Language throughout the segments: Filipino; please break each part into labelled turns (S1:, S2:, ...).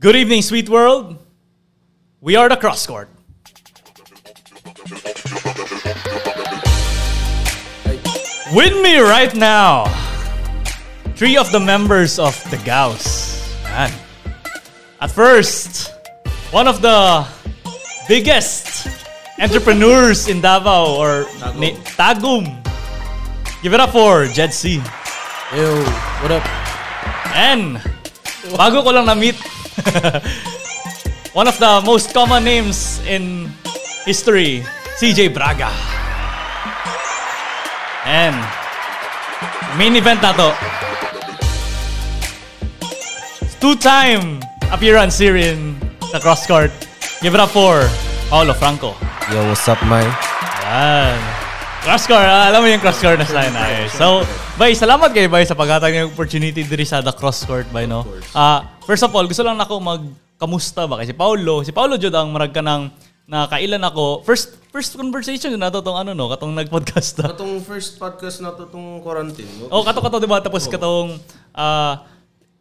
S1: Good evening, sweet world. We are the Cross Court. With me right now, three of the members of the Gauss. Man. At first, one of the biggest entrepreneurs in Davao or Tagum. Tagum. Give it up for Jed C.
S2: Yo, what up?
S1: And bago ko lang na-meet, one of the most common names in history, CJ Braga. And main event na to. Two-time appearance here in the cross court. Give it up for Paolo Franco.
S2: Yo, what's up, man?
S1: Yan. Cross core, ah, alam mo yung cross core na sa na. So, Bay, salamat kayo, Bay, sa paghatag ng opportunity diri sa the cross court, Bay, no? Ah, first of all, gusto lang ako magkamusta ba? Kasi Paolo, si Paolo Jod ang marag ka ng nakailan ako. First first conversation na to tong ano no, katong nag-podcast na.
S2: Katong first podcast na to tong quarantine. No?
S1: Oh, kato kato diba tapos katong ah,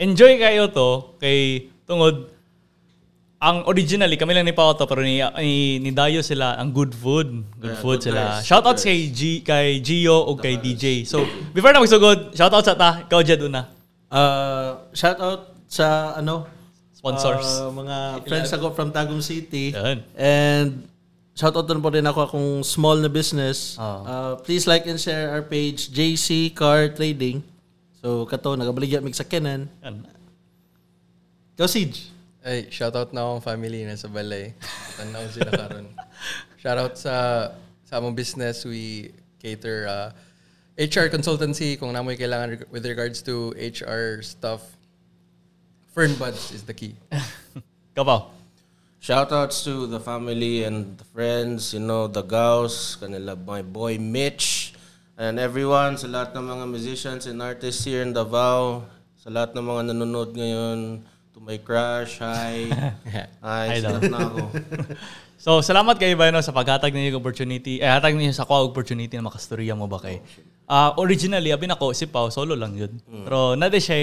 S1: enjoy kayo to kay tungod ang originally kami lang ni Pao to pero ni, ni, ni Dayo sila ang good food. Good
S2: Yeah,
S1: food
S2: good
S1: sila.
S2: guys,
S1: Shoutouts kay G, kay Gio o kay DJ. So, before na magsugod, shoutouts sa ta. Ikaw Jed una.
S3: Uh, shout out sa ano
S1: Sponsors.
S3: uh, mga friends ako from Tagum City.
S1: Yan.
S3: And shout out po din ako akong small na business. Uh, please like and share our page JC Car Trading. So kato nagabaligya mig sa Kenan.
S1: Yan.
S3: Go Siege.
S4: Ay, shoutout na akong family na sa balay. Tanaw sila karon. Shoutout sa sa among business we cater uh, HR consultancy kung namoy kailangan reg- with regards to HR stuff. Fern buds is the key.
S1: Ikaw Pao.
S2: Shoutouts to the family and the friends, you know, the Gauss, kanila my boy Mitch, and everyone, sa lahat ng mga musicians and artists here in Davao, sa lahat ng mga nanonood ngayon, to my crush, hi. hi,
S1: daw.
S2: sarap na ako.
S1: So, salamat kayo ba no, sa paghatag ninyo ng opportunity. Eh, hatag ninyo sa ko opportunity na makastorya mo ba kay. Ah, originally, abin ako, si Pao, solo lang yun.
S2: Mm.
S1: Pero, nade siya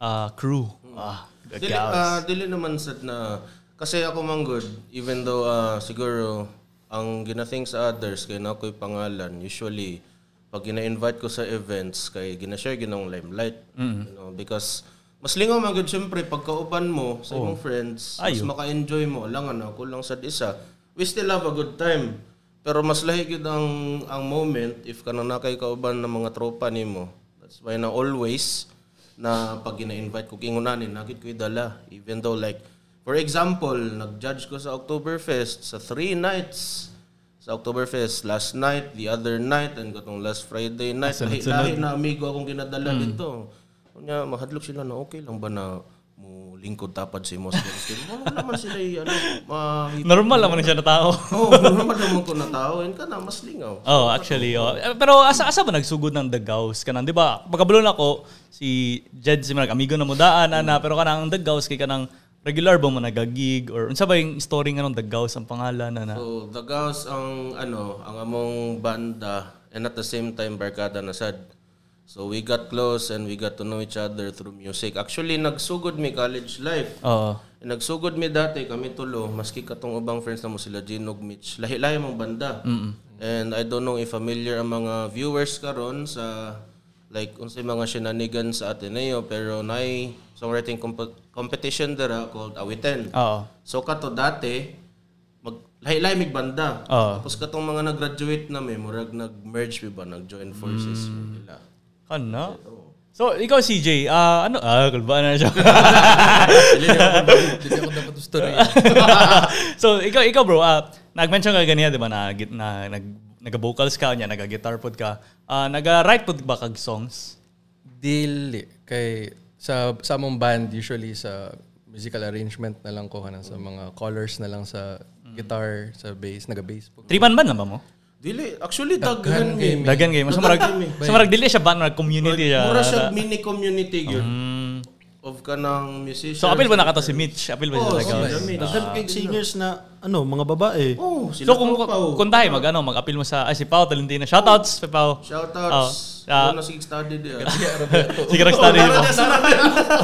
S1: ah, crew. Ah, the
S2: Dili,
S1: gals.
S2: Mm. ah, dili naman sad na, kasi ako man good, even though ah, siguro, ang ginathink sa others, kay na ako'y pangalan, usually, pag gina-invite ko sa events, kay gina-share ginong limelight.
S1: Mm.
S2: You know, because, mas lingaw man good, syempre, pagkauban mo sa imong friends, mas
S1: Oh. Ayo.
S2: maka-enjoy mo, langan ako lang sad isa. We still have a good time. Pero mas lahi gyud ang ang moment if kana na kay kauban ng mga tropa nimo. That's why na always na pag gina-invite ko ingunanin na gid ko dala even though like for example, nag-judge ko sa Oktoberfest sa three nights sa Oktoberfest last night, the other night, and katong last Friday night. Lahi-lahi na amigo akong ginadala dito. Kunya, mahadlok sila na okay lang ba na mo lingkod tapad si Mos Delskin. Wala naman sila yung ano, mahit.
S1: Normal naman siya na tao.
S2: Oo, oh, normal naman ko na tao. Yan ka na, mas lingaw.
S1: Oh, actually, oh. Eh, Pero asa asa ba nagsugod ng Dagaos kanang 'di ba? Pagkabulon ako si Jed si Marag amigo na mudaan
S2: Mm.
S1: ana pero kanang ang Dagaos kay kanang regular ba mo nagagig or unsa ba yung story nga nung Dagaos ang pangalan ana?
S2: So, Oh, the Gauss ang ano, ang among banda and at the same time barkada na sad. So we got close and we got to know each other through music. Actually, nagsugod mi college life.
S1: Oo.
S2: Nagsugod mi dati kami tulo, maski katong ubang friends na mo sila Ginog Mitch. Lahi-lahi mong banda. And I don't know if familiar ang mga viewers karon sa like unsay mga shenanigans sa Ateneo pero nay songwriting comp- competition dara called Awiten.
S1: Oo.
S2: So kato dati mag lahi-lahi mig banda.
S1: Oo.
S2: Tapos katong mga nag-graduate na may murag nag-merge mi ba
S1: Mm.
S2: nag-join forces nila.
S1: Ano? So, ikaw CJ, ah, ano? Ah, kulba na siya.
S4: Hindi ako dapat story.
S1: so, ikaw, ikaw bro, ah, nag-mention ka ganyan, di ba, na, git- na nag, naga-vocals ka, niya, naga-guitar pod ka. Ah, naga-write pod ba kag songs?
S4: Dili kay sa sa among band usually sa musical arrangement na lang ko kanang sa mga colors na lang sa guitar, sa bass, naga-bass po.
S1: Three-man band na ba mo?
S2: Dili, actually daghan mi.
S1: Dagan kayo. Sa marag, sa marag dili siya band, marag community siya.
S2: Mura siya mini community gyud. Of kanang musicians.
S1: Mm. So, apil ba na kato si Mitch? Apil ba siya
S2: Oh,
S1: talaga?
S2: sila Mitch.
S3: Daghan kay singers na ano mga babae.
S2: Oh, sila
S1: So, kung,
S2: Pau.
S1: kung tayo, mag, ano, mag-apil mo sa, ay, si Pao Talentino. Shoutouts, si Pao.
S2: Shoutouts. Oh,
S1: Oh. Ah.
S2: Ano na sige study dia.
S1: Sige, nag-study mo.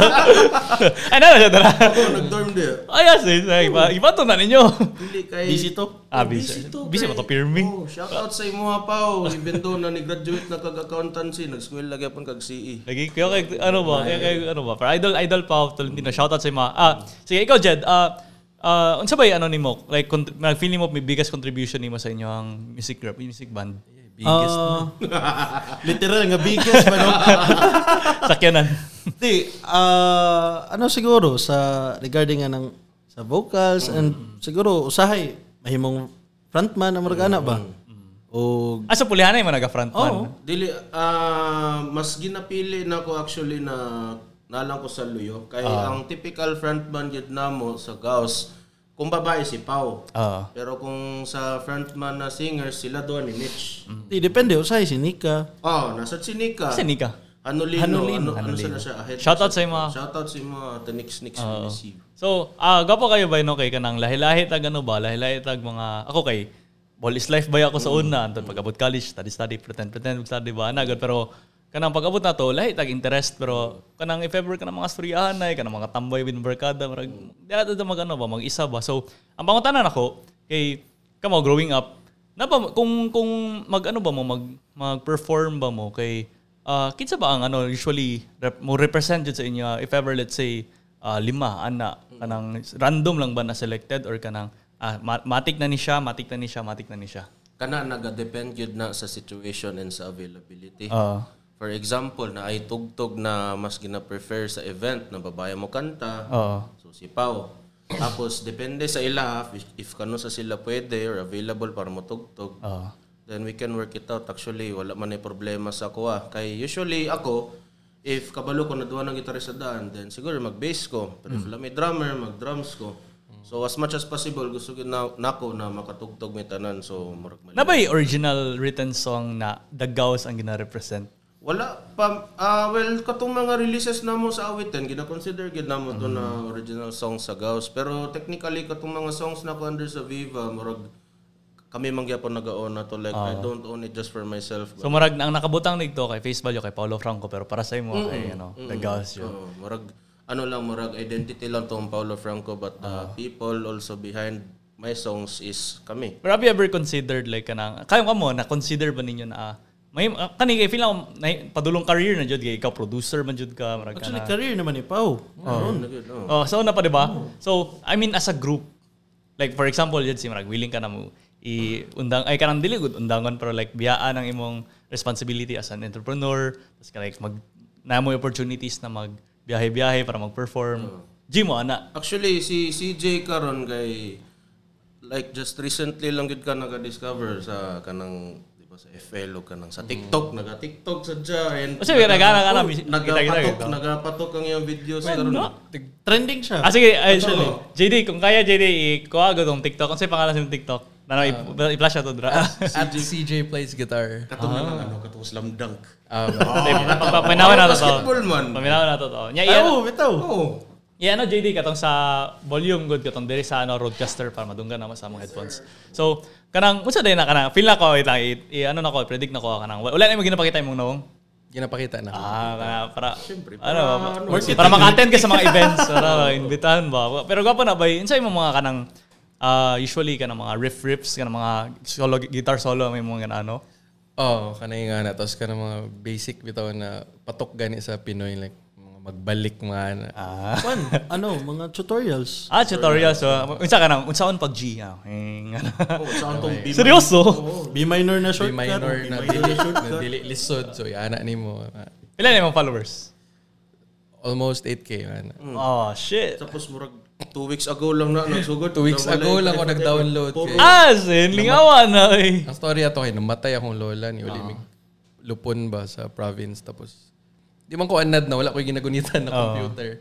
S1: Ay, na, na, na.
S2: Ako Oh, nag-dorm dia.
S1: Ay, ah, yes, yes, ay, iba, iba to na ninyo.
S2: Hindi kay
S3: Busy to.
S1: Ah, busy. Busy ba to, Pirming?
S2: Oh, shout out sa imo ha pao. Even though na ni-graduate na kag accountancy, nag-school lagi pon kag E. CE.
S1: Lagi kayo kay, ano ba? Kayo, kayo, ano ba? Para idol, idol pa ako. Tolentino. Shoutout sa mga. Ah, sige, ikaw, Jed. Ah, ah, unsa ba yung ano ni mo? Like, cont- mag- feeling mo may biggest contribution ni mo sa inyo ang music group, music band.
S4: Biggest.
S3: Ah, literal nga biggest ba no?
S1: Sakyanan.
S3: Di, ah, ano siguro sa regarding nga ng sa vocals and siguro usahay mahimong frontman ang morgana ba? O
S1: ah, so pulihan na yung mga naga-frontman.
S3: Oo.
S2: Dili ah mas ginapili na ko actually na nalang ko sa luyo kay
S1: Ah.
S2: ang typical frontman gid namo sa Gaos kung babae si Pau.
S1: Ah.
S2: Pero kung sa frontman na singer sila doon ni Mitch.
S3: di depende usahay si Nika.
S2: Oh, nasa si Nika.
S1: Kasi Nika.
S2: Hanolino.
S3: Hanolino.
S2: Ano, ano sila siya? Ahead
S1: Shoutout sa mga.
S2: Shoutout sa mga the next next uh,
S1: So, ah, gapo kayo ba yun, okay ka nang lahi-lahi tag ano ba? Lahi-lahi tag mga, ako kay, ball is life ba ako sa una? Anton, pag-abot college, study, study, pretend, pretend, study ba? Anagad, pero, kanang pag-abot na to, lahi tag interest, pero, kanang if ever ka ng mga storyahan na, kanang mga tambay, bin barkada, marag, di natin mag ano ba, mag-isa ba? So, ang pangutanan ako, kay, kamo, growing up, na ba, kung, kung mag ano ba mo, mag, mag-perform ba mo, kay, ah, kinsa ba ang ano, usually, rep, mo represent yun sa inyo, ah, if ever, let's say, ah, lima ana kanang random lang ba na selected or kanang ah, ma- matik na ni siya matik na ni siya matik na ni siya
S2: Kana nagadepend yun na sa situation and sa availability.
S1: Oo.
S2: For example, na ay tugtog na mas gina-prefer sa event na babae mo kanta.
S1: oo
S2: So si Pau. Tapos depende sa ila if, if kano sa sila pwede or available para mo tugtog.
S1: oo
S2: then we can work it out. Actually, wala man ay problema sa ako ah. Kay usually ako, if kabalo ko naduwa ng gitarista sa daan, then siguro mag-bass ko. Pero if wala may drummer, mag-drums ko. So as much as possible, gusto ko na, nako na makatugtog may tanan. So, murag mali.
S1: nabay original written song na Dagaos ang gina-represent
S2: Wala pa, ah well, katong mga releases namo sa awitan, gina-consider gid namo to na original song sa Gaos. Pero technically, katong mga songs na ko under sa Viva, murag kami mangyapon nag-own na to. Like, I don't own it just for myself.
S1: so marag ang nakabutang nito kay Face Value kay Paolo Franco pero para sa imo kay ano Dagaos yun
S2: Oo, murag ano lang murag identity lang tong Paulo Franco but the people also behind my songs is kami.
S1: Pero have you ever considered like kanang kayo ka mo na consider ba ninyo na ah, may ah, kani kay feel ako na, padulong career na jud kay ikaw producer man jud ka marag
S3: Actually,
S1: kana-
S3: career naman ni Ah, Pau.
S2: Ano na yun, oo.
S1: Ah. Oh, so na pa 'di ba? So, I mean as a group. Like for example, yun si Marag willing ka na mo i undang ay kanang dili gud undangon pero like biyaan ang imong responsibility as an entrepreneur, tas ka like mag na mo opportunities na mag biyahe-biyahe para mag-perform. G mo ana.
S2: Actually si CJ karon kay like just recently lang gid ka naka-discover sa kanang di ba sa FL o kanang sa TikTok, naga-Tiktok sa and
S1: Kasi wala ka na kita kita.
S2: nagapatok,
S1: kita.
S2: nagapatok ang iyang videos karon.
S3: Trending siya.
S1: Ah sige, ay, JD kung kaya JD ikuha ko tong TikTok. Unsay pangalan sa imong TikTok? Na na
S2: Ah.
S1: i- i-flash ato dra.
S4: At CJ plays guitar.
S2: Katong nang ano, katong slam dunk.
S4: Um,
S1: Paminawan na to.
S2: Basketball man.
S1: Paminawan na to. to. Nya
S3: Ay,
S1: iya-
S3: oo, bitaw.
S2: Oh.
S1: Yeah, ano JD katong sa volume good katong diri sa ano roadcaster para madunggan naman sa mga headphones. So, kanang unsa day na kana? Feel na ko wait lang, i, i- ano na ko predict na ko kanang wala na imong ginapakita imong noong.
S4: ginapakita na.
S1: Ah, kana, para ano, para, para maka-attend ka sa mga events, para imbitahan ba. Pero gwapo na bay unsa imong mga kanang ah, usually kanang mga riff riffs kanang mga solo guitar solo may mga ganaan, ano.
S4: Oo, oh, kanay nga na. Tapos ka ng mga basic bitaw na patok gani sa Pinoy. Like, mga magbalik mga na.
S1: Ah.
S3: Kwan, ano, mga tutorials.
S1: Ah, tutorial so unsa kanang unsaon pag G ah. Hing, ano.
S2: Oh, saan tong bim-
S1: Seryoso?
S3: B minor na
S4: B
S3: shortcut.
S4: minor na dili, na dili lisod. So, yana ni mo. ah,
S1: Oh. Ilan na imong followers?
S4: Almost 8K. Man.
S2: Hmm.
S1: Oh, shit.
S2: Tapos murag two weeks ago lang na nagsugod.
S4: Two weeks ago lang ako nag-download. Kay,
S1: As in, lingawan Ah, na eh.
S4: ang story ato kay namatay akong lola ni Ulimig. Lupon ba sa province. Tapos, di man ko anad na. Wala ko ginagunitan na computer.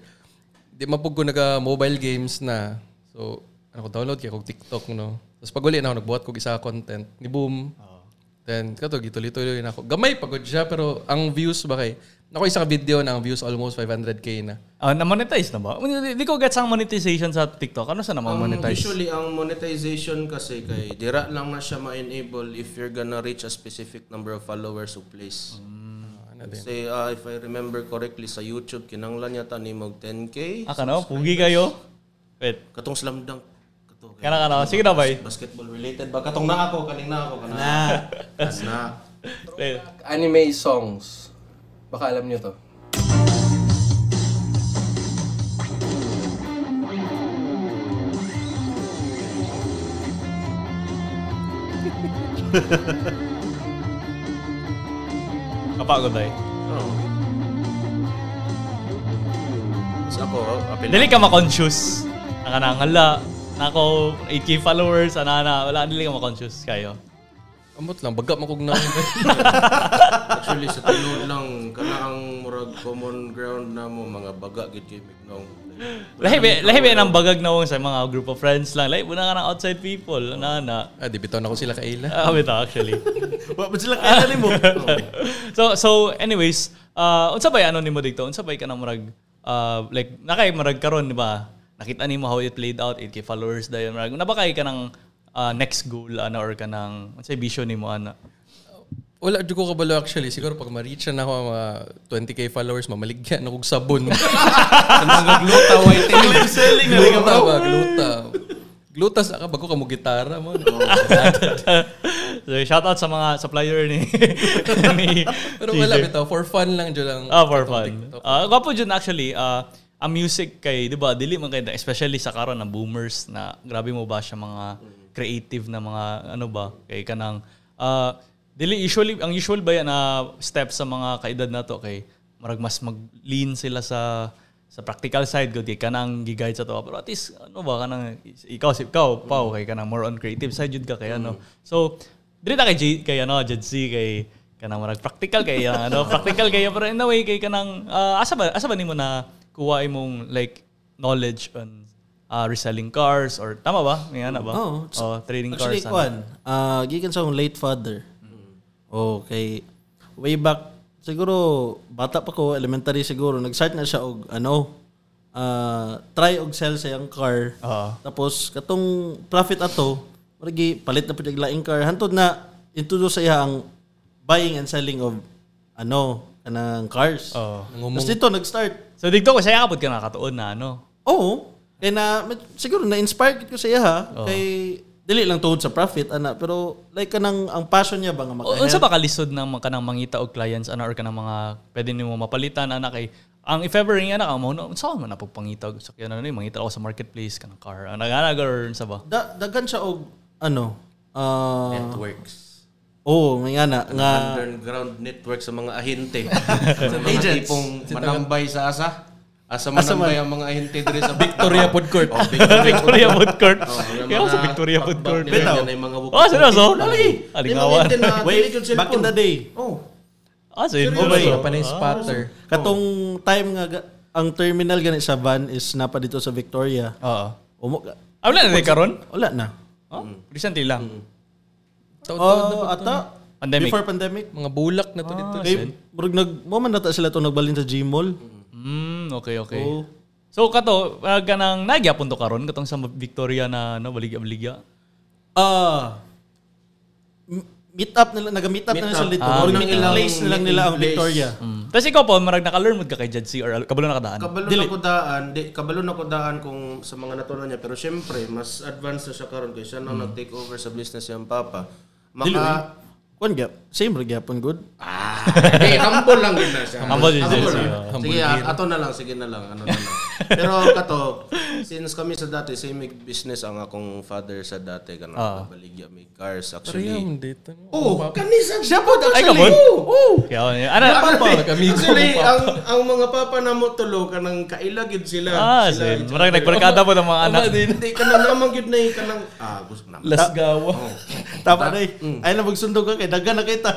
S4: Di man po ko naga-mobile games na. So, ano ko download kay kog TikTok no. Tapos pag uli na ako nagbuhat kog isa ka content ni Boom. Then kato gituloy-tuloy na ako. Gamay pagod siya pero ang views ba kay Nako isa ka video na ang views almost 500k na.
S1: Ah, na-monetize na ba? Hindi ko gets ang monetization sa TikTok. Ano sa namang monetize?
S2: Usually, ang monetization kasi kay dira lang na siya ma-enable if you're gonna reach a specific number of followers o plays.
S4: Ano din.
S2: Say, ah, if I remember correctly, sa YouTube, kinanglan yata ni Mog 10K.
S1: Aka no? Pugi kayo? Wait.
S2: Katong slam dunk. Kato, kay-
S1: Kana kana. Sige na bay.
S2: basketball related ba? Katong na ako, kaning na ako. Kana. na.
S1: Wait.
S4: Anime songs. Baka alam niyo to.
S1: Kapagod bay.
S2: Oh. Tapos ako, oh, apil.
S1: Dili ka ma-conscious. Ang nangala. Nako 8k followers ana na wala dili ka ma-conscious kayo.
S4: Ambot lang, baga makugnaw.
S2: Actually, sa tulod lang, kana ang murag common ground na mo, mga baga, gid kay Mignaw.
S1: Lahi be, lahi be ng bagag na wong sa mga group of friends lang. Lahi muna ka ng outside people. Ana na.
S4: ah, di bitawan ako sila kaila.
S1: Ah, wait, ah, actually.
S3: Wa pa sila kailan nimo.
S1: so so anyways, uh, unsa ba ano nimo dito? Unsa ba ka nang murag uh, like nakay murag karon di ba? Nakita nimo how it played out 8k followers dayon murag. Na ba kay ka ng uh, next goal ana or ka ng unsa vision nimo ana?
S4: Wala, di ko kabalo actually. Siguro pag ma-reach na ako ang mga 20k followers, mamaligyan ako og sabon.
S2: Nagagluta, white
S3: Live selling ano? na lang
S4: gluta
S3: ba?
S4: ba? Gluta. Gluta sa ka, bago ka mo gitara mo.
S1: so shout out sa mga supplier ni ni
S4: Pero
S1: TJ.
S4: wala bitaw, for fun lang dyan lang.
S1: Ah, for fun. Ah, gwapo dyan actually. ah, ang music kay, di ba, dili man kay, especially sa karon ng boomers na grabe mo ba siya mga creative na mga, ano ba, kay kanang, ah, dili usually, ang usual ba yan na step sa mga kaedad na to kay, marag mas mag-lean sila sa sa practical side good kay kanang gi-guide sa to pero at least ano ba kanang ikaw si ikaw pau kay kanang more on creative side jud ka kay
S3: Mm.
S1: ano so dili ta kay J- kay ano jud si kay kanang marag practical kay yung ano practical kay pero in a way kay kanang ah, asa ba asa ba nimo na kuha imong like knowledge on ah, reselling cars or tama ba may ana ba
S3: Oo.
S1: oh trading
S3: Actually,
S1: cars ano?
S3: kwan, ah gikan sa akong late father. Okay. Way back, siguro, bata pa ko, elementary siguro, nag-start na siya og, ano, ah, try og sell sa iyang car.
S1: ah. Oo.
S3: Tapos, katong profit ato, maragi, palit na po yung laing car. Hantod na, introduce sa iya ang buying and selling of, ano, kanang cars.
S1: Oo.
S3: Tapos dito, nag-start.
S1: so digto ko saya kapod ka nakatuon na ano
S3: Oo. Kaya na, med- siguro na-inspire gid ko siya ha. Kay, dili lang tuhod sa profit, ana. Pero, like ka nang, ang passion niya ba nga
S1: O,
S3: maka
S1: unsa ba kalisod ng mga kanang mangita og clients ana or kanang mga pwede nimo mapalitan ana kay ang if ever nga ana ka mo unsa man na pagpangita og sakyan ano ni mangita ako sa marketplace kanang car ana ana or unsa ba
S3: Da, dagan siya og, ano, ah
S2: Networks.
S3: oo, may nga na, nga,
S2: Underground network sa mga ahinte. Ah. sa mga tipong manambay sa asa. Asa manambay ang mga ahinte diri sa
S4: Victoria Food Court.
S2: Oh, Victoria Food
S1: Victoria Food Court.
S2: Oh, yung
S1: Kaya ako sa
S2: mga
S1: Victoria Food
S2: pakpak
S1: Court.
S2: nila yan ay mga
S1: Oh, seryoso?
S2: Lagi.
S1: Alingawan.
S3: way, back in the day.
S2: Oh.
S1: Ah, seryoso?
S4: Oh, may pa na yung spotter.
S3: Katong time nga, ga- ang terminal ganit sa van is napa dito sa Victoria.
S1: Oo.
S3: Umo,
S1: Ah, wala ah. na rin karon?
S3: wala na.
S1: Oh,
S2: Mm.
S1: recently lang.
S4: Taon-taon
S3: Oh, ata,
S1: Pandemic.
S3: before pandemic. Ah,
S4: Mga bulak na to dito.
S3: Kay, murag nag, mo man nata sila to nagbalin sa Gmall.
S1: Mm, okay, okay.
S3: Oo.
S2: Oh.
S1: So, kato, uh, ganang nagyapon to karon katong sa Victoria na no, baligya-baligya.
S3: Ah. M- meet up nila, naga-meet up na nila sila dito. Or meeting place na lang nila ang
S2: meeting place.
S3: Victoria.
S1: Mm. Tapos ikaw po, marag naka-learn mo ka kay Judge C or al- kabalo nakadaan.
S2: Kabalo na ko daan, di, kabalo na ko daan kung sa mga natunan niya. Pero syempre, mas advanced na siya karon kay siya nang nag-take over sa business niya ang papa. Maka...
S3: Kuan gap, same ra gyapon good.
S2: Ah, hindi, humble lang din na siya.
S1: Humble din siya,
S2: Humble
S1: siya.
S2: lang. Sige, at- ato na lang, sige na lang, ano na lang. Pero kato, since kami sa dati, same business ang akong father sa dati, kanang uh. baligya, may cars actually.
S4: Pareham dito.
S2: Oh, kanisa siya po
S1: Ay, kabon? Kaya, ano, ano,
S4: pa, nag-amigo
S2: Oh, Actually,
S4: mo pa.
S2: ang, ang mga papa na mo tulo, kanang kailagid sila.
S1: ah,
S2: sila,
S1: sin. Marag nagbarkada po ng mga anak.
S2: Hindi ka na naman eh, yun na yung kanang, ah, gusto
S1: Oh.
S2: na.
S4: Lasgawa.
S3: Tama na eh. Ay na magsundo ka kay daghan na kita.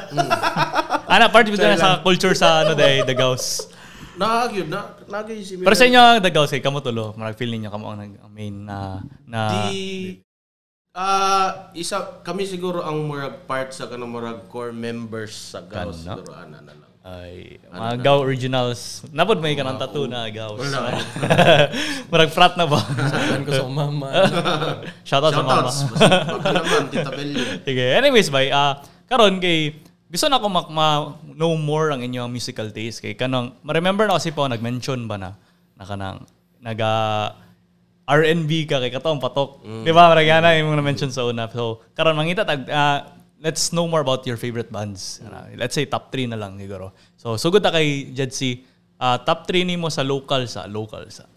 S1: Ana, part dito na sa culture sa ano day, Dagaos.
S2: Nakagyod, na, nagay si
S1: Pero sa inyo ang Dagaos, kay kamo tulo, marag feel ninyo kamo ang nag- ang main na na
S2: Di, ah, isa, kami siguro ang murag part sa kanang murag core members sa GAO, siguro, ana na lang.
S1: ay mga Gaw originals. Napod may kanang tattoo na Gaos.
S2: Wala.
S1: marag frat na ba?
S4: Saan ko sa umama.
S1: Shoutout sa mama.
S2: Shoutouts, basta, baka naman, Tita Belly.
S1: Sige. Anyways, bye. ah karon kay gusto na ko mak ma- know more ang inyong musical taste kay kanang ma-remember na kasi po nag-mention ba na na kanang naga R&B ka kay katong patok. Di ba? Parang yan na yung mga mention sa una. So, karon mangita tag ah, let's know more about your favorite bands. Ah, let's say top 3 na lang siguro. So, sugod ta kay Jedsi, ah, top 3 nimo sa local sa local sa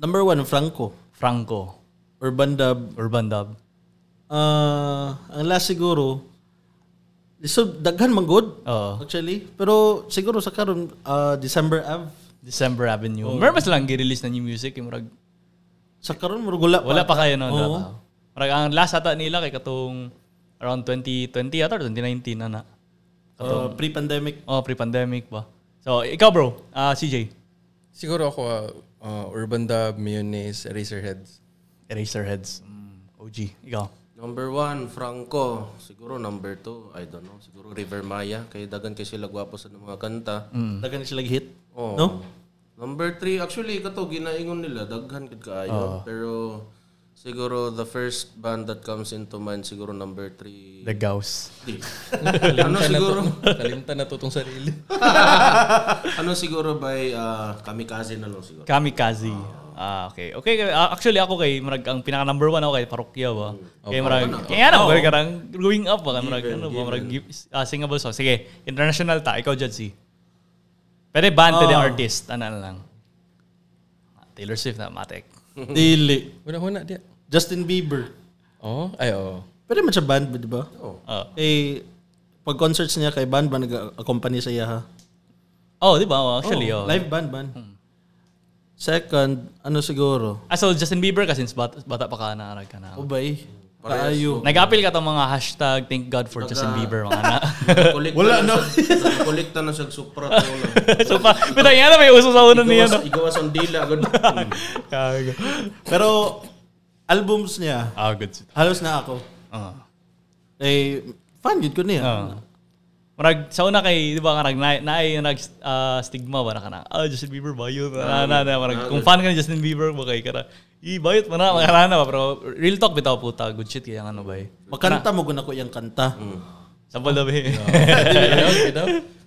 S3: Number one, Franco.
S1: Franco,
S3: Urban Dub.
S1: Urban Dub.
S3: Ah, ang last siguro, so, daghan man good,
S1: Oo.
S3: actually. Pero siguro sa karon ah, December Ave.
S1: December Avenue. Meron mas lang gi-release na new music yung murag
S3: Sa karon murugula
S1: Wala pa kayo noon.
S3: Oo.
S1: Oh. Parang ang last ata nila kay katong around 2020 ata or 2019 na na.
S3: Ah, pre-pandemic.
S1: Oh, pre-pandemic ba. So, ikaw bro, ah CJ,
S4: Siguro ako, ah, ah, Urban Dub, Mayonnaise, Eraserheads.
S1: Eraserheads. Mm, OG, ikaw.
S2: Number one, Franco. Siguro number two, I don't know. Siguro River Maya. Kaya dagan kay sila gwapo sa mga kanta.
S3: Daghan sila hit. Mm.
S2: Oh.
S3: No?
S2: Number three, actually, kato, ginaingon nila. Daghan kid kaayo. Pero siguro the first band that comes into mind, siguro number three.
S1: The Gauss.
S2: Di. ano siguro?
S4: Kalimutan na to tong sarili.
S2: ano siguro by ah, Kamikaze na lang siguro.
S1: Kamikaze. Ah, okay. Okay, kay- ah, actually ako kay Marag, ang pinaka number one ako kay Parokya ba. Kay Marag, kaya Mm. ano, kay karang growing up ba, kay Marag, ano ba, Marag, gi- ah, singable song. Sige, international ta, ikaw Jadzi. Pwede band, pwede artist, ano ano lang. Ah, Taylor Swift na, Matek.
S3: Dili.
S4: Una-una, di.
S3: Justin Bieber.
S4: Oo? Ay, oh. oo.
S3: Pwede man siya band, ba, di ba?
S1: Oh.
S3: Eh, pag concerts niya kay band ba nag-accompany sa iya ha?
S1: Oh, di ba? Oh, actually, oh.
S3: Live band, band. Second, ano siguro?
S1: Ah, so Justin Bieber ka since bata, bata pa ka naarag ka na.
S3: Ubay. Kaayo.
S1: Nag-appeal ka tong mga hashtag thank God for Justin Bieber mga na.
S2: Wala na. Nakolekta na siya supra to na.
S1: so pa, pero yan na may uso sa uno ano niya. No?
S2: Igawas, igawas ang dila. agad. Mm.
S1: Kago.
S3: Pero, albums niya,
S1: Ah, good shit.
S3: halos na ako.
S1: Ah.
S3: Eh, fan yun ko niya.
S1: Ah. Marag, sa una kay, di ba, karag, na, na, nag, ah, stigma ba na ka na, ah, Justin Bieber, bayot, na, na, na, marag, kung fan ka ni Justin Bieber, ba kay ka na, i, bayot, man na, makarana ba, pero, real talk, bitaw, puta, good shit, kaya ano ba, eh.
S3: Makanta mo guna ko yung kanta.
S1: Sa palabi.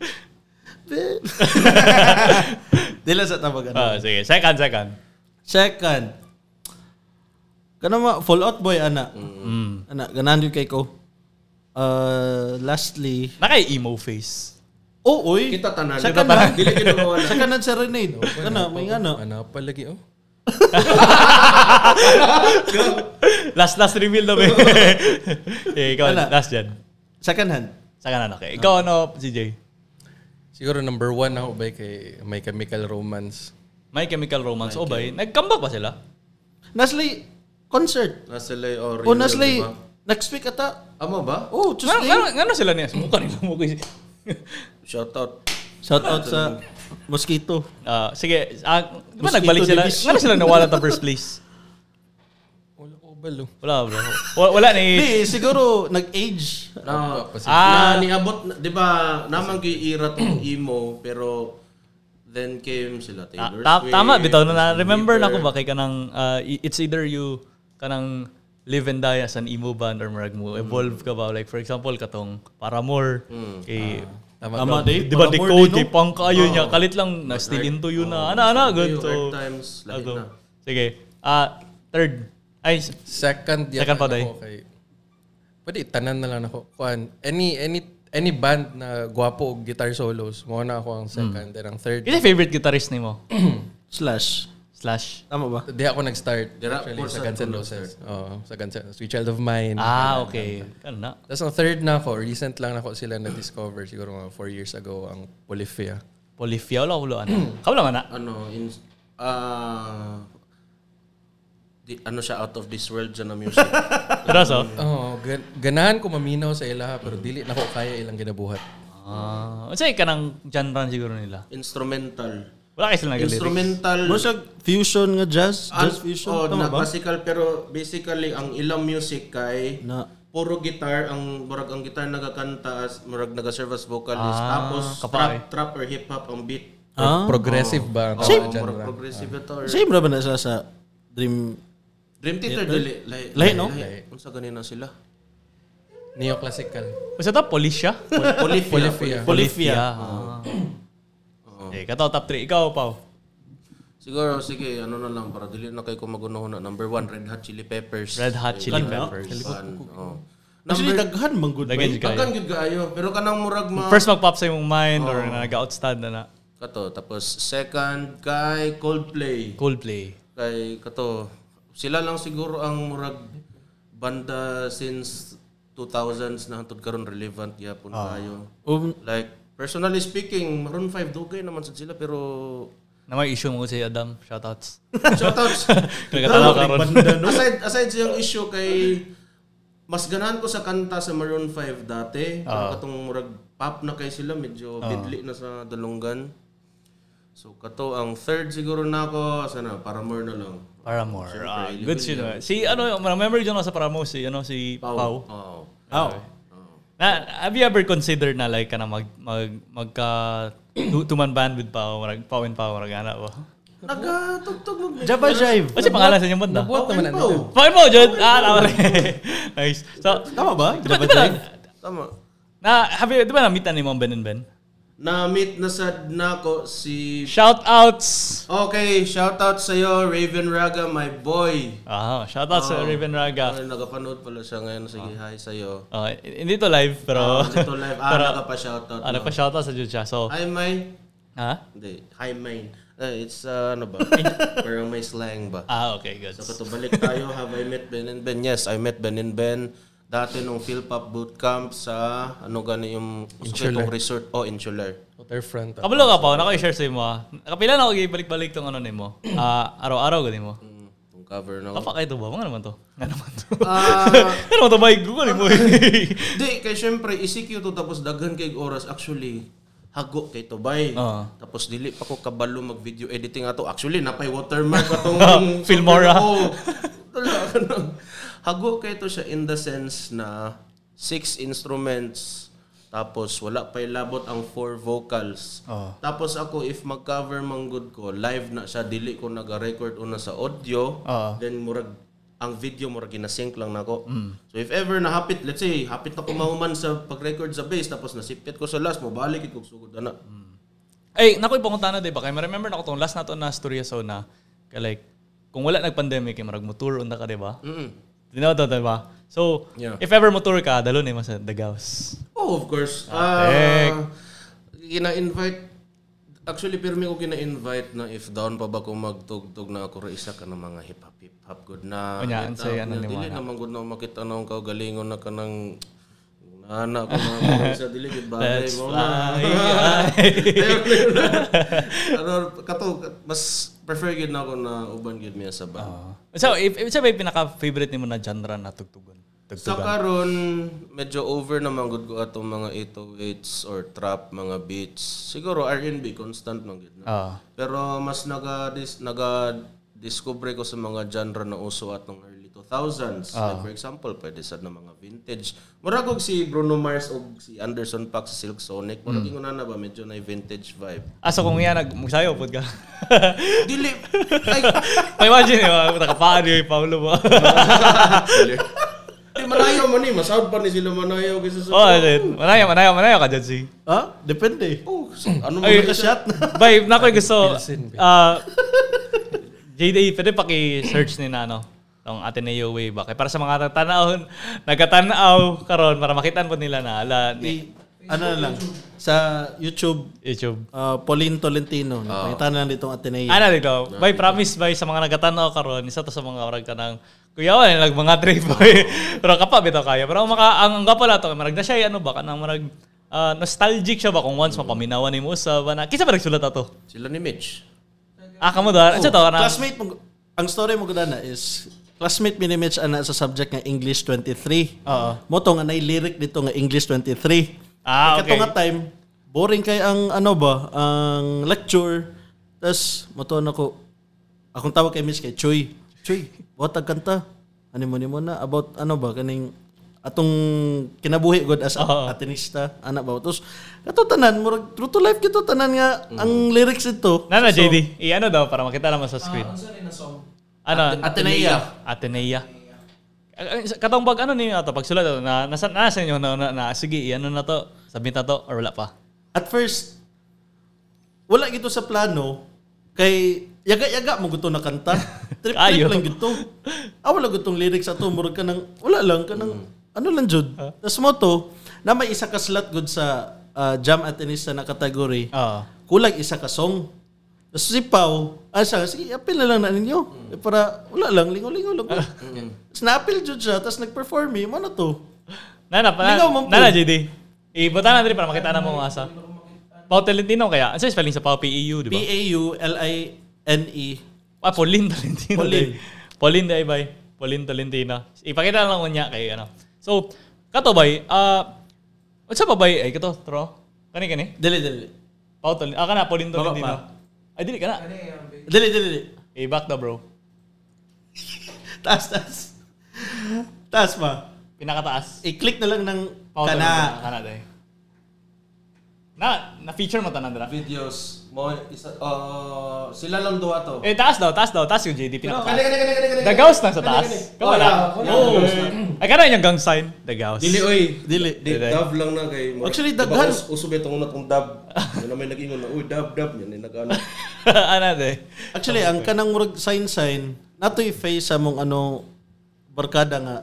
S3: Dila sa tabagan.
S1: Ah, sige, second, second.
S3: Second, kana ma, Fallout Boy, ana.
S1: Mm.
S3: Ana, ganan yun kay ko. Uh, lastly,
S1: Nakay emo face.
S3: oh, oy.
S2: Kita tanan.
S3: Sa
S2: Kita
S3: kanan.
S2: tanan. Dili kid mawala.
S3: Sa kanan sa Renade. Kana, may ano.
S4: Ano pa lagi, oh?
S1: last last reveal na ba? eh, ikaw,
S3: Wala.
S1: last yan.
S3: Second hand.
S1: Sa kanan, okay. Ikaw ano, CJ?
S4: Siguro number one ako ba kay My Chemical Romance.
S1: My Chemical Romance, o ba? Nag-comeback ba sila?
S3: Lastly, concert.
S2: Nasilay or
S3: Oh, lastly, next week ata.
S2: Amo ba?
S3: Oh,
S1: Nga,
S3: Tuesday.
S1: nga, nga na sila niya. Mukha nila mukha.
S2: Shout out.
S3: Shout out sa Mosquito.
S1: Ah, sige, ah, di ba
S3: Mosquito
S1: nagbalik sila?
S3: division.
S1: Nga na sila nawala ta first place?
S4: Wala ko balo.
S1: Wala, bro. Wala, wala ni...
S3: Hindi, siguro nag-age.
S2: Na,
S1: Ah.
S2: na niabot, na- di ba, naman kay Ira tong emo, pero then came sila
S1: Ta-
S2: Taylor
S1: Ah, ta-
S2: Swift.
S1: tama, bitaw na na. Remember na ko ba kay kanang... ah, i- it's either you kanang live and die as an emo band or marag
S3: Hmm.
S1: mo evolve ka ba like for example katong Paramore kay
S3: Ah. Tama, di.
S1: Di ba decode,
S3: Paramore din,
S1: di
S3: no? Oh.
S1: pang kayo niya. Kalit lang, na still into you na. Ana, ana, good.
S2: Hard
S1: So,
S2: times, lahat
S1: ano.
S2: na.
S1: Sige. Ah, third. Ay, s-
S4: Second, yata
S1: Second pa, day.
S4: ako kay... Pwede, tanan na lang ako. Kuan, any, any, any band na gwapo og guitar solos, mo na ako ang
S1: Hmm.
S4: second. Then ang third,
S1: kinsa favorite guitarist ni mo?
S3: Slash.
S1: Slash.
S3: Tama ba?
S4: di ako nag-start.
S2: Dira,
S4: Actually,
S2: for
S4: sa
S2: sa
S4: Guns N'
S2: tulog
S4: Roses. Oo, sa Guns N' Sweet Child of Mine.
S1: Ah, okay. Kana.
S4: Tapos ang third na ako, recent lang ako sila na-discover, siguro mga four years ago, ang Polyphia.
S1: Polyphia, wala ulo. Ano? Kamu lang, ana.
S2: Ano, in, ah, di, ano siya, out of this world dyan na music.
S1: Pero so,
S4: Oo, gan- ganahan ko maminaw sa ila, pero dili na ko kaya ilang ginabuhat.
S1: ah, unsay kanang genre siguro nila?
S2: Instrumental.
S1: Wala kayo sila nag-lyrics.
S2: Instrumental.
S3: Mo siya fusion nga jazz,
S2: An-
S3: jazz fusion
S2: oh,
S3: tama
S2: na
S3: ba?
S2: classical, pero basically, ang ilang music kay,
S3: Na
S2: puro guitar ang murag ang guitar nagakanta as murag nagaserve as vocalist
S1: Ah,
S2: tapos
S1: kapay.
S2: trap trap or hip hop ang beat
S3: Ah?
S4: Progressive ba ang
S2: Oo,
S4: tawag dyan?
S2: murag progressive ito or
S3: same ra ba na siya sa Dream
S2: Dream Theater dili lahi
S3: Lahi, no?
S2: unsa ganina sila
S4: Neoclassical.
S1: What's that? Polisya?
S2: Polyphia.
S4: Polyphia.
S1: Polifia. Okay, kataw Eh, top 3. Ikaw, Pao.
S2: Siguro, sige, ano na lang, para dili na kayo kumagunaw na. Number one, Red Hot Chili Peppers. Eh,
S1: Red Hot Chili
S3: Kan-
S1: Peppers.
S2: Pan, oh.
S3: Actually, daghan man good.
S1: Daghan
S3: ba?
S1: Kaya.
S2: Pagkan yun kaayo, pero kanang murag ma...
S1: First mag-pop sa imong mind or nag-outstand na na.
S2: Kato, tapos second, kay Coldplay.
S1: Coldplay.
S2: Kay kato, sila lang siguro ang murag banda since 2000s na hantod karon relevant gyapon kayo.
S3: Um,
S2: Like personally speaking, Maroon 5 dugay naman sad sila pero
S1: Na may issue mo si Adam. Shoutouts.
S2: shoutouts.
S1: Nagkatanaw ka ron.
S2: aside aside sa yung issue kay mas ganahan ko sa kanta sa Maroon 5 dati.
S1: Ah.
S2: Pero Katong murag pop na kay sila medyo bidli na sa dalungan. So kato ang third siguro nako sana Paramore na lang.
S1: Paramore. Ah, good shit. naman. Si ano, remember dyan ako sa Paramore si ano si Pau.
S2: Oh.
S3: oh.
S1: Na, have you ever considered na like ka na mag, mag magka tu- tuman band with Pau, marag Pau and Pau marag ana ba?
S2: Nagatugtog mo.
S3: Java Jive.
S1: What's yung pangalan sa inyong banda?
S4: Nabuhat naman ang
S1: Pau and Pau, Jod. Ah, tama rin. Nice. So,
S3: Tama ba?
S1: di ba, di ba
S3: Java
S1: na,
S3: Jive?
S2: Tama.
S1: na, have you, di ba na-meet na ni Mom Ben and Ben?
S2: Na-meet na sad nako si
S1: Shoutouts!
S2: Okay, shout out sa iyo Raven Raga, my boy.
S1: Ah, shoutouts sa
S2: Oh.
S1: Raven Raga.
S2: Ay, nagapanood pala siya ngayon. Sige, hi sa iyo.
S1: Oh, hindi to live, pero...
S2: Dito live. Ah, naka pa shout out.
S1: Ano pa shoutout sa Jucha. So,
S2: Hi, May.
S1: ha?
S2: Hindi, hi, May. Eh, it's uh, ano ba? Parang may slang ba?
S1: Ah, okay, good.
S2: So, balik tayo. Have I met Ben and Ben? Yes, I met Ben and Ben. Dati nung Philpop Bootcamp sa ano gani yung usually
S4: Insular.
S2: pong resort. Oh, Insular.
S4: Waterfront. ah.
S1: Kabalo ka pa, naka-share sa imo. ah. Kapila na ako balik-balik tong ano nimo. Ah, araw-araw gani mo.
S2: Mm, yung cover na.
S1: Kapa kayo to ba? Mga naman to. Nga naman to.
S2: Ah,
S1: Nga naman to ba? Google mo eh.
S2: Di, kay syempre, ECQ to tapos daghan kay oras actually hago kay Tobay.
S1: Oo.
S2: Tapos dili pa ko kabalo mag video editing ato. Actually, napay watermark atong
S1: Filmora.
S2: Oo. Wala ka na. hago kay to siya in the sense na six instruments tapos wala pa labot ang four vocals.
S1: Oo.
S2: Tapos ako if mag-cover man good ko, live na siya dili ko naga-record una sa audio.
S1: Oo.
S2: Then murag ang video murag ginasync lang nako. So if ever nahapit, let's say hapit na kumahuman sa pag-record sa bass tapos nasipit ko sa last, mabalik ko sugod ana.
S1: Ay, naku, ipangunta na, di ba? Kaya ma-remember na ko tong last na to na storya so na, kaya like, kung wala nag-pandemic, eh, marag motor na ka, di ba?
S2: Mm.
S1: Tinaw to, di ba? So,
S2: Yeah.
S1: if ever motor ka, dalo na yung sa Dagaos.
S2: Oh, of course.
S1: tek.
S2: Ah, gina-invite Actually, pirmi ko gina-invite na if down pa ba ko magtugtog na ako ra isa ka ng mga hip-hop, hip-hop, good na.
S1: Kunyaan,
S2: Kita,
S1: say, ano,
S2: kunya, Dili
S1: liwanag.
S2: naman good na makita na akong kaugalingon na ka ng Nana ko na sa dili good bagay
S1: Let's
S2: mo
S1: fly
S2: na.
S1: high.
S2: Ano, kato, mas prefer gid na ako na uban gid miya sa ba.
S1: So, if, if sabi, pinaka-favorite ni mo na genre na tugtugon?
S2: Sa
S1: Tugtugan.
S2: karon medyo over naman gud ko atong mga 808s or trap mga beats. Siguro R&B constant man gid na.
S1: Ah.
S2: Pero mas naga dis, naga discover ko sa mga genre na uso atong early 2000s.
S1: Ah.
S2: Like for example, pwede sad na mga vintage. Murag og si Bruno Mars og si Anderson Paak sa Silk Sonic. Murag
S1: Hmm.
S2: mm. na ba medyo na vintage vibe.
S1: Ah, so kung yan, nag- magsayo, pud ka.
S2: Dili ay
S1: Pa-imagine, di ba? eh, Nakapaan yun, Paolo mo.
S2: di manayaw man ni, masound pa ni sila manayaw kaysa sa
S1: oh, shit. Manayo, manayo, manayo ka dyan, si.
S3: Ah, depende.
S2: Oh, so, ano man
S1: Ay,
S2: na siya?
S3: Shot na.
S1: Bay, na ko gusto.
S4: Pilsen, babe.
S1: Ah, JDA, pwede paki-search ni na, ano? Ang Ateneo Way ba? Kaya para sa mga tatanahon, nagkatanaw karon para makitaan po nila na ala ni
S3: I- ano na lang. Sa YouTube,
S1: YouTube.
S3: uh, Pauline
S1: Oh.
S3: Tolentino. Nakita na lang ditong Ateneo.
S1: Ana dito. Bay, promise bay sa mga nagkatanaw karon, isa to sa mga orag tanang kuyawan eh, nag mga trip boy. Pero kapa bitaw kaya. Pero ang maka ang gapa la to, marag na siya ano ba kanang marag ah, nostalgic siya ba kung once mapaminawan ni mo sa bana. Kisa marag sulat ato.
S2: Sila ni Mitch.
S1: Ah, kamo da.
S3: Oh,
S1: Ano siya to? Kanang-
S3: Classmate mo, ang story mo gudana is, classmate mi ni Mitch ana sa subject nga English 23.
S1: Oo.
S3: Moto nga nay lyric dito nga English 23.
S1: Ah, okay.
S3: Katong nga time, boring kay ang ano ba, ang lecture. Tapos, matuon ako, akong tawag kay Miss kay Choy. Choy, buhat ang kanta. Ano mo ni mo na, about ano ba, kaning atong kinabuhi god as
S1: Oo.
S3: atinista, anak ba. Tapos, kato tanan, murag, true to life kito tanan nga, ang lyrics ito.
S1: Nana, JD. I-ano daw para makita naman sa screen. Ano?
S2: Atenea.
S1: Atenea. Katong pag ano ni ato pag sulat ato, na nasa nasa inyo na, na, na sige ano na to submit na to or wala pa.
S3: At first, wala gito sa plano kay yaga-yaga mo gusto na kanta. Trip-trip
S1: Kayo.
S3: lang gito. Ah, wala gutong lyrics ato. Murag ka ng, wala lang ka ng, ano lang jud. Tapos mo to, na may isa ka slot good sa ah, jam at inista na category.
S1: Oo.
S3: Kulang isa ka song. Tapos si Pau, ah siya, sige, appeal na lang na ninyo. Eh, para, wala lang, lingo-lingo lang. Tapos na-appeal jud siya, tapos nag-perform eh. Ano to?
S1: Nana pa.
S3: Ligaw man po.
S1: Nana JD. Ibuta na diri para makita na mo ang asa. Pau Tolentino kaya. Ano sa spelling sa Pau PEU, di ba?
S3: P-A-U-L-I-N-E.
S1: Ah, Pauline Tolentino.
S3: Pauline.
S1: Pauline. Pauline day bay. Pauline Tolentino. Ipakita lang ko niya kay ano. So, kato bay, ah unsa pa bay ay kato, tro? Kani kani?
S3: Dali, dali.
S1: Pau Tolentino. Ah, kana Pauline
S3: Baba
S1: Tolentino. Ay dili kana.
S2: um,
S3: Dali, dali, dali.
S1: Eh, back na bro.
S3: Taas, taas. Taas pa.
S1: Pinakataas.
S3: I-click na lang ng
S1: Pau Tolentino,
S3: kana.
S1: kana day. Na, na-feature mo tanan dira.
S2: Videos. Mo, isa, oh, sila lang duha to.
S1: Eh, taas daw, taas daw, taas yung JD,
S2: Kani,
S1: pinakataas.
S2: kani, kani, kani, kani.
S1: The Gauss na sa taas.
S2: Kani, kani.
S1: Kawala.
S2: Oh, yeah. Oh, yeah.
S1: Ay, kana yung gang sign. The Gauss.
S2: Dili, oy.
S3: Dili.
S2: Di, dab lang na kay Mark.
S3: Actually,
S2: Diba,
S3: daghan.
S2: us- Usog itong una tong dab. Yun na may nag-ingon na, uy, dab, dab. Yan, yung nag-ano.
S1: ano day?
S3: Actually, ang kanang murag sign-sign, nato'y face sa mong ano, barkada nga,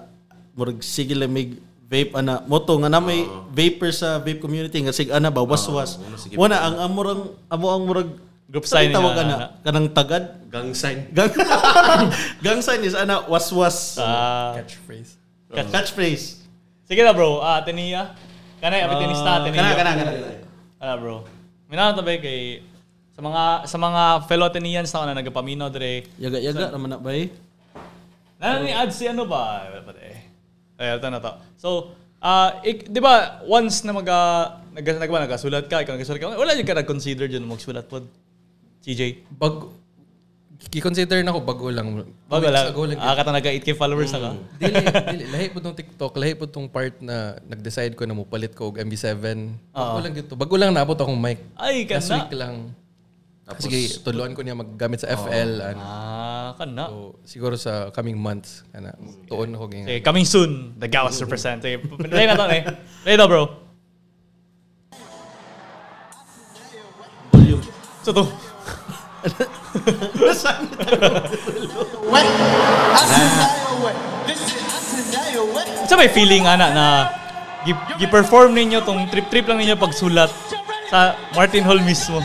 S3: murag sige lamig vape ana moto nga na may vapor sa vape community nga sig ana ba waswas wala ang amurang amo ang murag
S1: Group sign
S3: tawag
S1: nga,
S3: ana kanang tagad
S2: Gang sign.
S3: gang gang sign is ana waswas
S1: Ah,
S4: Catchphrase.
S3: catchphrase
S1: sige na bro, ah, teniya. Kana,
S4: Ah,
S1: api tenista, teniya.
S3: kana kana kana
S1: Ala bro. Minahon tabi kay sa mga sa mga fellow Tenians na ako na nagapaminaw dre.
S3: Yaga-yaga naman na ba eh?
S1: Nana ni ads si ano ba? Wala pa eh. Ay, ito na to. So, ah, ik, di ba, once na mag, ah, nag, nag, ba, nagasulat ka, ikaw nagasulat ka, wala yung ka nag-consider dyan magsulat po. CJ.
S4: Bag Kikonsider na ko bago lang.
S1: Bago lang.
S4: Bago lang.
S1: Ah, ka nagka 8k followers na ka.
S4: dili, dili. Lahi po tong TikTok, lahi po tong part na nag-decide ko na mupalit ko og MB7. Bago lang gito. Bago lang naabot akong mic.
S1: Ay, ka
S4: Last
S1: na.
S4: week lang. Sige, tuluan ko niya maggamit sa FL. ano.
S1: Ah, ka na.
S4: So, siguro sa coming months. Kana, tuon ko ganyan.
S1: Sige, Eh, coming soon. The Gawas represent. Sige, play na to, eh. Play na, bro. So to.
S5: Wet. Asindayo wet. This is Asindayo wet.
S1: Sa may feeling, ana, na gi- gi-perform ninyo tong trip-trip lang ninyo pagsulat sa Martin Hall mismo.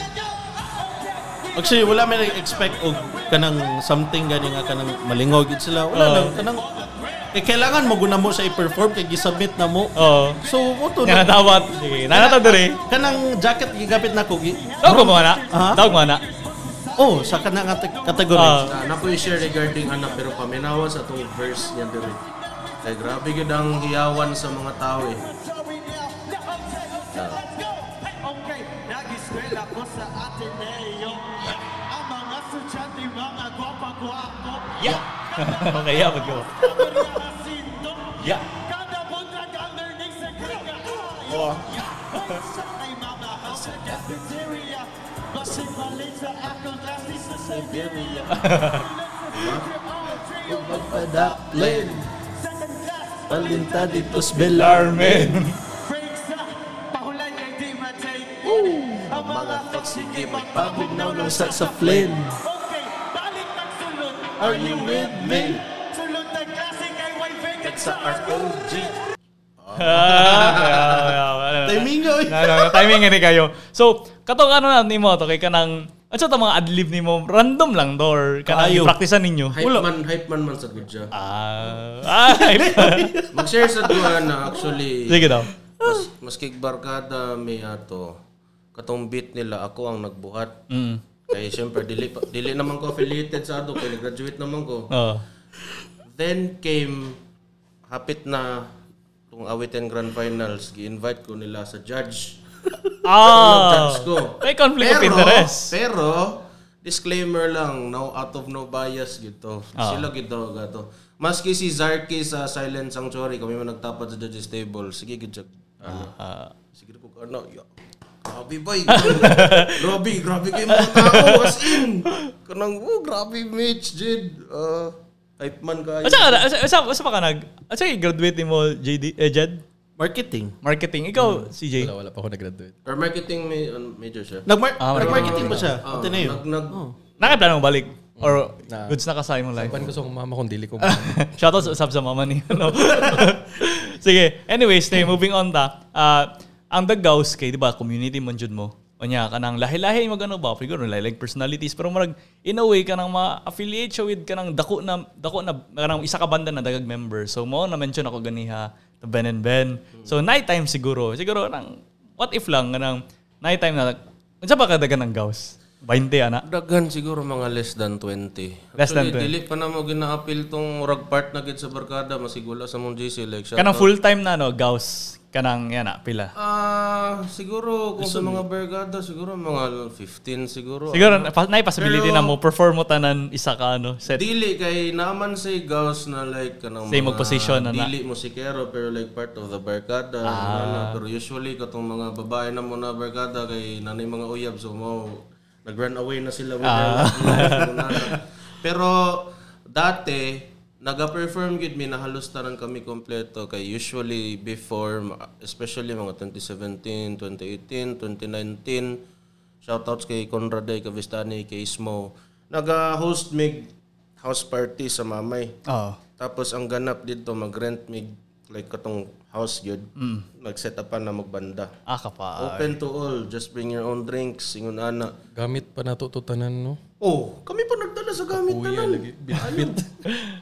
S3: Actually, wala may nag-expect og kanang something gani nga kanang malingog gid sila. Wala
S1: Oo.
S3: lang kanang kay kailangan mo guna mo sa i-perform kay gisubmit na mo.
S1: Oo.
S3: So, moto
S1: Nga
S3: na.
S1: natawat. Sige, eh. nanata dere.
S3: Kanang jacket gigapit na ko. gi-
S1: Tawag ko mga na.
S3: Aha.
S1: Tawag mga na.
S3: Oh, sa kanang kate- category.
S1: Ah.
S2: Na, na ko i-share regarding anak pero paminawa sa atong verse niya diri. Kay grabe gyud ang hiyawan sa mga tao eh.
S5: Okay, nag-eskwela ko sa Ateneo. Ang mga sudyante, mga gwapa-gwapo.
S1: Yeah. okay, yeah, pag
S5: Ang mga sindong.
S1: Yeah.
S5: Kada buntag ang learning sa kanya. Oh. Ay, mga sa cafeteria. Basig balik sa akong klase sa Siberia.
S3: Padaklin.
S5: oh, Second class.
S3: Palinta dito sa
S1: Larmen.
S5: Breaks na, pahulay kay di matay. Ang mga pagsige magpapugnaw ng sa
S3: sa flame.
S5: Okay, balik magsulod.
S3: Are you with me?
S5: Sulod na klase kay Wayfeng at sa
S1: Ah,
S3: Timingo. eh.
S1: na, na, na, timing ni kayo. So, katong ano na nimo to kay kanang at sa mga adlib nimo random lang do or kanang
S3: Kaayo.
S1: praktisan ninyo.
S2: Hype man, hype man man sa good siya.
S1: Ah, ay.
S2: Mag-share sa duha na actually
S1: Sige daw.
S2: mas, maski barkada may ato katong beat nila ako ang nagbuhat.
S1: Mm.
S2: Kaya syempre dili pa- dili naman ko affiliated sa ato kay graduate naman ko.
S1: Oh.
S2: Then came hapit na tung awitin grand finals gi-invite ko nila sa judge.
S1: Ah.
S2: judge ko.
S1: May conflict of interest.
S2: Pero, disclaimer lang, no out of no bias gito.
S1: Ah.
S2: Sila gito gato. Maski si Zarky sa Silent Sanctuary, kami man nagtapat sa judges table. Sige, good job. Ano?
S1: Ah,
S2: Sige ko ano. yo. Grabe ba? grabe, grabe kayo mga tao. As in. Kanang, oh, grabe, Mitch, Jid. Uh, Type man ka.
S1: Asa ka na? Asa, asa, asa pa ka nag? Asa i-graduate ni mo, JD, eh, Jed?
S3: Marketing.
S1: Marketing. Ikaw, CJ.
S4: Wala, wala pa ako nag-graduate.
S2: Or marketing ma- uh, major siya.
S3: Nag-mar-
S1: Ah,
S3: nag-marketing ba siya?
S2: Ah,
S3: Ate na yun.
S2: nag- nag-
S1: Nakaplano mo balik? Or
S4: Nah.
S1: goods Hmm. na kasama mong life?
S4: Pan ko sa kong mama kung dili ko. ba.
S1: Shoutout sa usap sa mama ni. Ano? Sige. Anyways, tayo, moving on ta. Ah, ang Daggaws kay, di ba, community man jud mo. O niya, kanang lahi-lahi magano ba, figure, lahi-lahi personalities, pero marag, in a way, kanang ma-affiliate siya with kanang dako na, dako na, kanang isa ka banda na dagag member. So, mo na-mention ako ganiha, the Ben and Ben. So, night time siguro. Siguro, nang, what if lang, kanang, night time na, unsa ba kadagan ng gaws? 20, ana?
S2: Daghan siguro mga less than 20.
S1: Less than
S2: Actually, Dili pa na mo gina-appeal tong rag part na gid sa barkada masigula sa mong JC like siya.
S1: Kanang full-time na, no, gaws. Kanang, yan na, pila.
S2: Ah, siguro kung sa mga barkada siguro mga 15 siguro.
S1: Siguro, pa, na possibility na mo, perform mo tanan isa ka, ano, set.
S2: Dili kay naman sa gaws na like kanang
S1: Say magposisyon na na.
S2: dili musikero pero like part of the barkada. ano, pero usually katong mga babae na muna barkada kay nanay mga uyab so mo nag-run away na sila with their life, muna na. Pero dati naga-perform gid mi nahalos tanan kami kompleto kay usually before ma- especially mga 2017, 2018, 2019 shoutouts kay Conrad kay Cavistani kay Ismo naga-host mig house party sa Mamay.
S1: Oo.
S2: Tapos ang ganap dito mag-rent mig like katong house yun. Nag-set upan na magbanda.
S1: Ah, kapag.
S2: Open to all, just bring your own drinks, ingon ana.
S4: Gamit pa natututanan, no?
S2: Oh, kami pa nagdala sa gamit tanan. Bitbit.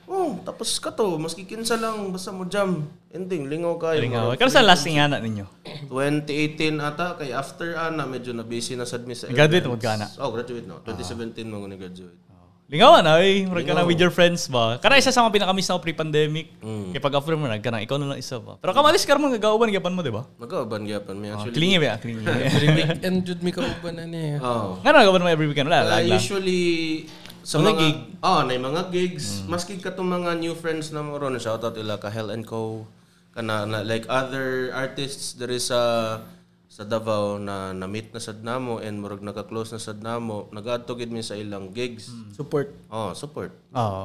S2: oh, tapos ka to, maski kinsa lang basta mo jam. Ending lingaw kayo.
S1: Lingaw. Kano sa last nga na ninyo?
S2: 2018 ata kay after ana medyo na busy na sad mi sa.
S1: Graduate mo ka na.
S2: Oh, graduate na. 2017 mo ni graduate.
S1: Lingawan Mm. na, eh. Murag ka na with your friends ba? Kana isa sa mga pinakamiss na ako pre-pandemic. Kaya pag-offer mo na, kanang ikaw na lang isa ba? Pero kamalis ka naman gagawan, gapan mo, di ba?
S2: Nagkauban gyapan mi actually.
S1: Klingi ba? Klingi.
S4: Every weekend, jud may kauban na niya.
S2: Oh.
S1: Nga na, gaban mo every weekend. Wala,
S2: Ah,
S1: lag lang.
S2: usually sa mga gig. Oh, na mga
S1: Mm.
S2: gigs. Maski ka tong mga new friends na mo ron, shout out ila ka Hell and Co. Kana na, like other artists there is sa sa Davao na na-meet na sad namo and murag naka-close na sad namo, nag-adto gid mi sa ilang gigs.
S1: Mm.
S3: Support.
S2: Oh, support.
S1: Oo.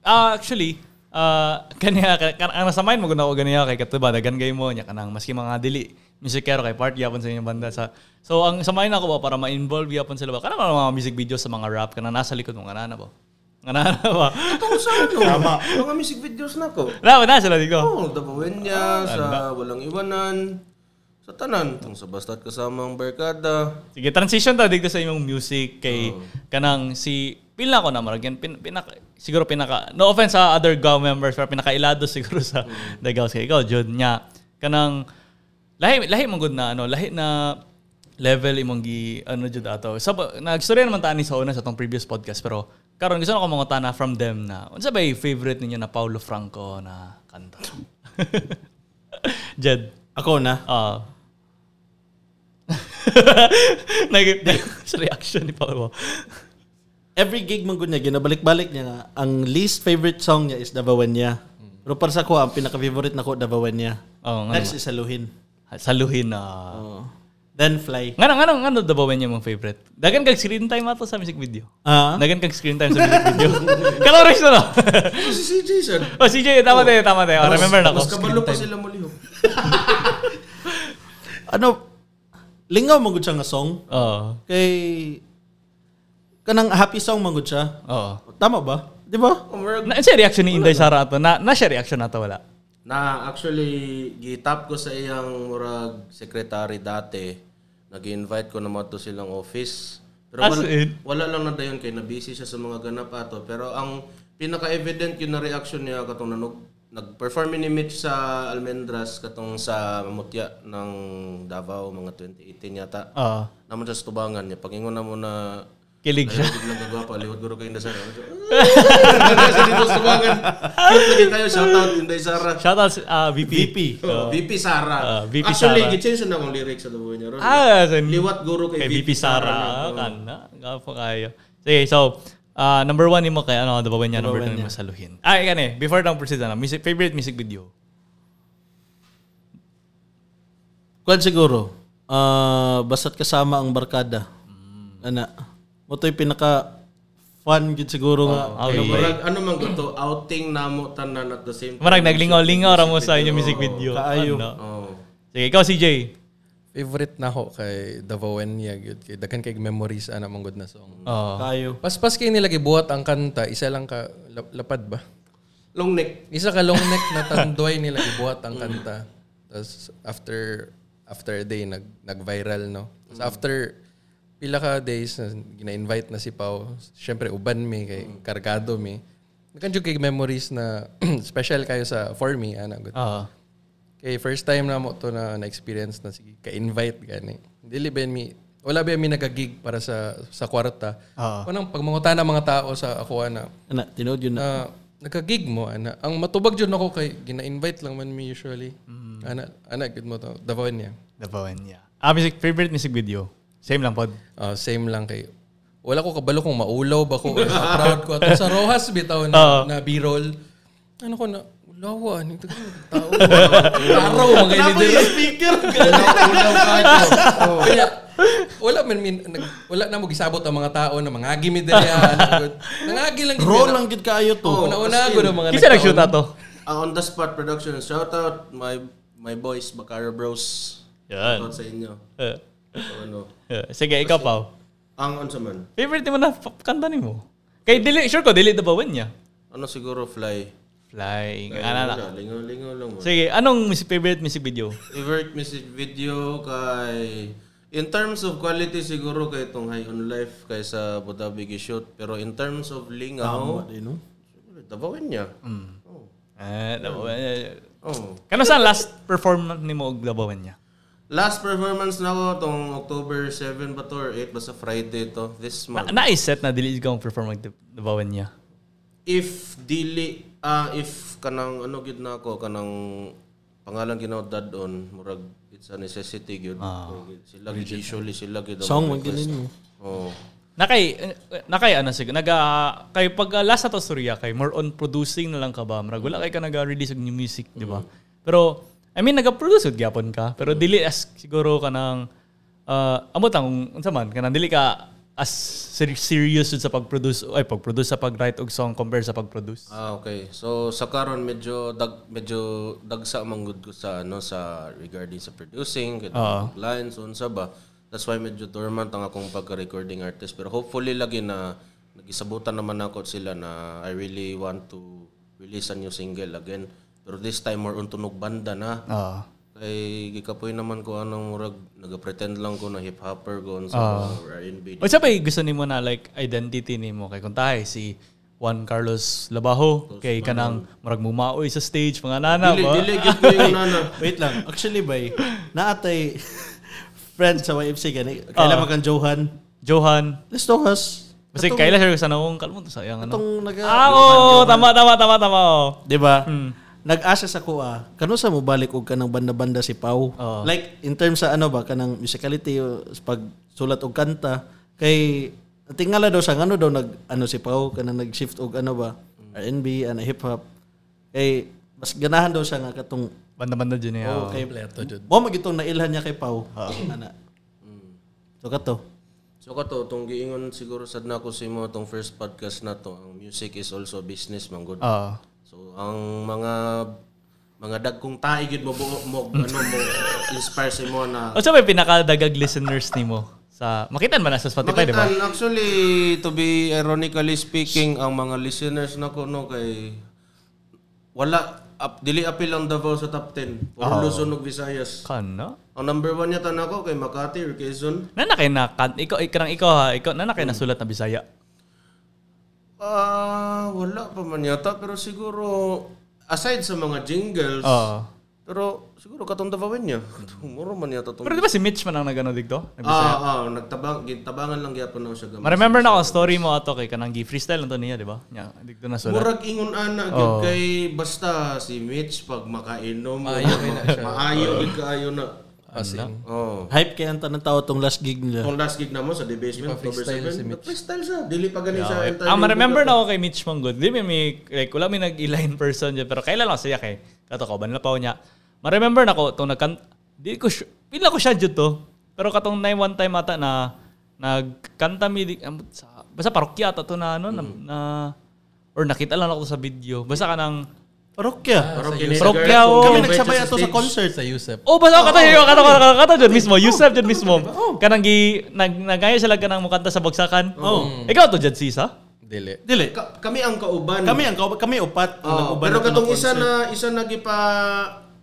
S1: Ah, actually, ah kaniya, kan- kan- ang nasa mind mo, guna ko ganiya kay Katuba, dagan kayo mo, niya kanang maski mga dili, musikero kay part, yapon sa inyong banda. Sa, so, ang sa mind ako ba, para ma-involve yapon sila ba, kanang mga mga music videos sa mga rap, kanang nasa likod mo, kanana ba? Kanana ba?
S2: Tungkol sa ano? Tama. Mga music videos na ko.
S1: Wala ba na sila dito?
S2: Oh, Dabawen
S1: Ah,
S2: niya sa Walang Iwanan. Sa tanan, tong sa basta't kasama ang barkada.
S1: Sige, transition ta dito sa imong music kay kanang si pila ko na maragyan pin, pinaka siguro pinaka no offense sa other gaw members pero pinakailado siguro sa the gaw kay ikaw jud nya kanang lahi lahi mong good na ano lahi na level imong gi ano jud ato sa nagstorya naman ta ani sa una sa tong previous podcast pero karon gusto na ko mga tana from them na unsa ba yung favorite ninyo na Paulo Franco na kanta Jed
S3: Ako na.
S1: Ah. Nag sa reaction ni Paolo.
S3: Every gig man gud niya, ginabalik-balik niya nga. Ang least favorite song niya is Dabawan niya.
S1: Hmm.
S3: Pero para sa ko, ang pinaka-favorite na ko, Dabawan niya.
S1: Oh, nga.
S3: Next is Saluhin.
S1: Saluhin na.
S3: Oo. Then Fly.
S1: Nga nang ano ano daw ba yung mong favorite? Dagan kag screen time ato sa music video.
S3: Ah,
S1: Dagan kag screen time sa music video. Kalores na no.
S2: Ano si CJ sir?
S1: oh CJ, tama tayo, tama tayo. Oh, remember na
S2: Mas
S1: ko.
S2: kabalo pa sila muli. oh.
S3: ano, lingaw man gud siya nga song.
S1: Oo.
S3: Kay, kanang happy song man gud siya.
S1: Oo.
S3: Tama ba? Di ba?
S2: Oh, murag-
S1: oh. Na siya reaction ni Inday Sara ato. Na na siya reaction ato wala.
S2: Na actually gitap ko sa iyang murag secretary dati. Nag-invite ko naman to silang office. Pero
S1: As
S2: wala,
S1: in?
S2: wala lang na dayon kay na busy siya sa mga ganap ato. Pero ang pinaka-evident yun na reaction niya katong nanog nag-perform ni Mitch sa Almendras katong sa Mamutya ng Davao mga 2018 yata.
S1: Oo.
S2: Naman siya sa tubangan niya. Pagingon na mo na
S1: Oh, Kilig siya.
S2: Ayun, biglang gagwapa. Liwat guro kayo Indesara. Sa dito sa tubangan. Cute lagi kayo. Shoutout Indesara.
S1: Shout out ah, VP.
S3: VP.
S2: uh, Oh, VP Sara.
S1: Ah, VP
S2: Actually,
S1: Sara.
S2: gi-change na akong lyrics sa labuhin niya. Ron.
S1: Ah, sa
S2: Liwat guro kay,
S1: kay VP Sara.
S2: na.
S1: Kan na. Gapo kayo. Sige, so, ah, number one ni mo kay, ano, dabawan niya, number two ni mo saluhin. Ah, ikan eh, before tang proceed, ano, music, favorite music video?
S3: Kuan siguro. ah basta't kasama ang barkada. Ana. Mo to'y pinaka fun gid siguro nga.
S2: Ano
S1: Okay.
S2: marag- ano man ko to, outing namo tanan at the same time.
S1: Marag naglingaw-lingaw ra mo sa inyong music video.
S3: Kaayo.
S1: Ano?
S2: Oh.
S1: Sige, ikaw CJ.
S4: Favorite na ho kay Davaoen niya gyud kay daghan kay memories ana manggod na song.
S1: Oh.
S3: Kayo.
S4: Paspas kay nila gibuhat ang kanta, isa lang ka lap- lapad ba?
S2: Long neck.
S4: Isa ka long neck na tandoy nila gibuhat ang kanta. Tapos after after a day nag nag-viral no. Tapos after pila ka days na gina-invite na si Pau, syempre uban mi kay kargado mi. Nakanjud kay memories na special kayo sa for me ana good.
S1: Ah.
S4: Kay first time na mo to na na-experience na sige ka-invite gani. Dili ba mi wala ba mi nagagig para sa sa kwarta.
S1: Ah.
S4: Unang pagmangutan ng mga tao sa ako na
S3: Ana, tinood yun na.
S4: na nagka-gig mo ana. Ang matubag jud ako kay gina-invite lang man mi usually.
S1: Mm.
S4: Ana ana gud mo to. Davon niya.
S1: Nabawan niya. Ah, music, favorite music video. Same lang pod.
S4: Ah, same lang kay wala ko kabalo kung maulaw ba ko or proud ko At sa Rojas bitaw na,
S1: Ah.
S4: na B-roll. Ano ko na ulawa ni tao. Araw mga
S2: Tapos
S4: ilidera.
S2: yung speaker. Oh.
S4: Kaya, wala man min nag, wala na mo gisabot ang mga tao na mangagi mi diri Nangagi lang gid.
S3: Roll lang gid kaayo to.
S4: Una una gud ang mga
S1: Kisa nag-shoot
S4: nagkaon.
S1: ato.
S2: Ah, on the spot production. Shout out my my boys Bakara Bros. Shout
S1: Yan.
S2: out sa inyo.
S1: Eh,
S2: So, ano.
S1: eh, Sige, ikaw pa.
S2: Ang unsa man.
S1: Favorite mo na f- kanta ni mo. Kay dili sure ko dili Dabawan niya.
S2: Ano siguro fly.
S1: Flying.
S2: Kaya
S1: Ana na.
S2: wala, Lingaw-lingaw lang. man.
S1: Sige, anong mis- favorite music video?
S2: Favorite music video kay In terms of quality siguro kay itong High on Life kaysa Budabi Shoot pero in terms of lingaw,
S3: Di, no? Mm.
S2: tabawin niya. Oh.
S1: Eh, Dabawan. eh,
S2: oh.
S1: Kano sa last performance ni mo og Dabawan niya?
S2: Last performance na ko tong October 7 ba to or 8 basta Friday to this
S1: Na,
S2: month.
S1: naiset na dili ka perform og Dab- Dabawan niya.
S2: if dili ah if kanang ano gid na ako kanang pangalan ginaw dadon murag it's a necessity gyud. Sila gid usually sila gid. ang
S3: Ah. Song man
S2: request.
S3: ginin mo.
S2: Oh.
S1: Nakay nakay ano sig nag ah, kay pag ah, last na to storya kay more on producing na lang ka ba Marag, wala kay ka naga-release og new music di ba pero I mean naga-produce ud gyapon ka pero dili as siguro ka nang ah, amot ang unsa man kanang dili ka as ser- serious ud sa pag-produce ay pag-produce sa pag-write og song compare sa pag-produce
S2: Ah, okay. So sa karon medyo dag medyo dagsa man gud ko sa ano sa regarding sa producing, kay lines unsa ba. That's why medyo dormant ang akong pagka-recording artist pero hopefully lagi na nagisabutan naman ako sila na I really want to release a new single again. Pero this time more on tunog banda na.
S1: ah
S2: Kay gikapoy naman ko anong murag naga-pretend lang ko na hip hopper ko unsa ba, or R&B.
S1: O sabay gusto nimo na like identity nimo kay kung tayo si Juan Carlos Labajo kay kanang murag mumaoy sa stage mga nana
S2: Dili
S1: ba
S2: dili gyud ko yung nana.
S3: Wait lang. Actually, bay, naatay friend sa YFC gani. Kailan kang Johan.
S1: Johan
S3: Let's talk us.
S1: Kasi kaila siya sa naong kalmot sa yang ano.
S3: Itong naga...
S1: Ah, oo, tama tama tama tama. oo.
S3: Di ba?
S2: Hmm.
S3: Nag-asa sa kuha, kano sa mo balik og kanang banda-banda si Pau? Like, in terms sa ano ba, kanang musicality, o sa pagsulat og kanta, kay tingala daw sa ano daw nag ano si Pau kanang nag-shift og ano ba R&B and hip hop kay mas ganahan daw siya nga katong
S1: Banda-banda dyan niya.
S3: oh, kay
S4: Kompleto jud.
S3: mo magitong nailhan niya kay Pau ana so kato
S2: So kato, itong giingon siguro sad na ko sa imo itong first podcast na to, ang music is also business, man good.
S1: Ah.
S2: So ang mga mga dagkong tae gid mo buo- mo ano mo inspire sa imo na
S1: O sa may pinakadagag listeners nimo sa makitan man na sa Spotify, di ba?
S2: Makitan, actually, to be ironically speaking, ang mga listeners na ko, no, kay... Wala, ap, dili apil ang Davao sa top 10. Puro Luzon ug Visayas.
S1: Kana.
S2: Ang number one yata na ko kay Makati or Quezon.
S1: Nanakay na kan ikaw ikrang ikaw ha, ikaw nanakay na sulat na Bisaya.
S2: Ah, wala pa man yata. Pero siguro, aside sa mga jingles,
S3: Ah.
S1: Oo.
S2: pero siguro katong Davawin niya. Muro man yata tong...
S1: Pero di ba si Mitch man ang nagano dito?
S2: Ah, ah, nagtabang, tabangan lang gyapon na siya gamay.
S1: Ma-remember na ako ang story mo ato kay kanang gi freestyle nito niya, di ba? Nya, dito na sulat.
S2: Murag ingon ana gyud
S3: Ah.
S2: kay basta si Mitch pag makainom
S4: Maayo kay na siya. Ah.
S2: Maayo gyud kaayo na.
S4: As in,
S2: Oh.
S3: hype kay ang tanang tao tong last gig nila
S2: Kung last gig na mo sa The Basement, October 7, nag-freestyle siya. Dili pa ganun sa entire
S1: Ah, ma-remember na ako kay Mitch Manggod. Di may, may like, wala may nag-ila in person dyan, pero kailan lang siya kay katoko, banla pa niya. Ma-remember na ako, itong nagkan... Di ko, su- pila ko siya dyan to. Pero katong na one time ata na nagkanta mi, di, ambot sa, basta parokya ata to na ano na, na- or nakita lang ako sa video. Basta ka ng
S3: Parokya.
S1: parokya o.
S3: Kami nagsabay ato sa concert.
S4: Sa USEP.
S1: Oh, basta ako katayo, kata kata kata kata dyan mismo, Yusef dyan mismo. Kanang gi nag nagayo sila kanang mukanta sa bagsakan. Oh. Ikaw to dyan sisa.
S4: Dili.
S3: Dili.
S2: Ka- kami ang kauban.
S3: Kami ang kaup- kami upat ang
S2: Oo,
S3: nag-uban
S2: pero
S3: ato ng
S2: katong isa
S3: concert.
S2: na isa na gipa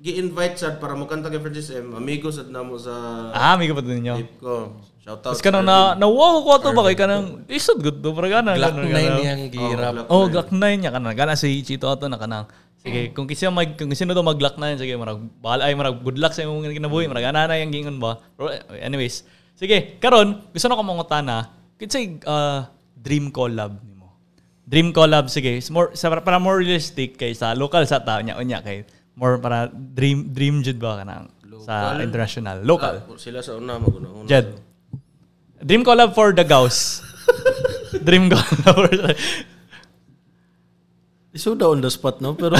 S2: gi-invite sad para mo kanta kay Francis M. Amigos at namo sa
S1: Ah, may kapatid ninyo.
S2: tape ko. Shout out.
S1: Tapos kanang na na wow ko to ba kay kanang isod good to para ganang
S4: Glock
S1: ganang,
S4: 9
S1: ganang.
S4: niyang girap.
S1: Oh, Glock 9 niya kanang gana si Chito ato na kanang. Sige, kung kisa mag kung sino to mag Glock 9 sige marag bahala ay marag good luck sa imong kinabuhi, marag ana na yang gingon ba. Pero eh, anyways, sige, karon gusto na ko mangutana, kinsay uh, dream collab nimo. Dream collab sige, it's more sa, para more realistic kay sa local sa tao niya unya kay more para dream dream jud ba kanang sa
S2: Local?
S1: international, local.
S2: Ah, Sila sa una maguna. una.
S1: Jed. Dream collab for the Gauss. Dream collab for the...
S3: Isuda on the spot, no? Pero,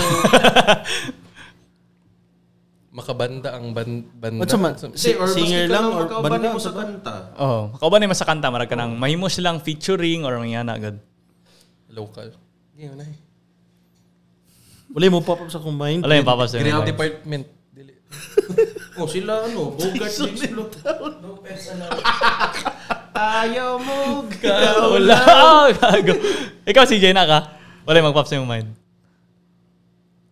S4: Makabanda ang ban banda.
S3: what's man?
S4: So,
S2: Kasi, or
S3: Singer lang or
S2: kauban
S3: banda?
S2: mo sa kanta.
S1: Oh, ako ba na yung masakanta? Marag ka nang mahimo silang featuring or mga na agad.
S4: Local. Ganyan na eh.
S3: Wala mo pop up sa combine.
S1: Alam yung papa sa'yo.
S4: Green department. Dili.
S2: Oh, sila ano, Bogart Mix Float. No personal. Ayaw mo
S1: Wala. Gago. Ikaw si Jena ka? Wala yung mag-pop sa'yo mind.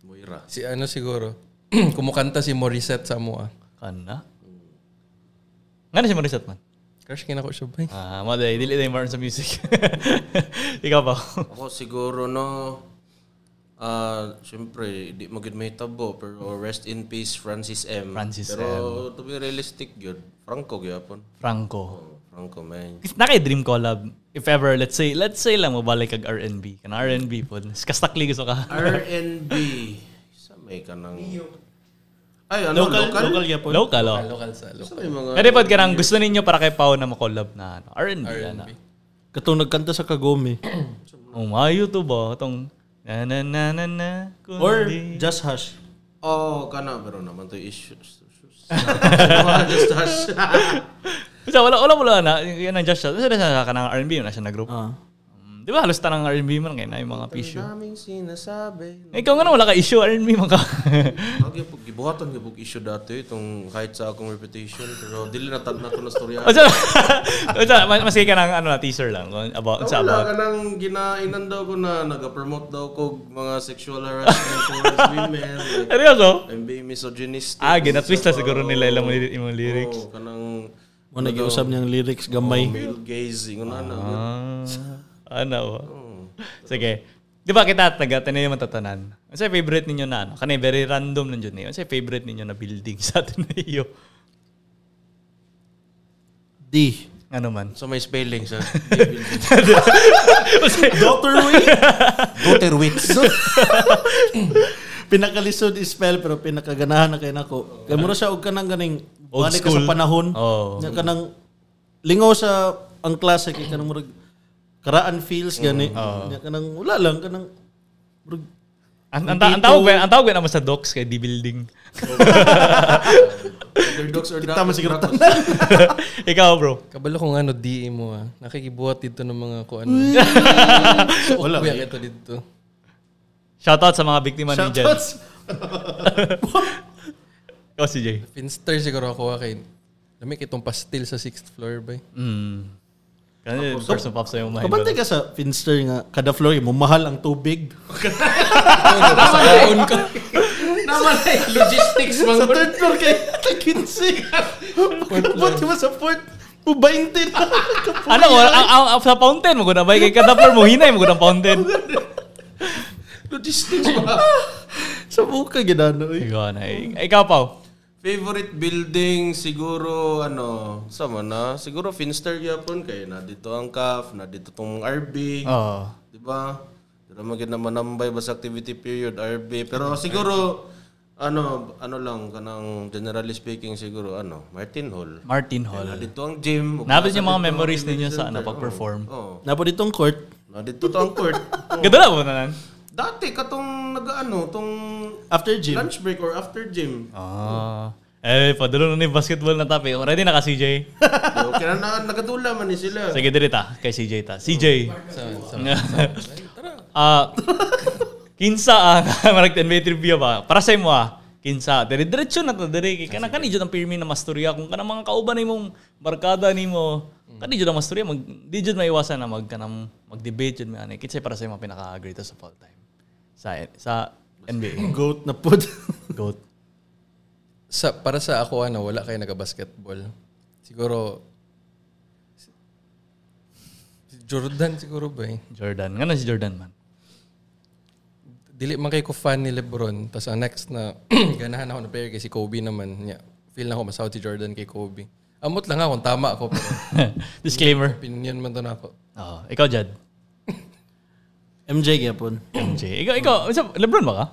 S2: Moira.
S4: Si ano siguro. Kumukanta si Morissette sa mo ah.
S1: Kana? Nga na si Marisat man.
S4: Crush kina ko siya ba?
S1: Ah, mo dahil dili na yung sa music. Ikaw ba?
S2: Ako siguro no Ah, syempre, di magid may tabo pero rest in peace Francis M.
S1: Francis
S2: pero, to be realistic yun, Franco gyapon.
S1: Franco.
S2: Oh, Franco man.
S1: na kay dream collab if ever let's say let's say lang mabalik kag R&B kana R&B pod kastakli gusto ka
S2: R&B. Sa may kanang Ay, ano local? local?
S3: Local yapon.
S1: local oh
S4: Local
S2: Sa
S4: sa local.
S2: may mga
S1: Pwede pod kanang gusto ninyo para kay Pau na makollab na ano, R&B, na.
S4: R&B.
S3: Katong nagkanta sa Kagome.
S1: Umayo to ba? Itong na na na na na kundi.
S3: Or Just Hush.
S2: Oh, kana pero naman to issues. issues. Just hush.
S1: Basta wala, wala, wala na. Yan ang just shot. Basta nasa ka ng R&B, wala siya na group.
S3: Ah.
S1: Mm, Di ba halos tanang R&B man ngayon na yung mga issue.
S2: Daming sinasabi.
S1: Ikaw nga na wala ka issue, R&B man ka.
S2: Lagi pag gibuhatan gyud issue dati itong kahit sa akong reputation pero dili na tad na ko na storya.
S1: o sa, o sa, mas- maski ka ng ano, na, teaser lang. Kung about, sa
S2: Wala
S1: about.
S2: ka nang ginainan daw ko na nag-promote daw ko mga sexual harassment towards women. Like,
S1: Seryoso?
S2: I'm being misogynistic.
S1: Ah, ginatwist na
S2: So,
S1: siguro nila ilang mga ilang lyrics.
S2: Oo, kanang
S3: Mo nag-iusap niyang lyrics
S1: Oh.
S3: gamay.
S2: male gazing. Ano na.
S1: Ah, ano ba? Sige. Di ba kita taga, tayo yung matatanan? Ano sa favorite ninyo na ano? Kanay, very random nandiyon niyo. Ano sa favorite ninyo na building sa atin na iyo?
S3: D.
S1: Ano man?
S2: So may spelling sa
S3: Dr. Wayne.
S2: Butterwitz.
S3: Pinakalisod is spell pero pinakaganahan na kay nako. Kay mura siya og kanang ganing
S1: Old
S3: balik ka sa
S1: school. Oh.
S3: panahon.
S1: Oo.
S3: Nya kanang lingaw sa ang klase kay kanang murag karaan
S1: Mm.
S3: feels gani.
S1: Oh.
S3: Nya kanang wala lang kanang murag
S1: Ang, ang, ta- ang tawag ba? Ang tawag ba naman sa docs kay D-building?
S2: Underdogs or
S3: tama siguro
S2: Dracos.
S1: Ikaw, bro.
S4: Kabalo kung ano DE mo ah. Nakikibuhat dito ng mga kung ano.
S3: wala.
S4: Kuya ito dito.
S1: Shoutout sa mga biktima ni Jen.
S3: Shoutouts.
S1: Ikaw si Jay.
S4: Finster siguro ako ah, kay Lamig itong pastil sa 6th floor ba?
S1: Mm. Kasi yung first pop sa yung mind.
S3: Kabantay ka sa Finster nga kada floor mo mahal ang tubig.
S4: Sa kaon ka.
S2: Naman na yung logistics.
S3: sa third floor kay takinsi. Pagkabot mo sa fourth, ubaintin.
S1: Ano ko? Ang, ang, ang- sa fountain mo guna ba? Kay kada floor mo hinay mo guna ang fountain.
S2: Logistics ba?
S3: sa buka ginano. eh.
S1: Ikaw na. Ikaw, Pao.
S2: Favorite building siguro ano, sama na. Siguro Finster yapon kay na dito ang CAF, na dito tong RB.
S1: Oo.
S2: Di ba? Pero magid naman nambay basta activity period RB. Pero siguro ano ano lang kanang generally speaking siguro ano Martin Hall.
S1: Martin
S2: Na
S1: Hall.
S2: dito ang gym.
S1: Nabas yung mga
S2: Nasa dito ang
S1: memories
S2: community
S1: ninyo sa
S2: center.
S1: ano, pag-perform.
S2: Oo.
S3: Napo ditong court,
S2: Na dito to ang court. Oo.
S1: Ganda na ba nanan?
S2: Dati katong nag-ano tong
S3: after gym,
S2: lunch break or after gym.
S1: Ah. Eh, padulong na ni basketball na topic. Ready na ka, CJ?
S2: So, kaya na, nakadula man ni sila.
S1: Sige, diri ta. Kay CJ ta. CJ.
S4: So, so,
S1: Ah, kinsa ang marag NBA trivia ba? Para sa imo ah. Kinsa, dire diretso na to dire kay kana kani jud ang pirmi na masturya kung kana mga kauban nimong barkada nimo. Kani jud ang masturya mag di jud maiwasan na mag kanang mag-debate jud may ani. Kinsa para sa imo pinaka greatest of all time sa sa NBA.
S3: Goat na pud.
S1: Goat.
S4: sa, para sa ako, ano, wala kayo nag-basketball. Siguro, si- si Jordan siguro ba eh.
S1: Jordan. Ngano si Jordan man?
S4: Dili man kay ko fan ni Lebron. Tapos ang next na ganahan ako na player kay si Kobe naman. Yeah, feel na ako masawa si Jordan kay Kobe. Amot lang ako, tama ako. Pero
S1: Disclaimer.
S4: opinion man to na ako.
S1: Oh, ikaw Jad.
S3: MJ gyapon.
S1: MJ. Ikaw ikaw, unsa- LeBron ba ka?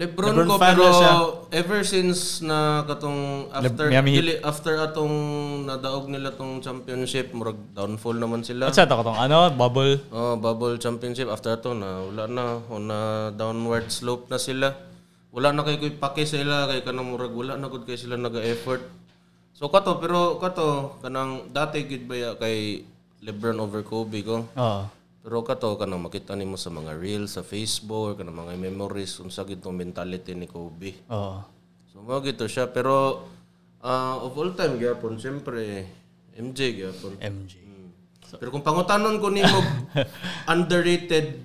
S2: Lebron,
S3: Lebron
S2: ko
S3: fan
S2: pero
S3: na siya.
S2: ever since na katong after
S1: Miami Heat.
S2: dili, after atong nadaog nila tong championship murag downfall naman sila.
S1: Unsa ta ka tong ano, bubble?
S2: Oh, bubble championship after to na wala na una downward slope na sila. Wala na kay kuy pake sila kay kanang murag wala na gud kay sila naga-effort. So kato pero kato kanang dati gid ba ya kay LeBron over Kobe ko.
S1: Oo.
S2: Pero kato kanang makita nimo sa mga reels sa Facebook kanang mga memories unsa gid tong mentality ni Kobe.
S1: Oo.
S2: So mo gito siya pero ah, of all time gyapon siyempre MJ gyapon. Mm.
S1: MJ.
S2: Pero kung pangutanon ko nimo underrated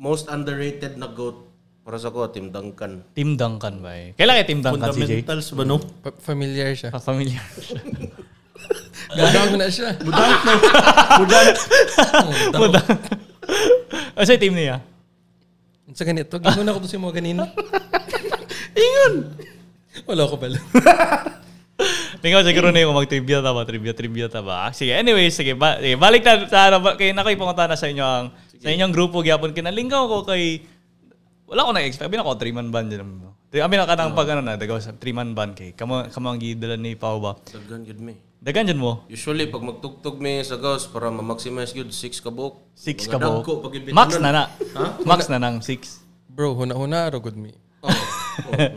S2: most underrated na goat para sa ko Tim Duncan.
S1: Team Duncan ba eh? Kailan kay Team Duncan, CJ?
S3: Fundamentals ba no?
S4: Pa- familiar siya.
S1: Ah, familiar.
S4: Gagaw na siya.
S1: Asa yung team niya?
S4: Sa ganito, gingon ako to si mo kanina. Ingon! Wala ko pala.
S1: Tingnan siguro na yung mag-trivia ta ba? Trivia, trivia ta ba? Ah, Sige, anyway, sige. Ba, sige balik na sa ano ba- kay na kayo pumunta na sa inyo ang sa inyong grupo gyapon kinalingkaw ko kay wala ko na expect. Abi na ko three man band din mo. Abi na kanang pag ano na dagaw sa three man band kay kamo kamo ang gidala ni Pau ba.
S2: Daghan gid me.
S1: Dagan dyan mo.
S2: Usually pag magtugtog me sa gaws para ma-maximize gud 6 ka buok.
S1: Six
S2: Mga
S1: ka po.
S2: dagko pag imbitanon.
S1: Max na na. Max na nang six.
S4: Bro, huna-huna, rugod mi.
S2: Oh,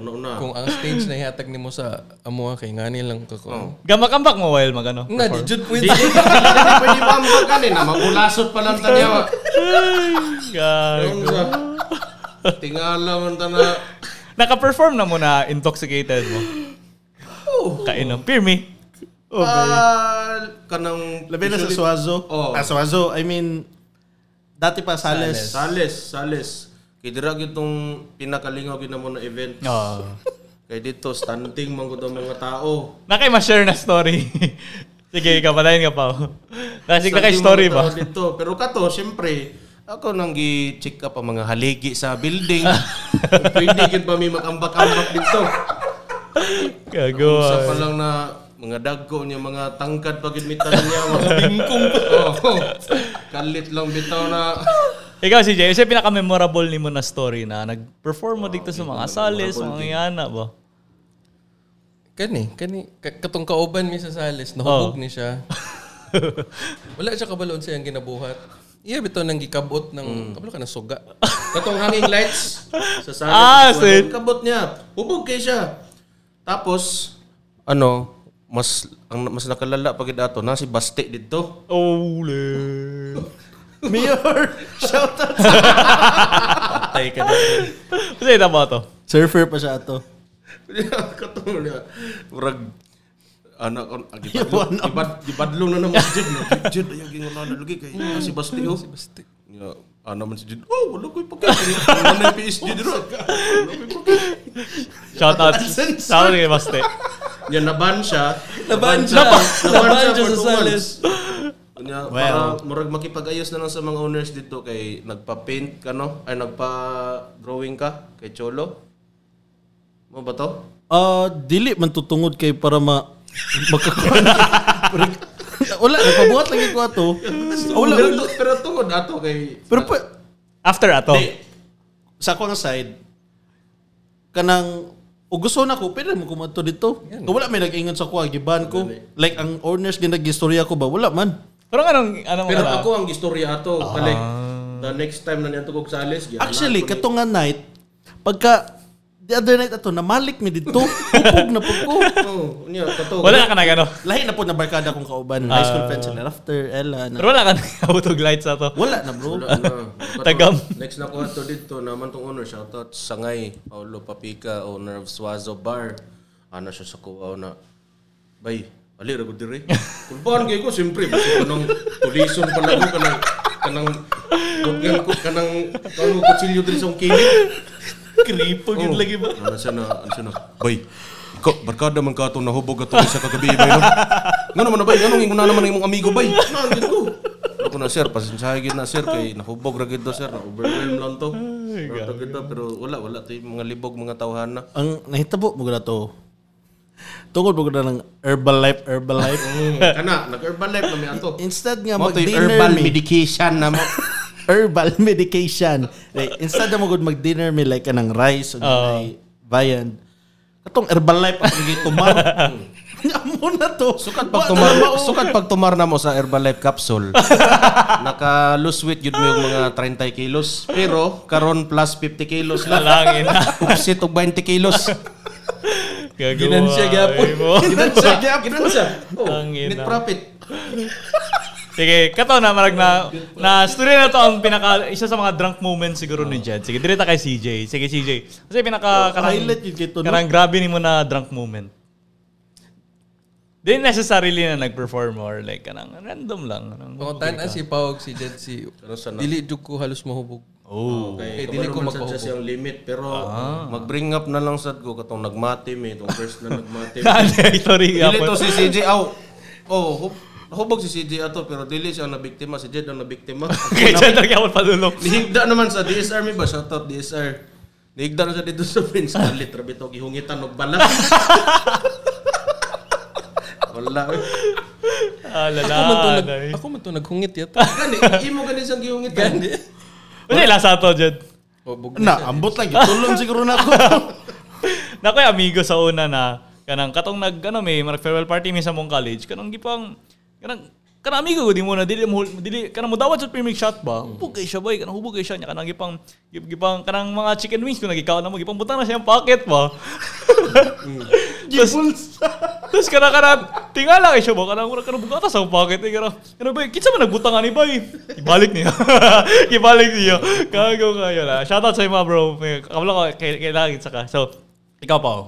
S2: una-una.
S4: Kung ang stage na ihatag ni mo sa amuha kay nga nilang kako.
S1: Gamakambak mo while magano.
S4: Nga, di jud po yun.
S2: Pwede ba ang magkanin na magulasot pa lang taniya.
S1: Gag.
S2: Yung sa tingala man ta na
S1: Naka-perform na muna intoxicated mo. Kainom. Pirmi. Oh,
S2: ah, kanang
S3: Labi na sa Suazo.
S2: Oh.
S3: Ah, Suazo, I mean, dati pa Sales.
S2: Sales, sales. Kidira gitong pinakalingaw gid na mo na event.
S1: Oh.
S2: Kay dito standing man gud ang mga tao.
S1: Nakay ma-share na story. Sige, ikaw patayin ka pa. Kasi nakay
S2: Standing
S1: story
S2: mga tao
S1: ba?
S2: Dito. Pero kato, syempre, ako nang gi-check up ang mga haligi sa building. Pwede gid ba may mag-ambak-ambak dito? Isa
S1: Gago.
S2: pa lang na mga dagko niya, mga tangkad pag imitan niya, mga bingkong. Oo. Oh, Kalit lang bitaw na.
S1: Ikaw si Jay, isa yung pinaka-memorable ni mo na story na nag-perform mo dito sa mga salis, sa mga yana ba?
S4: Kani, kani. ka- Katong kauban mi sa Sales, nahubog ni siya. Wala siya kabaloon siyang ginabuhat. Iya bitaw nang gikabot ng kabalo ka na suga. Katong hanging lights.
S2: Sa salit.
S1: Ah,
S2: Kuha
S1: sin.
S2: ng Kabot niya. Hubog kay siya. Tapos, ano, mas ang mas nakalala pag dato na si Baste dito.
S1: Ole.
S3: Mayor! Shout out!
S4: Patay ka na.
S1: Kasi ito ba ito?
S3: Surfer pa siya ato.
S2: Katong niya. Murag ano, anak ko
S3: Iwan
S2: ang gibadlong gibad, gibadlong na naman si Jud no. Jud ayo gingon na lagi kay ah, si Baste oh. Si Baste. Ya, ano man si Jud. Oh, wala ko'y pagkain. Ano na yung PSG dito?
S1: Shout out. Shout out kay Baste.
S2: Yan, naban siya.
S4: Naban siya. Naban siya
S2: for
S4: sa
S2: two
S4: Sales.
S2: months. Kanya, para murag makipag-ayos na lang sa mga owners dito kay nagpa-paint ka no? Ay nagpa-drawing ka kay Cholo. Mo ba to?
S3: Ah, dili man tutungod kay para ma makakuha. Parang- wala, nagpabuhat lagi ko ato.
S2: Wala, pero, pero tungod ato kay...
S3: Ah, Pero pa,
S1: After ato.
S3: sa akong side, kanang o gusto na ko, pwede mo kumato dito. Kung wala may nag-ingon sa kuha, giban ko. Like, ang owners ginag-istorya ko ba? Wala man.
S1: Pero anong, anong,
S2: Pero
S1: ano?
S2: ako ang istorya ato. Uh, the next time na niya tugog sa Sales.
S3: Actually, katong nga night, pagka the other night ato, namalik mi dito. Pupog na pug ko.
S2: Oo, niya, Oh, totoo.
S1: Wala ka na gano.
S3: Lahi na po na barkada kong kauban. High school friends sila. After, Ella.
S1: Pero
S3: Na,
S1: wala ka nakabutog lights sa to.
S3: wala na bro.
S2: Wala na.
S1: Tagam.
S2: lah. Next na ko ato dito, naman tong owner, shoutout Sangay, Paulo Papica, owner of Suazo Bar. Ah, Ano siya sa kuwaw na, bay, ali ra gud dire. Kulpaan kay ko siyempre basi ko nang tulisom pa lang ko kanang kanang gutgan ko kanang kanang kutsilyo diri sa akong kilig.
S1: Kripo
S2: Oh.
S1: yun lagi ba?
S2: Ano siya na, ano siya na, bay, ikaw, barkada man ka itong nahubog ka sa kagabi, bay, no? Nga naman na, bay, anong inguna naman ang imong amigo, bay? Nga, gid ko. Ah. Ako na, sir, pasensyahe gid na, sir, kay nahubog ra gid to, sir, na-overwhelm lang to. Pero to gid to, pero wala, wala, to yung mga libog, mga tawhan na.
S3: Ang nahitabo mo na to. Tungkol mo na ng Herbalife, Herbalife.
S2: Mm, kana, nag-herbalife na may ato.
S3: Instead nga
S2: Mo to'y
S3: mag-dinner
S2: herbal
S3: mi.
S2: medication na mo.
S3: herbal medication. Like, instead na magod mag-dinner may like kanang rice o may viand. Katong Herbalife ang hindi tumar. Amo na to.
S2: Sukat pag tumar, sukat pag tumar na mo sa Herbalife capsule. Naka lose weight yun mo yung mga 30 kilos. Pero karon plus 50 kilos lang.
S1: Alangin na.
S2: Upsit og 20 kilos.
S1: Gagawa.
S4: Ginan siya, gapon.
S1: ay mo.
S2: Ginansya, ginansya. Oh,
S1: Tangina.
S2: net profit.
S1: Sige, kato na marag na na story na to ang pinaka isa sa mga drunk moments siguro ni Jed. Sige, direta kay CJ. Sige, CJ. Kasi pinaka karang,
S3: highlight yun kito, no?
S1: karang grabe ni mo na drunk moment. Di necessarily na nag-perform or like kanang random lang. Kanang,
S4: Pangutan na si Pao, si Jed, si...
S2: sana.
S4: Dili, jug ko halos mahubog.
S1: oh.
S4: Okay, dili ko
S2: Sa
S4: magpahubog.
S2: siyang limit pero mag-bring up na lang sad ko katong nagmati me, itong first na nagmati.
S1: Sorry,
S2: dili
S1: gapon.
S2: to si CJ aw. Oh, hub hubog si CJ ato pero dili siya na biktima si Jed ang nabiktima.
S1: Okay, Jed, lagi ako padulong.
S2: Nihigda naman sa DSR mi ba shout out DSR. Nihigda na siya dito sa Prince Carlit rabi to gihungitan og bala. Wala. eh.
S1: Ah, lala.
S4: Ako man to, nag,
S1: day.
S4: ako man to naghungit yata.
S2: Gani, imo gani siyang gihungitan.
S4: Gani.
S1: Wala lasa to, Jed.
S4: Hubog na.
S3: Na, ambot lang. Tulong siguro na ako.
S1: na kay amigo sa una na kanang katong nag ano may marag farewell party may sa mong college kanang gipang kanang kanang amigo ko di mo na dili mo dili kanang mo dawat sa premier shot ba hubog kay siya boy kanang hubog kay siya niya kanang gipang gip- gipang kanang mga chicken wings ko nagikaw na mo gipang butang na siya ang pocket ba Gipulsa. Tapos kana kana tingala kay siya ba kana kana bugata sa pocket eh kana kana ba kitsa man nagbutangan ni bay. Ibalik niya. Ibalik niya. Kago kayo na. Shout out sa mga bro. Kabla ko kay kailangan sa ka. So ikaw pa oh.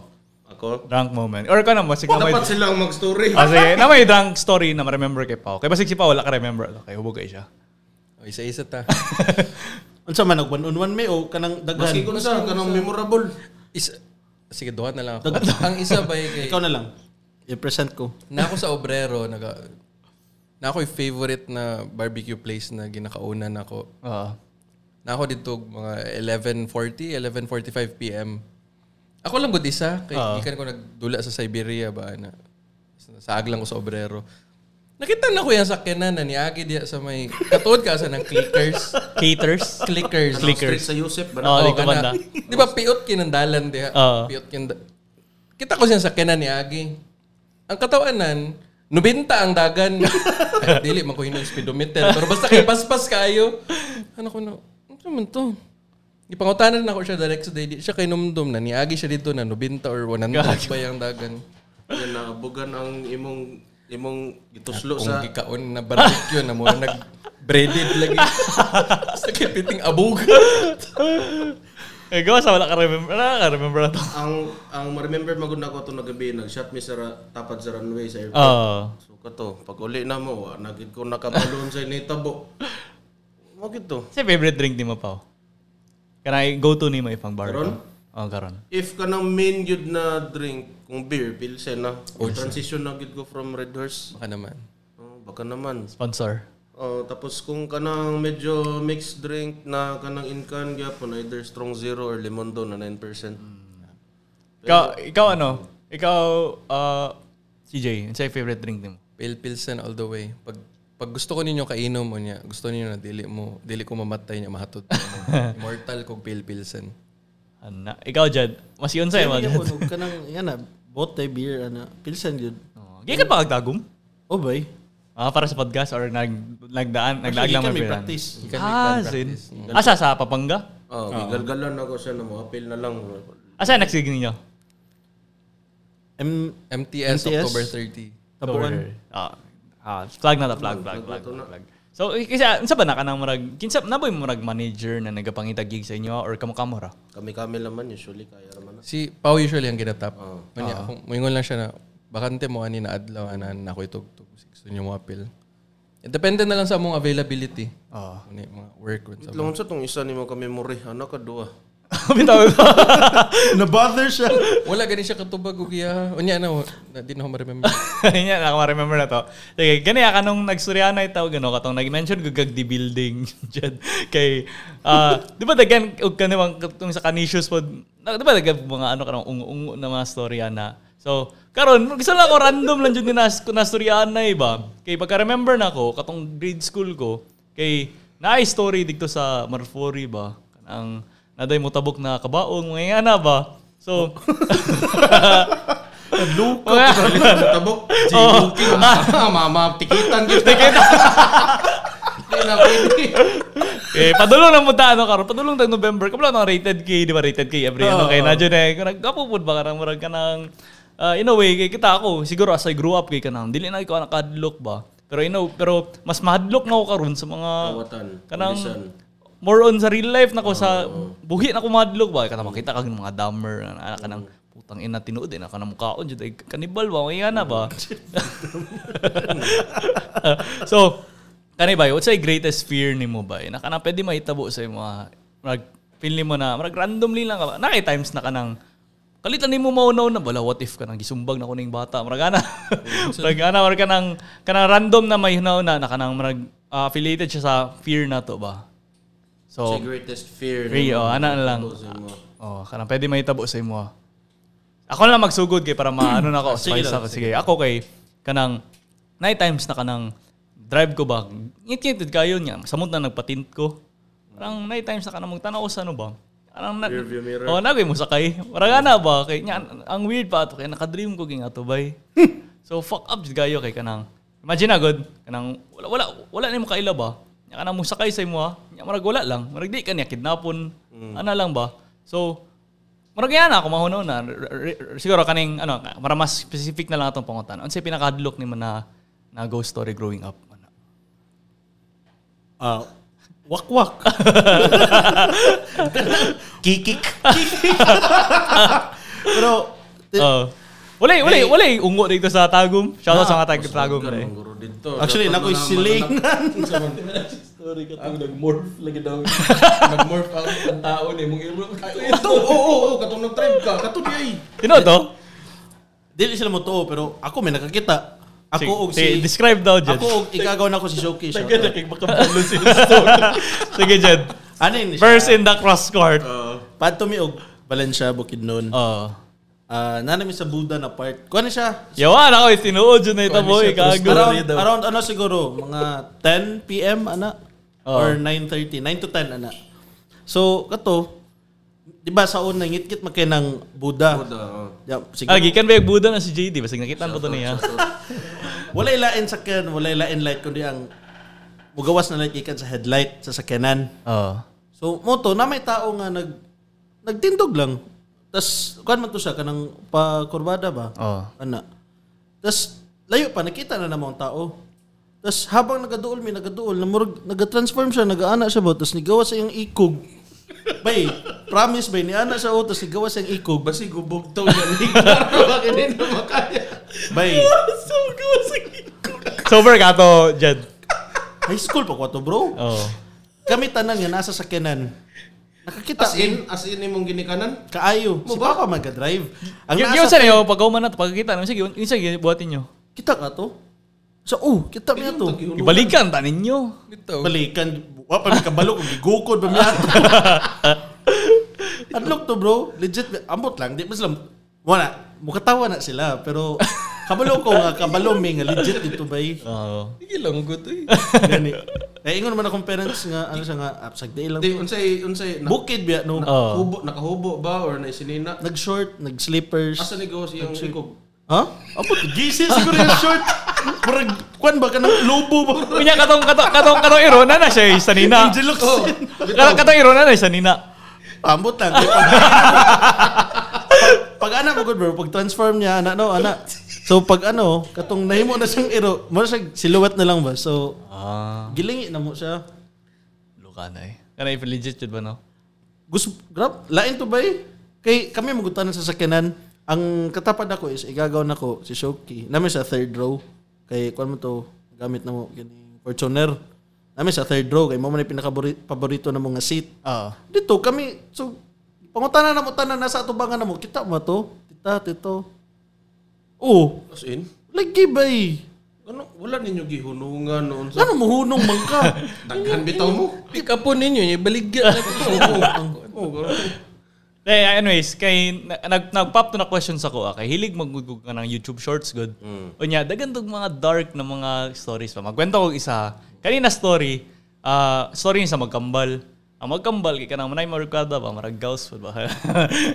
S2: Ako.
S1: Drunk moment. Or ka na mo sigla may
S2: Dapat silang mag-story.
S1: Ah, sige. Na may drunk story na ma-remember kay Pao. Kay basig si Pao wala ka remember. Okay, hubog kay siya.
S4: O, Oh, isa-isa ta.
S3: Unsa man nag one on one may o kanang daghan.
S2: Maski kung saan, kanang memorable.
S4: Isa, sige, duha na lang ako. Ang isa ba yung kay...
S3: Ikaw na lang. I-present ko.
S4: na ako sa Obrero, naga, na ako yung favorite na barbecue place na ginakauna na ako.
S1: Oo.
S4: Na ako dito mga 11.40, 11.45 p.m. Ako lang good isa. Kay, Ikan ko nagdula sa Siberia ba na sa aglang ko sa Obrero. Nakita na ko yung sakyanan na niagi diya sa may katuod ka sa ng clickers.
S1: Caters.
S4: clickers.
S2: Anong street sa Yusef,
S1: Oo,
S2: ba?
S1: oh,
S4: Oo,
S1: dito banda.
S4: kana. Di ba piot kinandalan diha?
S1: Oo.
S4: Piot kinda. Kita ko siya sa kenan ni Agi. Ang katawanan, nubinta ang dagan. Ay, Dili man ko hinuon speedometer. Pero basta kay paspas kayo. Ano ko na, ano naman to? Ipangutanan na ako siya direct sa daily. Siya kay numdum na niagi siya dito na nubinta or 100 ba yung dagan.
S2: Yan na, bugan ang imong imong gituslo
S4: Kung
S2: sa
S4: gikaon na barbecue na muna nag breaded lagi. Basta kay piting abog.
S1: Eh, gawa sa wala ka remember. Wala ka remember na to.
S2: ang ang ma-remember magud na ko to nagabi nag-shot mi sa ra- tapad sa runway sa airport.
S1: Oo.
S2: Ah, So kato, pag uli na mo, wa na gid ko nakabalon sa nitabo. Mo gid to.
S1: Sa favorite drink ni mo pa. Kana go-to ni mo ipang bar.
S2: Karon?
S1: Oh, karon.
S2: If kanang main gud na drink, kung beer, pilsen na. Transition na gid ko from Red Horse.
S4: Baka naman.
S2: Oh, baka naman.
S1: Sponsor.
S2: Oh, tapos kung kanang medyo mixed drink na kanang incan gyapon either strong zero or limondo na 9%.
S1: Ikaw, ikaw ano? Ikaw, uh, CJ, ano yung favorite drink mo?
S4: Pale Pilsen all the way. Pag pag gusto ko ninyo kainom mo niya, gusto niyo na dili mo, dili ko mamatay niya mahatod. ko mo. Immortal kog Pale Pilsen.
S1: Ano? Ikaw, Jed. Mas yun sa'yo, mo,
S3: Kaya
S1: Jed.
S3: ako nung kanang yan na bote beer ana pilsen yun.
S1: Gaya ka pa kagtagom?
S3: Oh bay.
S1: Ah, para sa podcast or nag, nagdaan, nagdaag
S3: Actually,
S1: lang
S3: kami
S1: may
S3: practice.
S4: Ikan
S1: Ah, sin. Asa Ah, sa Papanga?
S2: Oh, gigalgalan ako siya na mo. Appeal na lang.
S1: Asa Ah, next gig ninyo?
S3: M,
S4: MTS,
S3: MTS?
S4: October 30.
S3: tapuan.
S1: Ah, ah, flag na ta, flag, flag, flag, flag, flag. So, i- kasi ah, unsa ba na ka nang murag, kinsa na ba yung murag manager na nagapangita gig sa inyo or kamo kamo ra?
S2: Kami-kami naman usually kaya naman. na.
S4: Si Pau usually ang ginatap. Manya, kung moingon lang siya na, bakante mo ani na adlaw anan na ako itugtog. Gusto niyo mo appeal. Eh, Depende na lang sa mong availability. Oh. mga work. with sa-
S2: Itlong sa tong isa ni mo kami muri. Ano ka duha?
S1: Bitaw ko.
S3: Na-bother siya.
S4: Wala gani siya katubag og iya. Unya na, ano, na di na ako ma-remember.
S1: Yan, ako ma-remember na to. Sige, gani ka nung nagsurya na itaw, gano ka tong nag-mention ko kag di building dyan. Kay, ah, di ba dagan, og ka naman katong sa kanisius pod, na- di ba dagan mga ano ka nang ungo-ungo na mga storya na. So, karon gusto lang ako random lang dyan din na, na na iba. Kay, pagka-remember na ko, katong grade school ko, kay, naay story dito sa Marfori ba? Ang, naday mo tabok na kabaong, mga yana ba? So, mga-
S2: Palitan sa tabok.
S1: J-Booking.
S2: Ah, mama, tikitan kita. Tikitan. Hindi na pwede.
S1: eh, padulong na muna ano karon. Padulong tag November. Kapla na rated K, di ba rated K every ano kay na jud eh. Kung nagkapupod ba karang murag ka nang ah, in a way kay kita ako siguro as I grew up kay kanang dili na ko nakadlok ba. Pero you know, pero mas mahadlok na ako karon sa mga
S2: Kawatan,
S1: kanang
S2: kulisan.
S1: more on sa real life na ko sa buhi na ko mahadlok ba kanang makita kag mga dammer ana kanang putang ina tinuod eh na kanang mukaon jud ay kanibal ba kaya na ba. so, kani ba, what's your greatest fear ni mo ba? Na ka na pwede mahitabo sa mga, marag, feel ni mo na, marag randomly lang ka ba? Nakay times na ka nang, kalitan ni mo maunaw na, bala, what if ka nang gisumbag na ko ning bata? Marag ana, marag ana, marag ka nang, ka nang random na may nauna, na ka nang marag, ah, affiliated siya sa fear na to ba? So,
S2: Sa greatest fear.
S1: Free, oh, ana lang. Oh, kanang pwede may tabo sa imo. ah. Ako na lang magsugod kay para maano na ako. Sige, ako. sige. Ako kay kanang night times na kanang drive ko ba. Ngit-ngit kayo niya. Samot na nagpatint ko. Parang night times na kanang magtanaw ko sa ano ba. Parang na,
S2: Rearview mirror.
S1: Oh, nagay mo sakay. Parang ana ba kay nya, ang- ang weird pa ato kay naka-dream ko ging ato bay. so fuck up jud kayo kay kanang. Imagine na god kanang wala wala wala nimo kaila ba. Nya kanang mo sakay sa imo ha. Nya marag wala lang. Marag di ka niya kidnapon. Ana lang ba. So Murag yan ako mahuno na R- r- r- siguro kaning ano para mas specific na lang Ano atong pangutan. Unsay pinakahadlok nimo na na ghost story growing up? Ano?
S3: Ah, wak-wak. Kikik. Pero, ti-
S1: Uh, wala wala wala ungo dito sa Tagum. Shout out sa
S3: Ah,
S1: mga tag Tagum na eh.
S2: Guro dito.
S3: actually,
S2: Dapat
S3: nako'y
S2: na-
S3: silingan.
S4: Story ka tong nag-morph lagi daw. nag-morph ako ang tao ni mong iro.
S2: Ito, oo, oo, oo, katong nag-tribe ka. Katong di ay.
S1: Tino to?
S3: Dili sila mo to, pero ako may nakakita. Ako og
S1: Sige,
S3: si...
S1: describe daw Jed.
S3: Ako og igagaw na ako si Showcase.
S4: Kaya kay makabalo sila.
S1: Sige Jed.
S3: Ano yun?
S1: First in the cross court.
S3: Pato mi og Valencia Bukidnon.
S1: Oh.
S3: Ah, nanami sa Buda na part. Kuha na siya.
S1: Yawan ako, itinuod yun na ito boy, gago.
S3: Around, around ano siguro, mga 10 p.m. ana or 9:30, 9 to 10 ana. So, kato, 'di ba sa una ngit-ngit makay ng Buda.
S2: Buda, oo.
S3: Yeah, sige.
S1: Ah, gikan ba yung Buda na si JD? Basig nakitaan po to niya.
S3: Wala ilain sa ken, wala ilain light kundi ang mugawas na light gikan sa headlight sa sakyanan.
S1: Oh.
S3: So, moto na may tao nga nag nagtindog lang. Tas kuan man to siya kanang pa kurbada ba?
S1: Oo.
S3: Ana. Tas layo pa nakita na namang tao. Tas habang nagaduol mi nagaduol, namurag nagatransform siya, nagaana siya ba? Tas nigawa sa iyang ikog. Bay, promise bay ni ana siya o tas nigawa sa iyang ikog.
S2: Basi gubog to yan. Klaro, bakit hindi na makaya.
S3: Bay,
S1: Sober ka to, Jed.
S3: high school pa ko to, bro.
S1: Oh.
S3: Kami tanan nga nasa sakyanan. Nakakita eh,
S2: As in, as in imong ginikanan.
S3: kaayo. Si Papa magadrive. Ang
S1: Yung
S3: nasa
S1: yung sa'yo, pag kauman na to, pagkakita naman, sige, yung sige, buhatin nyo.
S3: Kita ka to? Sa, oh, kita niya to.
S1: Ibalikan, tanin nyo.
S4: Ito.
S3: Balikan, wa pa may kabalo kung gigukod pa niya to. Adlok to bro, legit, ambot lang, di ba sila, wala, mukatawa na sila, pero kabalo ko nga, kabalo may nga, legit dito ba eh.
S1: Oo.
S4: Sige lang ko to eh.
S3: Gani. Eh, ingon man akong parents nga, ano siya nga, apsag day lang.
S2: Di, Ah. unsay, unsay, na-
S3: Bukid biya, no?
S1: Oo.
S2: hubo, nakahubo ba or naisinina?
S3: Nag-short, nag-slippers.
S2: Asa ni gawas iyang ikog?
S3: Ha? Ambot, gisi siguro yung short. Parang, kwan ba ka ng lobo ba?
S1: Kunya katong katong katong katong iro na na siya eh, sa nina.
S3: Angelux.
S1: Katong katong iro na na siya nina.
S3: Paambot lang. Kaya pag, pag anak mo good bro, pag transform niya, anak no, anak. So pag ano, katong nahimo na siyang iro, mo siya silhouette na lang ba? So
S1: Ah,
S3: gilingi na mo siya.
S1: luka na eh. Kana if legit yun ba no?
S3: Gusto grab lain to ba eh? Kay kami magutan sa sakyanan. Ang katapad ako is igagaw nako si Shoki. Nami sa third row. Kay kuan mo to gamit na mo kining Fortuner. Nami sa third row kay mo man pinaka paborito na mga seat.
S1: Oo.
S3: Dito kami so pangutana na mo tanan nasa atubangan na mo kita mo to. Tita, tito. Oh,
S2: As in,
S3: lagi ba eh?
S2: ano, wala ninyo gihunungan noon sa...
S3: Ano mahunong man ka?
S2: Daghan bitaw mo.
S4: Ikapon ninyo, ibaligyan na ko.
S2: Oh, garo.
S1: Eh, anyways, kay na- nag nagpop to na question sa ko kay hilig magugug ka ng YouTube Shorts good.
S2: Mm.
S1: Unya, dagan tog mga dark na mga stories pa. Magkwento ko og isa. ah. Kanina story, ah story niya sa magkambal. Ang magkambal kay kanang manay marukada ba, marag gaus pa ba.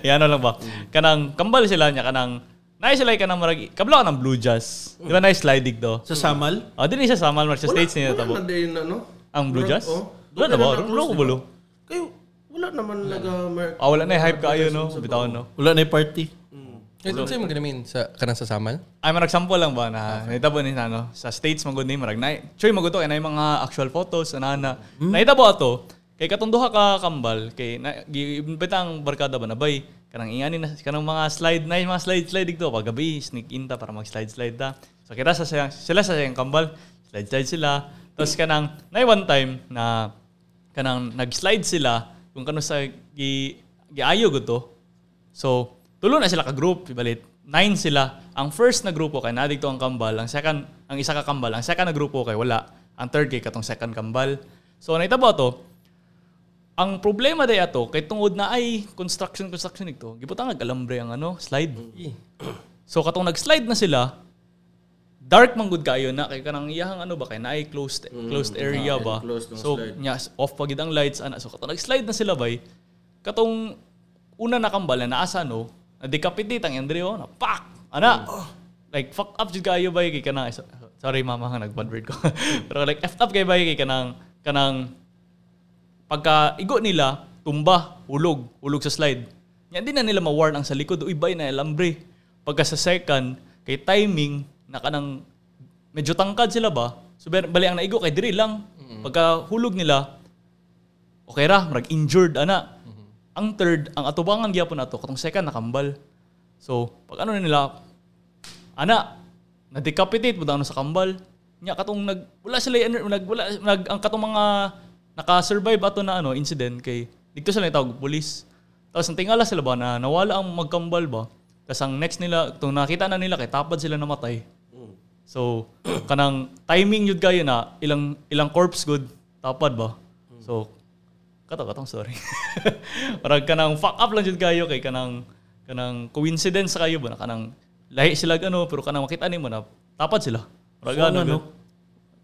S1: Yan lang ba.
S2: Mm.
S1: Kanang kambal sila niya kanang Nay sila kay kanang marag kablo ng blue jazz. Di ba nay sliding do?
S3: Sa Samal?
S1: Oh, din siya sa Malmar sa
S2: Mm. Wala-
S1: states niya
S2: wala
S1: tabo.
S2: na din, ano?
S1: Ang blue
S2: Wala-
S1: jazz?
S2: oh.
S1: Wala
S2: Doon
S1: na ba?
S2: na na-close,
S1: Wala ko
S2: di ba?
S1: bulo.
S2: Kayo, wala naman nag-America.
S1: Ah, wala na yung hype kaayo no, bitawan no.
S3: Wala na yung party.
S4: Ito sa'yo mo ginamin sa kanang sasamal?
S1: Ay, marag sample lang ba na nahitabo ni na, ano, sa states magod ni marag na. Choy maguto kay na yung mga actual photos ana na. Nahitabo ato kay katong duha ka kambal kay na gibitang barkada ba na bay kanang ingani na kanang mga slide na yung mga slide slide dito pag gabi sneak in ta para mag slide slide ta. So kita sa sayang, sila sa sayang kambal slide slide sila. Tapos kanang na one time na kanang nag-slide sila kung kano sa gi giayo gud to So, tulo na sila ka group, ibalit. Nine sila. Ang first na grupo kay nadig to ang kambal, ang second, ang isa ka kambal, ang second na grupo kay wala. Ang third kay katong second kambal. So, naitabo to. Ang problema day ato kay tungod na ay construction construction nito. Gibutang nagalambre ang ano, slide.
S2: Mm.
S1: So katong nag-slide na sila, dark man gud kayo na kay kanang iyahang ano ba kay naay closed closed area ba.
S2: Mm, closed ng
S1: so
S2: slide.
S1: nya off pa gid ang lights ana. So katong nag-slide na sila bay, katong una nakambal na naasa no, na decapitate ang Andreo na pak ana. Like fuck up jud kayo bay kay kanang sorry mama nga nag-bad word ko. Pero like f up kay bay kay kanang kanang pagka igo nila, tumba, hulog, hulog sa slide. Yan din na nila ma-warn ang sa likod, uy bay na alambre. Pagka sa second, kay timing, na kanang medyo tangkad sila ba? So ber- bali ang naigo kay diri lang. Pagka hulog nila, okay ra, marag injured ana. Ang third, ang atubangan gyapon ato, katong second nakambal. So, pag ano na nila, ana na-decapitate mo daw ano sa kambal nya katong nag wala sila ener- nag wala nag ang katong mga naka-survive ato na ano incident kay dito sila tawag police tapos ang tingala sila ba na nawala ang magkambal ba tapos ang next nila kung nakita na nila kay tapad sila namatay so kanang timing yun kayo na ilang ilang corpse good tapad ba so kato katong sorry parang kanang fuck up lang jud kayo kay kanang kanang coincidence sa kayo ba na kanang lahi sila ano pero kanang makita nimo na tapad sila parang ano no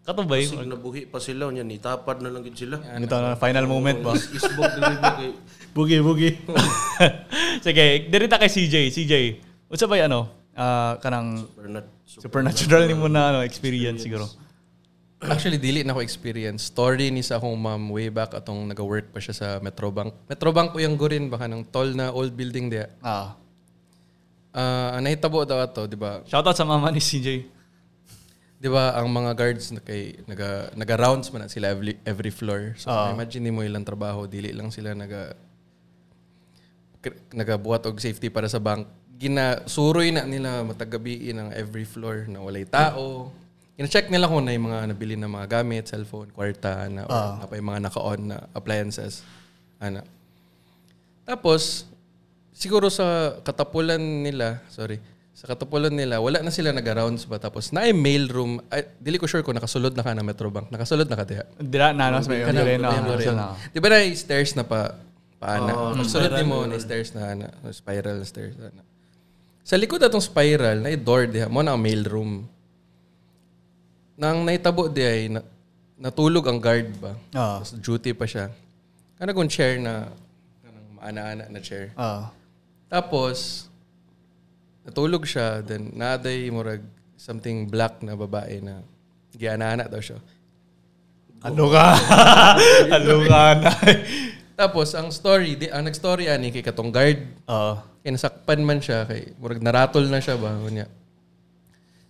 S1: kato ba
S2: Kasi
S1: yun
S2: nabuhi pa sila, yan, itapad na lang gid sila.
S1: Ano to, ano, final moment ba
S2: Isbog na rin kay...
S3: Bugi, bugi.
S1: sige dirita kay CJ CJ unsa ba yung ano ah, kanang
S2: Bernard, so,
S1: supernatural ni mo na ano experience siguro
S4: Actually, dili na ako experience. Story ni sa akong mom way back atong nag-work pa siya sa Metrobank. Metrobank uyang gurin baka ng tall na old building diya.
S1: ah
S4: Ah, ang nahitabo daw ato, di ba?
S1: shoutout sa mama ni CJ
S4: Di ba ang mga guards na kay naga naga rounds man na sila every, every floor. So imagine mo ilang trabaho, dili lang sila naga kr- nagabuhat og safety para sa bank. Ginasuroy na nila matagabiin ang every floor na walay tao. Gina-check nila kung na yung mga nabili na mga gamit, cellphone, kwarta, na, uh. na pa yung mga naka-on na appliances. Ana. Tapos, siguro sa katapulan nila, sorry, sa katapulan nila, wala na sila nag-rounds ba? Tapos, na yung mail room, ay, dili ko sure kung nakasulod na ka na Metrobank. Nakasulod na ka, diha.
S1: dira na ano sa may
S4: Kanang-
S1: Moreno
S4: kanang Moreno. Di ba Ah, na yung stairs na pa, paana? Nakasulod din mo na yung stairs na, ana, spiral na stairs. Ana. Sa likod atong spiral, na yung door diha, mo na ang mail room. Nang naitabo diha, ay na, natulog ang guard ba?
S1: Ah.
S4: Tapos duty pa siya. Kana kung chair na, kanang maana-ana na chair.
S1: ah
S4: Tapos, natulog siya. Then, naaday murag something black na babae na gianana daw siya.
S1: ano ka ano ka na
S4: Tapos, ang story, di, ang nag-story ani kay katong guard.
S1: Oo.
S4: Kay nasakpan man siya. Kay, murag naratol na siya ba. Kunya.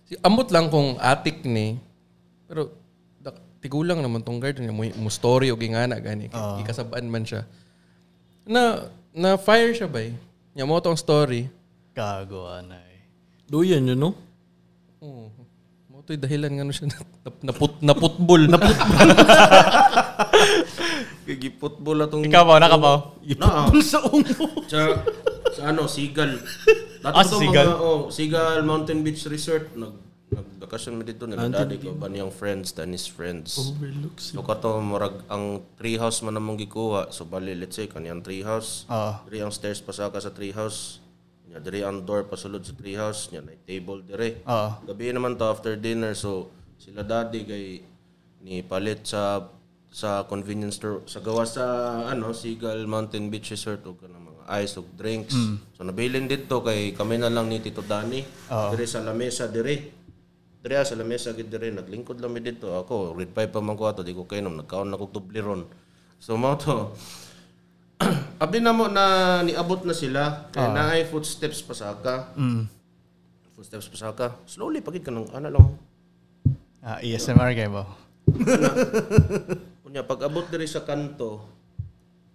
S4: Si, amot lang kung atik ni. Pero, dak- tigulang naman tong guard. Niya, mo, mo story o gingana gani. Kay, Ikasabaan man siya. Na, na-fire siya ba eh. Niya mo tong story.
S1: Gago, anay.
S3: Do yun, you know?
S4: Oo. Mo to'y dahilan nga ano siya nap- naput naputbol.
S2: Gigi-football atong...
S1: Ikaw ba? Nakabaw?
S2: Na,
S3: Sa ungo.
S2: sa, sa ano, Sigal. Lahat
S1: Ah, sa
S2: to
S1: Sigal?
S2: Mga, oh, Sigal Mountain Beach Resort. Nag, nag-vacation mo dito nila daddy ko. Ba niyang friends, than his friends.
S3: Overlooks.
S2: So kato murag ang tree house man namong gikuha. So bali let's say kaniyang tree house.
S1: Oo.
S2: Diri ang stairs pasaka sa tree house. Nya diri ang door pasulod sa tree house. Nya na table diri.
S1: Oo.
S2: Gabi naman to after dinner so sila daddy kay ni palit sa sa convenience store sa gawa sa ano Seagal Mountain Beach Resort ug kana mga ice ug drinks. So nabilin dito kay kami na lang ni Tito Danny. Dire sa lamesa dire. Dire sa lamesa gid dire naglingkod lang mi dito ako red pipe pa man ko ato di ko kainom nagkaon na kog tubliron. So mao to. Abi na mo na niabot na sila kay naay footsteps pa sa ka. Footsteps pa sa ka. Slowly pagid kanang ana lang
S1: Ah, ESMR kayo ba?
S2: Kunya, pag abot diri sa kanto,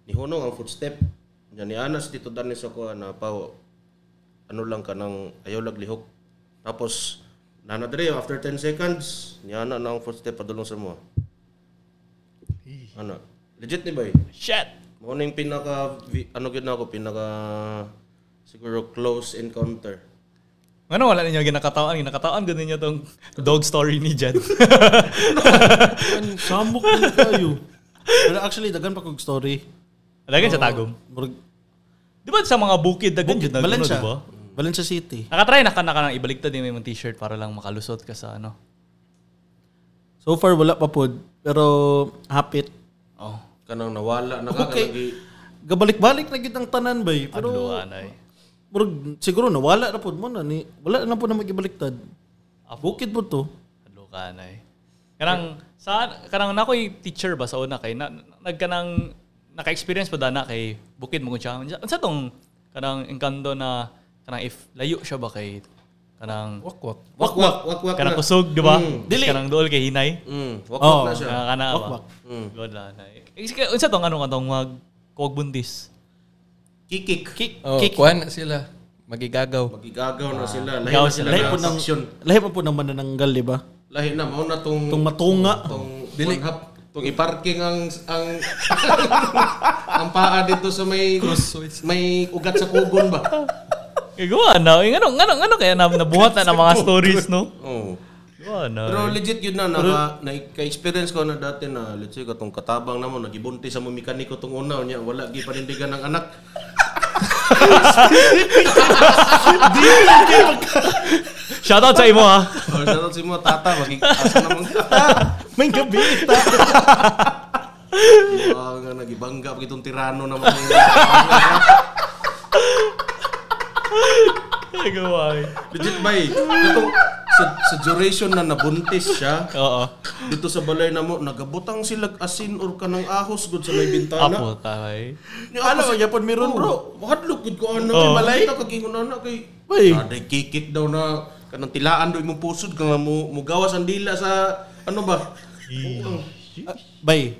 S2: nihunong ang footstep. Kunya, ni Anas dito dani sa kuha na pawo. Ano lang ka nang ayaw laglihok. Tapos, nana diri, after 10 seconds, ni Ana na ang footstep padulong sa mo. Ano? Legit ni bay?
S1: Shit!
S2: Mao na yung pinaka, vi- ano gid na ako, pinaka, siguro close encounter.
S1: Ano wala ninyo ginakatawan? Ginakatawan ko ninyo tong dog story ni Jed.
S3: Samok na kayo. Pero actually, dagan pa kong story.
S1: Lagi sa tagom.
S3: Oh, Murag-
S1: Di ba sa mga bukid, dagan Jed na gano'n,
S3: Valencia.
S1: di ba?
S3: Valencia City.
S1: Nakatry na ka na ka nang ibaliktad din yung t-shirt para lang makalusot ka sa ano.
S3: So far, wala pa pod. Pero, hapit.
S1: Oh.
S2: Kanang
S3: Okay.
S2: nawala, nakakalagi.
S3: Gabalik-balik na gid ang tanan bay. Pero,
S1: Pero, anay.
S3: murag, siguro nawala na pod mo na ni. Wala na po na magibaliktad. Bukid po to.
S1: Hello ka na eh. Kanang saan kanang nakoy teacher ba sa una kay na, nagkanang naka-experience pa dana kay bukid mo siya. Unsa- Unsa tong kanang engkanto na kanang if layo siya ba kay kanang
S4: Wakwak.
S2: Wak, wak, wak, wak
S1: kanang
S2: na.
S1: kusog di ba?
S3: Dili.
S1: Kanang dool kay hinay.
S2: Mm, wak,
S3: Oh,
S2: wak na siya. Mm.
S1: Kanang kana ba?
S3: Wakwak.
S1: God na. eh. Eh, sige, Unsa tong ano katong mag kuwag buntis?
S2: Kikik.
S4: Oh, kuhan na sila. Magigagaw.
S2: Magigagaw na sila. Lahi
S1: Gaw
S2: na sila
S3: Lahi
S2: na
S3: po ng,
S2: section.
S3: lahi po po ng manananggal, di ba?
S2: Lahi na, mauna tong...
S3: Itong matunga.
S2: tong one half, tong iparking ang ang ang paa dito sa may may ugat sa kugon ba?
S1: Eh, gawa na. Eh, ano, ano, ano kaya na, nabuhat na ng mga stories, no?
S2: Oo.
S1: Gawa na.
S2: Pero legit yun na, naka, na, ka-experience ko na dati na, let's say, katong katabang na mo, nagibunti sa mo mekaniko tong una, niya, wala, di panindigan ng anak.
S1: Shoutout sa imo, ah. ha?
S2: Or sa si mo, tata, magigasa naman ka.
S3: May gabi.
S2: Iba nga, nagibangga, pag itong tirano naman.
S1: Gawa. eh.
S2: legit ba eh? Itong, sa, sa duration na nabuntis siya,
S1: Oo.
S2: Dito sa balay na mo, nagabutang silag asin or kanang ahos gud sa may bintana.
S1: Apo, taray.
S2: Yung ahos,
S3: Alam mo, yapon meron, bro.
S2: bro, hadlok gud ko ano,
S1: Oh.
S2: kay malay ta kag ingon ana ano, kay
S3: Bay.
S2: Aday kikik daw na kanang tilaan daw imong pusod kanang mo mugawas ang dila sa ano ba?
S3: Ah, bay.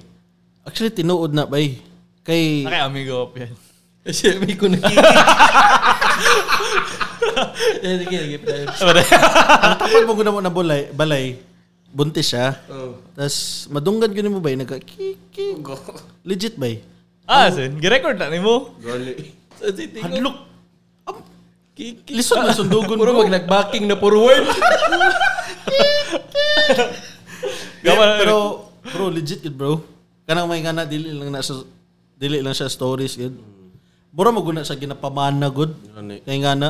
S3: Actually, tinuod na, bay. Kay,
S1: Okay, amigo up yan.
S4: Kasi may ko
S3: ang tapag mo na mo na bulay, balay, buntis siya.
S2: Oh.
S3: Tapos, madunggan yun mo, bay. Nagka, kiki. Legit, bay.
S1: Ah, sin. Girecord na nimo.
S2: Gali.
S3: Hadlok. Am- Lisod na sundugon,
S4: Puro
S3: bro.
S4: mag nagbacking na forward.
S1: Gawa na.
S3: Pero, bro, legit yun, bro. Kanang may gana, dili lang na sa, dili lang siya stories, yun. Mura mo guna sa ginapamana, good.
S2: Ano eh.
S3: Kaya nga na,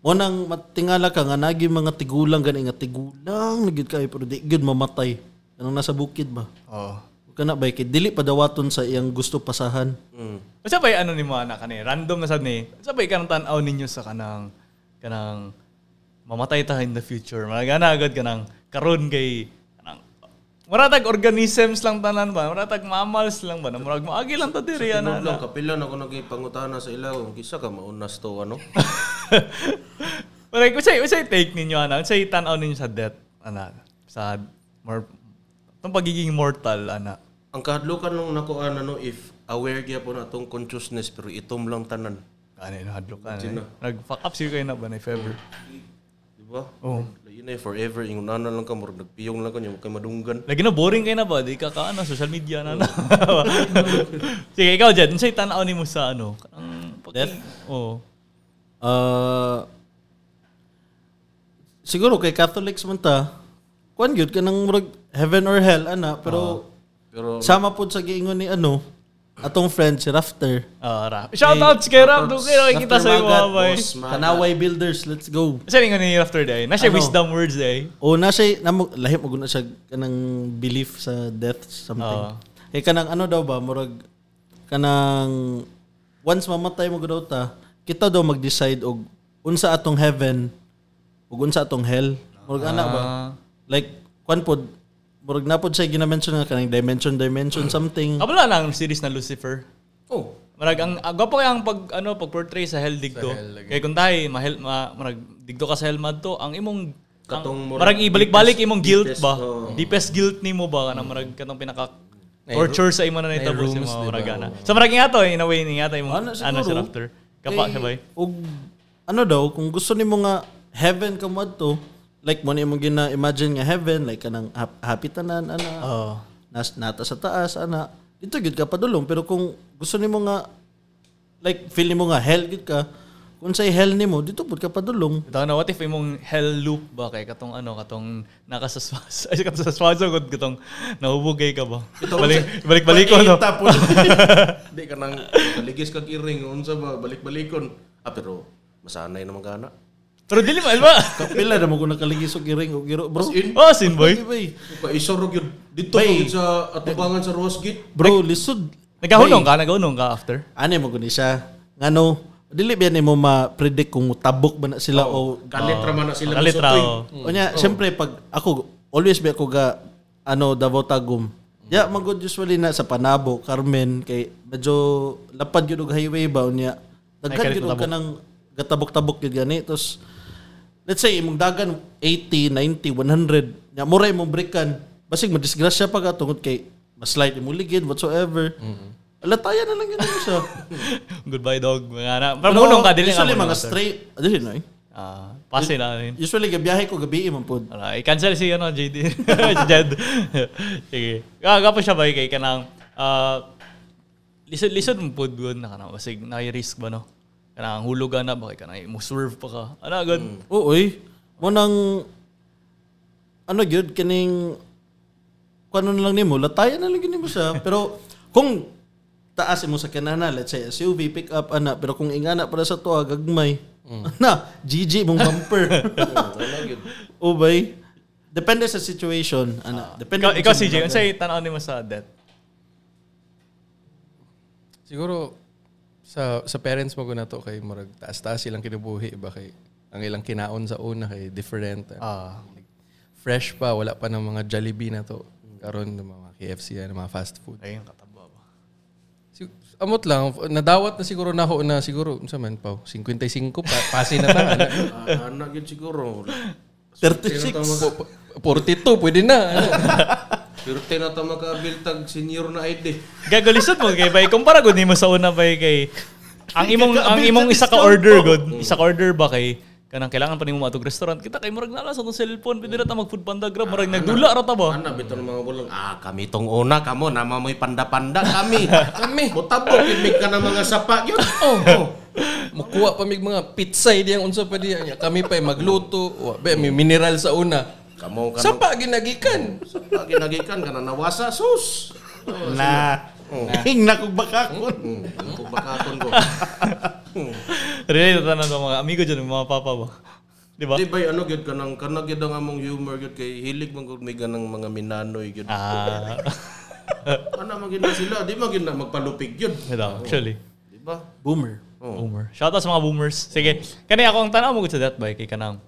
S3: mo nang matingala ka nga nagi mga tigulang gani nga tigulang nagid kay pero di gid mamatay. Anong nasa bukid ba?
S1: Oh.
S3: Huwag ka na ba kay dili pa dawaton sa iyang gusto pasahan.
S2: Mm.
S1: Unsa ba yung ano nimo anak kani? Random na sad ni. Unsa ba yung kanang tan-aw ninyo sa kanang kanang mamatay ta in the future? Magana agad kanang karon kay kanang Maratag organisms lang tanan ba? Maratag mammals lang ba? Na Murag maagi lang ta diri ana.
S2: Tinod lang, kapila na ako nagipangutana sa ilaw. Kisa ka maunas to, ano?
S1: Pero like, usay usay take ninyo ana, usay tan-aw ninyo sa death ana, sa more tong pagiging mortal ana.
S2: Ang kahadlukan nung nakuha na no, if aware gya po na itong consciousness, pero itom lang tanan.
S1: Kani na hadlok ana.
S2: Sino?
S1: Nag-fuck up siya kayo na ba na if ever.
S2: Di ba?
S1: Oh.
S2: Yun ay eh, forever. Yung nanan lang ka, murag nagpiyong lang ka niya, huwag kay madunggan.
S1: Lagi na boring kayo na ba? Di ka ka ano, social media na na. Sige, ikaw Jed, unsay tan-aw nimo sa ano? Oh. Ang pag-
S3: Death?
S1: Oo.
S3: Ah, siguro kay Catholics man ta, kuan gyud ka ng murag heaven or hell ana, pero
S2: Pero
S3: sama pud sa giingon ni ano, atong friend si Rafter.
S1: Ah, rap. Shout out kay Rap, doon kayo nakikita
S3: Rafter
S1: sa iyo
S3: Magat,
S1: mga bay.
S2: boss. Mas-
S3: Kanaway Kan Builders, let's go.
S1: Saan nga ni after day? Na siya
S3: Ano?
S1: wisdom words eh. day.
S3: O na siya, namo, lahi mo guna siya kanang belief sa death something.
S1: Oo.
S3: Kay kanang ano daw ba, murag kanang once mamatay mo daw ta, kita daw mag-decide og unsa atong heaven ug unsa atong hell. Murag ana ba? Like kwan pod murag na pod siya ginamention nga kanang dimension dimension something.
S1: Kabala na ang Ah, series na Lucifer.
S2: Oh,
S1: Marag ang ah, gwapo kaya ang pag ano pag portray sa hell digto.
S4: hell, lagi.
S1: Kaya kung tayo mahel ma, marag digto ka sa hell madto ang imong ang-
S2: Katong murag
S1: marag ibalik-balik
S2: deepest-
S1: imong guilt
S2: deepest,
S1: ba?
S2: oh.
S1: Deepest guilt nimo ba kana marag katong pinaka
S4: May
S1: torture sa imo na
S4: may
S1: nahitabo sa
S4: rooms,
S1: mga
S4: diba?
S1: marag ana. So marag nga to in a way nga imong ano,
S3: Ano, siguro,
S1: si Raptor. Kapa
S3: Kay-
S1: siya bay.
S3: Og ano daw kung gusto nimo nga heaven ka mo to, like mo nimo gina imagine nga heaven like kanang hap- happy tanan ana.
S1: Oh.
S3: nas nata sa taas ana. Dito gid ka padulong pero kung gusto nimo nga like feel nimo nga hell gid ka, kung say hell nimo dito pud ka padulong.
S1: Ito na, what if imong hell loop ba kay katong ano, katong nakasaswas, ay katong saswaso kod katong nahubog kay ka ba? Balik, balik balikon no.
S2: Paita po. Di ka nang kaligis kag iring unsa ba balik-balikon. Ah pero masanay naman kana.
S1: Pero dili man ba?
S3: Kapila na mo ko nakaligis og giring og giro bro.
S2: As in,
S1: Oh, sin boy.
S3: Bay,
S2: pa isorog yun dito
S3: Bay.
S2: yun sa atubangan sa Rosgate.
S3: Bro, lisod.
S1: Nagahunong ka, nagahunong ka after.
S3: Ano mo guni siya? Ngano dili ba nimo ma-predict kung tabok ba na sila o
S2: Kalitra man na sila eh.
S1: Kalit
S2: sa
S1: ra.
S2: tuig.
S1: oh.
S3: O niya, syempre, pag ako, always ba ako ga, ano, Davao Tagum. Ya, magod usually na sa Panabo, Carmen, kay medyo lapad yun og highway ba, o niya,
S1: Ay,
S3: daghan
S1: kalit
S3: yun og
S1: matabok.
S3: ka ng gatabok-tabok yun gani. Tapos, let's say, imong dagan, 80, 90, 100, niya, mura imong breakan. Basig, madisgrasya pa ka, tungod kay, mas light imong ligid, whatsoever. Lah, Alatayan na lang yun ano siya.
S1: Goodbye dog, mga anak. Pero munong ka, dili ka
S3: usually,
S1: munong
S3: mga
S1: after.
S3: straight, ah, dili na eh.
S1: Ah, pase na rin.
S3: Usually, gabiyahe ko, gabi man po.
S1: Ala, i-cancel si ano, JD. Jed. Sige. Gaga pa siya ba kay kanang ah lisod lisod mo pod good na kanang basig na risk ba no? Kanang hulugan na ba kay kanang mo swerve pa ka. Ana good.
S3: Oo eh. Mo nang ano gyud kining kuno na lang nimo, latayan na lang gyud nimo siya. Pero kung taas mo sa kanana, let's say SUV pick up ana, pero kung ingana para sa tuwa gagmay.
S1: Mm.
S3: Na, GG mong bumper.
S2: Wala yun.
S3: o bay. Depende sa situation, ana. Depende.
S1: Ah. Ikaw,
S3: kung
S1: ikaw
S3: sa
S1: CJ,
S3: mga-
S1: unsay tan-aw nimo sa death?
S4: Siguro sa sa parents mo ko na to kay murag taas-taas silang kinubuhi ba kay ang ilang kinaon sa una kay different. eh.
S1: Ah.
S4: Fresh pa, wala pa ng mga Jollibee na to. Karon ng mga KFC na mga fast food.
S1: Ayun kataba ba.
S4: Sig- amot lang, nadawat na siguro na ako na siguro, unsa man pa, 55 pa, pasi na ta. Ano?
S2: Ah, Anak yun siguro.
S3: 36.
S4: Po- po- 42 pwede na. Ano?
S2: Pero tinatama ka biltag senior na ID.
S1: Gagulisod mo kay bay kumpara gud nimo sa una bay kay ang imong ang imong isa ka order gud, isa ka order ba kay kanang kailangan pa nimo matog restaurant kita kay murag nala sa tong cellphone pwede ra ta mag food panda grab murag nagdula ra ta ba
S2: Anak bitaw ng mga bulang. Ah kami tong una kamo nama mo'y panda-panda kami. kami. Mutabok imig ka ng mga sapa yun. Oh. oh.
S4: Mukuha pa mig mga pizza diyan unsa pa diyan. Nya, Kami pa ay magluto, wa ba may mineral sa una.
S2: Kamo ka
S4: Sa pa ginagikan.
S2: Sapa ginagikan ka na nawasa sus.
S3: Na. Hingna kog baka ko.
S2: Hmm, ano ko bakakon ko.
S1: Relate tanan ba mga amigo dyan, mga papa ba? Di ba?
S2: Di ba ano gyud kanang kanang gyud ang among humor gyud kay hilig man gud may ganang mga minanoy gyud.
S1: Ah,
S2: Ana man gyud na sila, di man gyud na magpalupig gyud.
S1: ito, actually.
S2: Di ba?
S3: Boomer.
S1: Boomer. Shout out sa mga Oh. boomers. Sige. Kani ako ang tanaw mo gud sa that bike kay kanang.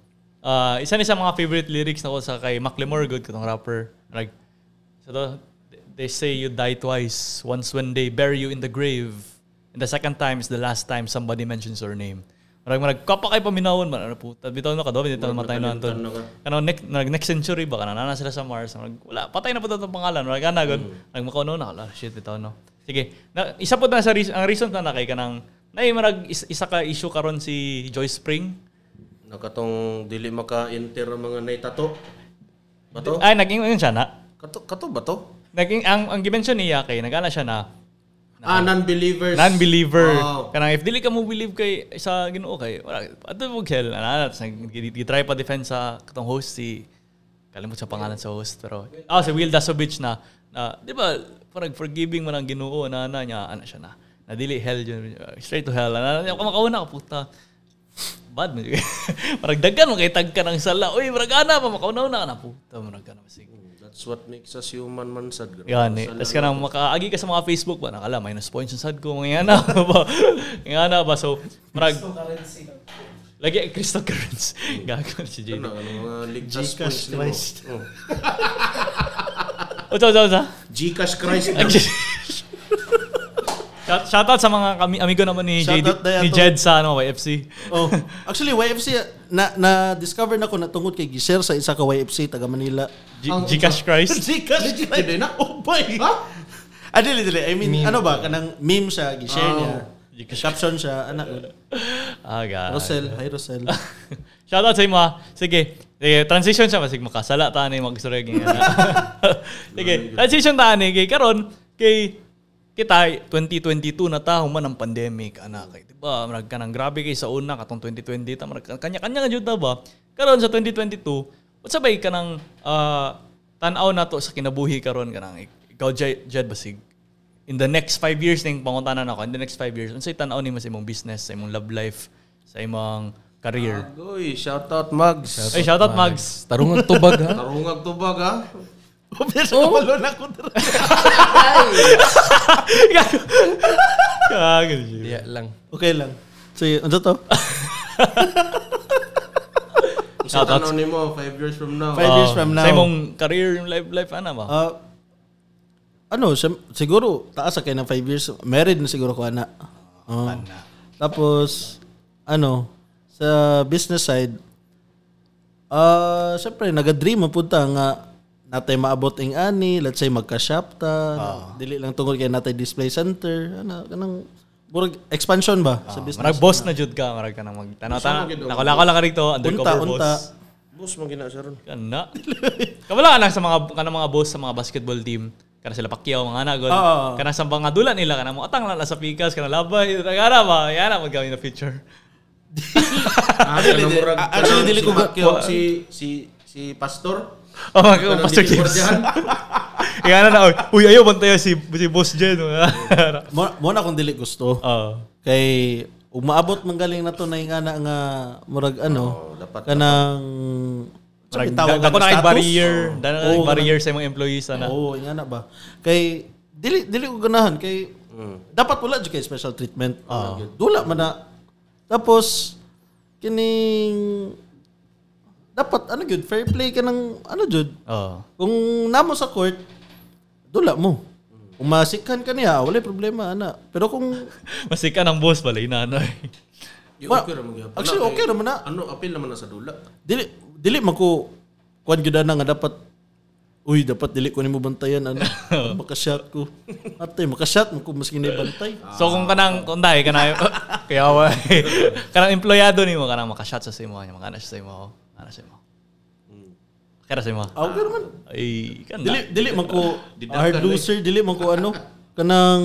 S1: Ah, isa ni sa mga favorite lyrics na ko sa kay Macklemore good katong rapper. Like So the, they say you die twice. Once when they bury you in the grave, and the second time is the last time somebody mentions your name. Marag marag kapakay paminawon man ano puta bitaw na ka daw bitaw matay na anton.
S2: nakalimutan na ka.
S1: Ano next nag next century ba kana na sila sa Mars. Marag, wala patay na po tong pangalan. Marag ana gud. Nag makauno ano na ala shit bitaw no. Sige. Na, isa po na sa reas- ang reason na kay kanang na marag is- isa ka issue karon si Joy Spring.
S2: Nakatong dili maka-enter ang mga naitato. Bato?
S1: Ay nag-ingon siya na.
S2: Kato, kato ba to?
S1: Naging ang ang gimension niya kay nagana siya na
S2: Ah, non-believers.
S1: non-believer.
S2: Wow.
S1: Kanang if dili ka mo believe kay sa Ginoo kay wala ato mo gel ana try pa defense sa katong host si kalimot sa pangalan sa host pero ah si Will Dasovich na, na di ba parang forgiving man ang Ginoo na ana niya ana siya na na dili hell yun, uh, straight to hell ana niya kumakauna ka puta bad man parang daggan mo kay tag ka ng sala oy parang ana pa makauna na ka na puta marag ka na sige
S2: That's what makes us human man, sad. gra-
S1: Yan eh. Tapos ka nang makaagi ka sa mga Facebook ba? Nakala, minus points yung sad ko. Ngayon na ba? Ngayon na ba? So, marag... Lagi, cryptocurrency. Gago na si JD.
S2: Ano, ano mga ligtas points nimo?
S3: Christ.
S2: Oh.
S1: Uta, uta, uta.
S2: Gcash Christ.
S1: Shout- Shoutout sa mga kami, amigo naman ni JD,
S3: Shoutout na yan
S1: ni
S3: to.
S1: Jed sa ano, YFC.
S3: Oh, actually YFC na na discover na ko na tungod kay Gisher sa isa ka YFC taga Manila.
S1: G- Gcash Christ.
S3: Gcash Christ.
S2: Hindi eh, na?
S3: Oh boy. Ah, dili, dili. I mean, ano ba? Kanang meme siya, gishare niya.
S1: Gcash.
S3: Caption siya, anak.
S1: Ah, gago.
S3: Rosel, hi Rosel.
S1: Shoutout sa imo. ah. Sige. Sige, transition siya masig makasala ta ni magsure nga. Sige, transition ta ni kay karon kay kita 2022 na ta human ang pandemic ana kay di ba marag ka nang grabe kay sa una katong 2020 ta marag kanya-kanya nga jud ta ba karon sa 2022 what's sabay ka nang ah, tan-aw na to sa kinabuhi karon kanang ikaw Jed, Jed basig in the next five years ning pangutanan ako in the next five years unsay tan-aw nimo sa imong business sa imong love life sa imong career
S2: Goy, shout out Mags.
S1: ay, shoutout Mags.
S4: Tarungan tubag ha.
S2: Tarungag tubag ha.
S3: Obvious oh. wala na ko dito.
S1: Gagal siya.
S4: Diya lang.
S3: Okay lang. Sige, ano to?
S2: Sa tanong nimo, ano five years from now.
S3: Five years from
S1: Ah,
S3: now.
S1: Sa imong career, yung life, life, ano ba?
S3: Ah, ano, sim- siguro, taas sa kayo ng 5 years. Married na siguro ko, ana. Oo. Tapos, ano, sa business side, ah, syempre, nagadream ang punta nga natay maabot ang ani, let's say magka-shop ta, dili lang tungkol kay natay display center, ano, kanang, burag expansion ba sa Ah, business?
S1: marag boss na jud ka, marag ka nang magtanaw-tanaw.
S2: Gusto mo gid-
S1: Nakulakaw lang ka rito,
S3: Unta,
S1: undercover boss.
S3: unta.
S2: Boss, magina siya ron.
S1: Kana. Kamala ka na sa mga, ka na mga boss sa mga basketball team. Kana sila Pacquiao, mga anak. gol.
S3: Oo.
S1: Kana sa mga dula nila, kana mo atang lang na sa pikas, kana labay. Kana ba? Yan na magkami na feature.
S2: Actually, ano,
S3: actually, Ah, ano, dili ko-
S2: si si si Pastor.
S1: Oh, mga
S2: Kanang
S1: Pastor
S2: dili
S1: James.
S2: guardiyahan.
S1: Ikana na, oy, uy, ayaw, bantayan si, si Boss Jen. oh. Oo.
S3: Mo mo na kung dili gusto. Kay ug maabot man galing nato na nga na nga murag ano
S2: dapat-
S3: kanang
S1: Marag,
S3: sabi, tawag
S1: da- dako
S3: ng
S1: na kay
S3: status? Oh.
S1: barrier. Dako na kay
S3: Oo,
S1: barrier sa mga employees ano.
S3: ganun.
S1: sana.
S3: Oo, oh, nga na ba. Kay dili dili ko ganahan kay
S2: Mm.
S3: dapat wala jud kay special treatment. Ah, Dula man na. Tapos kining dapat ano gyud fair play ka ng ano jud
S1: Oo.
S3: kung namo sa court, dula mo.
S2: Mm.
S3: Kung masikan ka niya, wala problema, ana. Pero kung
S1: Masika ng boss ano, pala, inanoy.
S2: Yung
S3: Wala.
S2: okay ra mo gyapon.
S3: Actually,
S2: Ano,
S3: okay
S2: eh,
S3: naman na.
S2: Ano, apil naman na sa dula.
S3: dili dili man ko kuan gyud na nga dapat uy dapat dili ko nimo bantayan ano makashot ko ate makashot mo ko maski ni bantay
S1: So kung kanang kung dai kanang kaya wa kanang empleyado nimo kanang makashot sa simo niya makana sa simo kana sa simo. Kaya sa simo.
S3: aw gyud man
S1: Ay kana.
S3: dili dili man ko
S2: Didakan
S3: hard
S2: lang eh.
S3: loser dili man ko ano kanang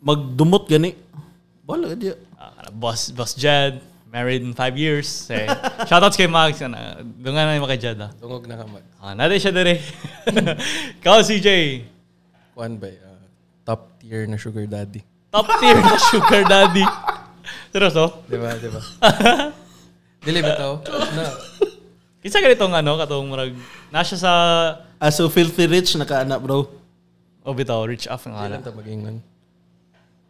S3: magdumot gani wala diya
S1: Ah, kanang boss boss Jed married in five years. Eh. Shoutouts kay Mags kana. Dungan na yung mga kay Jed ah.
S4: Tungog na kamag.
S1: Ah, nade siya dere. Kao CJ.
S4: Kuan ba? eh, ah, top tier na sugar daddy.
S1: Top tier na sugar daddy. Seryoso?
S4: Di ba? Di ba? Dili ba tao? Na.
S1: Kinsa ganitong ano katong murag nasa sa
S3: ah, so filthy rich na ka anak bro
S1: oh bitaw rich off nga ala.
S4: Ano ito mag-ingon?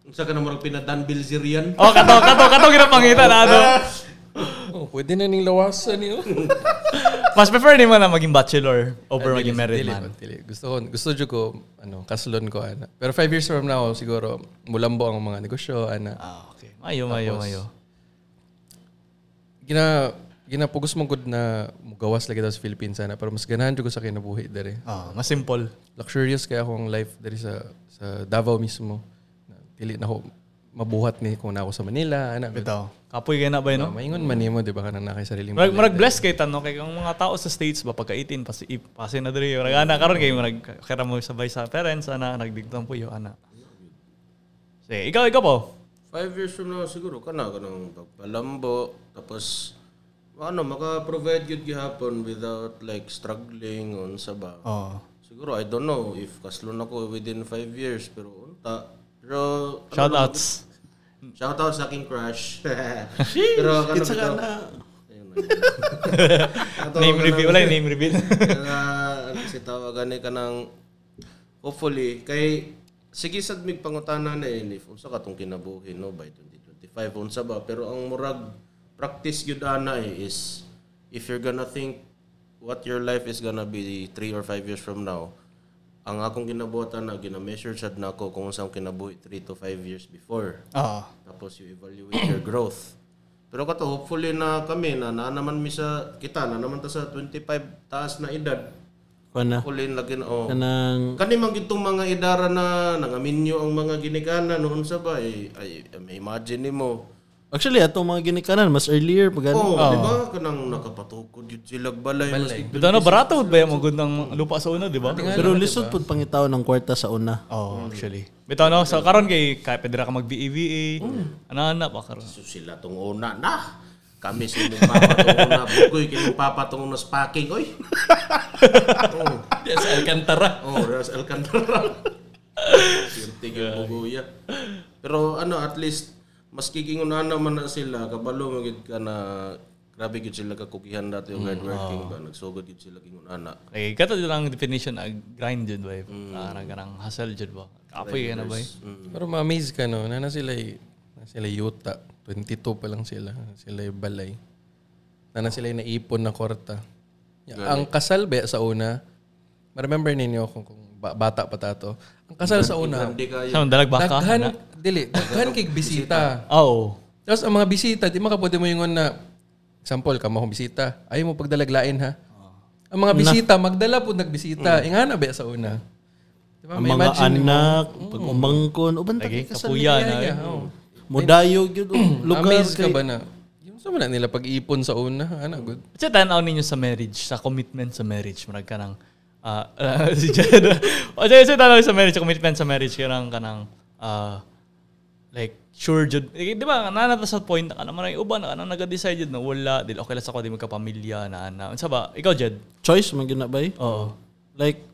S2: Unsa ka na murag pinadan Bilzerian?
S1: Oh, kato, kato, kato, ginapangitan, ano?
S4: Oh, pwede na ning lawasan niyo.
S1: Mas prefer din mo na maging bachelor over
S4: Ah, Dili,
S1: maging married
S4: dili,
S1: man.
S4: dili. Gusto ko, gusto jud ko, ano, kasulon ko, ana. Pero five years from now, siguro, mulambo ang mga negosyo, ano. ana.
S1: Ah, okay. Mayo, mayo,
S4: Tapos,
S1: mayo.
S4: Gina, ginapugos mong good na mugawas lagi daw sa Philippines, ana. Pero mas ganahan jud ko sa kinabuhi, dere.
S1: Ah, mas simple.
S4: Luxurious kaya akong life, dere, sa, sa Davao mismo. Na- Dili na ako mabuhat ni kung na ako sa Manila, ana.
S1: Bitaw. Kapoy kayo na ba yun? no?
S4: Maingon man nimo, di ba, kanang naka sariling
S1: Marag,
S4: balay,
S1: marag bless kay tanong kay kung mga tao sa states ba pagka 18 pasi pasi na diri marag ana karon kay marag kaya mo sabay sa parents ana nagdigtang po yo ana. Sige, ikaw ikaw po.
S2: Five years from now siguro kana ganang pagpalambo tapos ano maka-provide gyud gihapon without like struggling on sa ba.
S1: Oo.
S2: Siguro I don't know if kaslon ako within five years pero unta. Pero ano
S1: Shoutouts.
S2: lang, Shoutout sa aking crush. pero ano
S3: Kinsa ka na.
S1: Name reveal, wala yung name reveal.
S2: Kaya ano si tawagan ni kanang hopefully kay sige sad mig pangutana na yun if unsa ka tong kinabuhi no by 2025 unsa ba pero ang murag practice gyud ana eh, is if you're gonna think what your life is gonna be 3 or 5 years from now ang akong ginabuhatan na gina-measure sad nako kung unsa ang kinabuhi 3 to 5 years before
S1: Oo.
S2: tapos you evaluate your growth. Pero kato, hopefully na kami, na, na naman mi sa, kita, na naman ta sa 25 taas na edad.
S3: Kuha na.
S2: Hopefully na gin, oh.
S3: Kanang
S2: Kani man gitong mga idara na nangaminyo ang mga ginikanan noon sa ba, ay, ay, may imagine nimo.
S3: Actually, ato mga ginikanan, mas earlier pag ano.
S2: Oh, di ba? Kanang nakapatukod yun silag balay. mas
S4: Balay.
S1: Bitaw na barato ba yung good ng lupa sa una, di ba?
S3: Pero lisod pud pangitaw ng kwarta sa una.
S1: Oo, Oh, actually. Bitaw na sa karon kay kay pwede ra ka mag BEVA. Ana ana pa karon.
S2: So sila tong una na. Kami si mong papa tong una. Bugoy kay mong papa tong unas packing. Oy. oh.
S4: Yes, Alcantara.
S2: Oh, Ras Alcantara. Sintig yung buguya. Pero ano, at least, mas kikingunan naman na sila. Kabalo, magid ka na, grabe gid sila kakukihan
S3: Mm,
S2: dati yung hard working ba. Nagsugod gid sila kingunana.
S1: Kay kato jud ang definition ang grind jud ba.
S4: Mm.
S1: Parang kanang hustle jud ba. Kapoy kayo na ba?
S4: Pero ma-amaze ka, no? Na na sila, na sila yuta. 22 pa lang sila. Na Sila balay. Na na sila naipon na korta. Ang kasal ba sa una, ma-remember ninyo kung, kung ba- bata pa tato. Ang kasal sa una,
S2: Hindi kayo.
S1: Sa dalag baka.
S4: daghan, dili, daghan kay bisita.
S1: Oo.
S4: Tapos ang mga bisita, di makabuti mo yung na, example, kamo akong bisita, ayaw mo pagdalaglain
S2: Ah.
S4: ha. Ang mga bisita, magdala po
S2: Mm.
S4: nagbisita. Ingana ba sa una? Di ba?
S3: Ang
S4: May
S3: mga
S4: imagine mo.
S3: anak, pag umangkon, uban ta
S1: Lagi
S3: kay kasal.
S1: kapuya na.
S4: Yeah,
S1: eh.
S4: yeah, oo.
S3: Mudayo gyud og lugar
S4: Amazed
S3: kay
S4: ka ba na? Yung sa na nila pag-iipon sa una, ano, good.
S1: Kasi tanaw ninyo sa marriage, sa commitment sa marriage, marag ka ng, ah, ah, si Jed. O siya, siya tanaw sa marriage, sa commitment sa marriage, kaya lang ka ng, ah, like, sure, jud. Eh, di ba, nanata sa point na ka na, marang uban na ka na, nag-decide jud na wala, dil, okay lang sa ko, di magkapamilya, na, na. Ano ba, ikaw, Jed?
S3: choice man gyud na bay.
S1: Oo.
S3: Like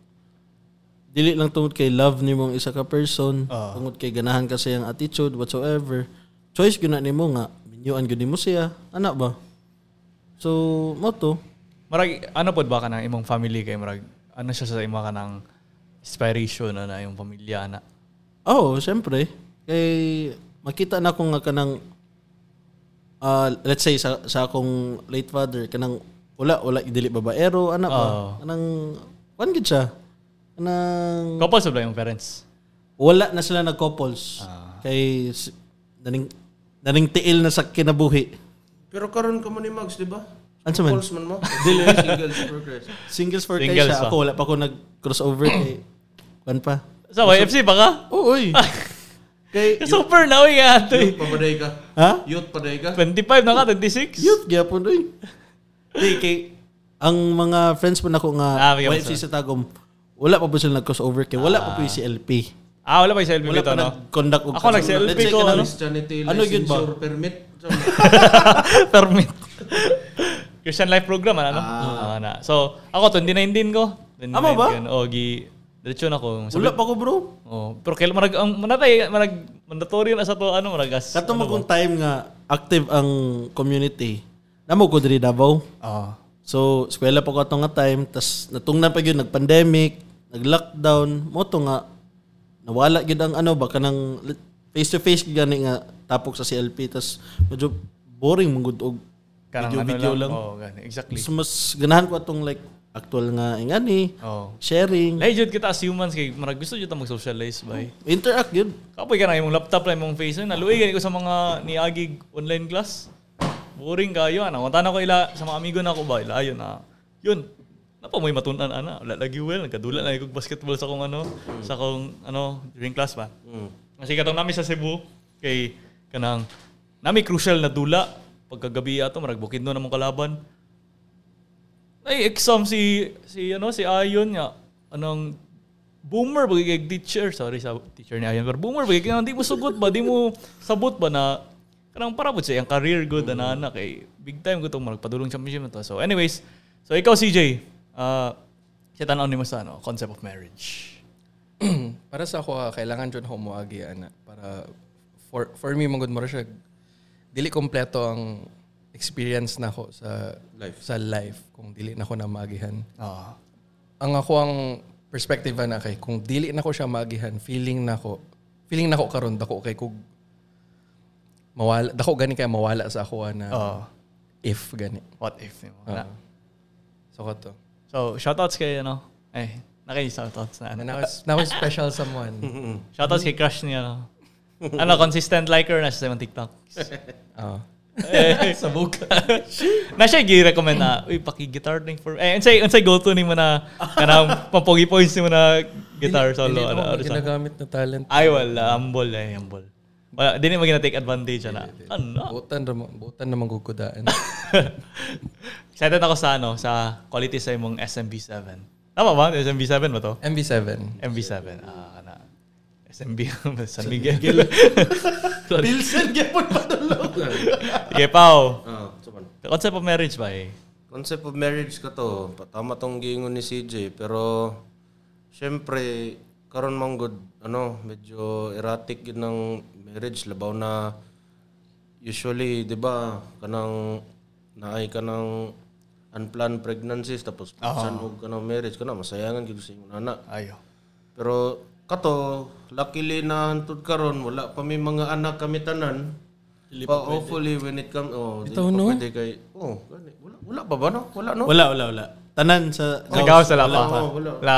S3: dili lang tungod kay love nimo ang isa ka person, tungod kay ganahan ka sa iyang attitude whatsoever. Choice gyud na nimo nga minyuan gyud nimo siya, ana ba? So, mo to.
S1: Marag, ano pod ba ka ng imong family kay marag, ano siya sa ima ka ng inspiration, ano, na na, yung pamilya, na.
S3: Oo, oh, syempre. Kay makita na ko nga kanang ah, let's say sa sa akong late father kanang wala wala dili babaero anak ba.
S1: Oo.
S3: Kanang kwan gid siya. Kanang
S1: Couple sa ba yung parents?
S3: wala na sila nag couples.
S1: Ah.
S3: Kay s- naning naning tiil na sa kinabuhi.
S2: Pero karon ka mo ni Mags, di ba?
S3: Ano man?
S2: Calls man mo. Dili. Singles for Christ.
S3: Singles for
S1: Singles ah.
S3: kay siya.
S1: pa.
S3: Ako wala pa ako nag crossover kay kwan pa.
S1: Sa YFC ba ka?
S3: Oo, oy. kay
S1: Super na, uy, nga, ate.
S2: Youth pabaday ka.
S3: ha?
S2: Youth paday ka.
S1: 25 na ka, 26?
S3: Youth gyapon oy. Di, kay ang mga friends mo nako
S1: Ah,
S3: nga
S1: okay,
S3: YFC sa Tagum, wala pa po sila nag-crossover kay wala pa po yung CLP.
S1: Ah, wala pa yung selfie
S3: Wala
S1: dito,
S3: pa
S1: no?
S3: nag-conduct og
S1: Ako
S3: kasal-
S1: nag-CLP
S3: Let's say
S1: ko,
S3: kanang-
S1: ano?
S2: Christianity
S3: Ano yun
S2: license
S3: ba?
S2: or permit.
S1: Permit. Christian Life Program, ano? Ah. na. So, ako, 29 din ko. 29
S3: Amo ba?
S1: yun. O, gi... Diretso na ko. Sabi,
S3: Wala pa ko bro.
S1: oh, pero kailan marag... Ang, manatay, marag... Mandatory na sa to, ano, marag... As,
S3: Kato mo kung time nga active ang community. Namo ko diri Davao.
S1: Oo.
S3: So, eskwela pa ko ato nga time, tas natungnan pa gyud nag-pandemic, nag-lockdown, mo to nga nawala gyud ang ano baka nang face to face gani nga tapok sa CLP tas medyo boring mong gud og
S1: Karang ano
S3: Video-video lang.
S1: Oo, ganun. Exactly.
S3: Mas, mas ganahan ko atong like actual nga ingani,
S1: Oo.
S3: sharing,
S1: Lahi jud kita as humans kay marag gusto jud ta mag-socialize bay.
S3: interact yun.
S1: Kapoy ka na imong laptop na imong face eh. na luig ko sa mga niagig online class. Boring kayo ana. Wanta na ko ila sa mga amigo na ko ba ila ayon na. Yun. Napa mo'y matunan ana. Wala lagi well nagkadula na kog basketball sa kong ano sa kong ano during class ba. Kasi katong nami sa Cebu kay kanang nami crucial na dula pagkagabi ato marag bukid no namong kalaban. Ay, exam si si ano si Ayon nga anong boomer bagay teacher sorry sa teacher ni Ayon pero boomer bagay kaya di mo sugot ba di mo sabot ba na kanang para po siya ang career good na ana kay big time ko tong magpadulong championship na to. So anyways, so ikaw CJ, ah siya tanaw ni mo sa ano, concept of marriage.
S4: para sa ako, ah, kailangan dyan ako moagi, ana. Para, for, for me, magod mo ra siya. Dili kompleto ang experience na ako sa life. sa life kung dili na ako na maagihan.
S1: Ah.
S4: Ang ako ang perspective na kay kung dili na ko siya maagihan, feeling na ko feeling na ko karon dako kay kog mawala dako gani kay mawala sa ako na
S1: Ah,
S4: if gani.
S1: what if? di mo? Na-
S4: So ko to.
S1: So shoutouts kay ano, eh naki shoutouts na ano.
S4: And now, is- now is special someone.
S1: Shoutouts kay crush niya ano. ano, consistent liker na siya sa mga TikTok.
S4: Oo.
S1: Eh, sa buka. na siya gi-recommend na, uy, paki-guitar din for... Eh, unsay unsay go-to ni mo na, kanang papogi points ni mo na guitar solo.
S4: Dili
S1: ano,
S4: na
S1: ano,
S4: ako
S1: sa-
S4: ginagamit na talent.
S1: Ay, wala. Humble, eh, humble. Wala, di na mo gina-take advantage, ana. Ano?
S4: Butan ra butan na manggugudaan.
S1: Excited ako sa, ano, sa quality sa imong SMB7. Tama ba? SMB7 ba to?
S4: MV7.
S1: MB7. Ah, kana. SMB San Miguel. Sorry.
S2: Pilsen gyapon pa dulog.
S1: Sige, Pao.
S2: Ah, saban.
S1: The concept of marriage ba eh?
S2: Concept of marriage ka to, patama tong giingon ni CJ, pero syempre karon mang good ano, medyo erratic yun ng marriage labaw na usually, 'di ba, kanang naay kanang unplanned pregnancies tapos saan og kanang marriage kana masayangan gyud sa imong anak.
S1: Ayo.
S2: Pero kato, luckily na hantud karon wala pa may mga anak kami tanan. Pa hopefully when it come oh, Ito, no? pwede kay oh, gani. Wala, wala pa ba no? Wala no?
S3: Wala, wala, wala. Tanan sa
S1: Nagaw sa lapa.
S2: pa. Wala.
S1: La,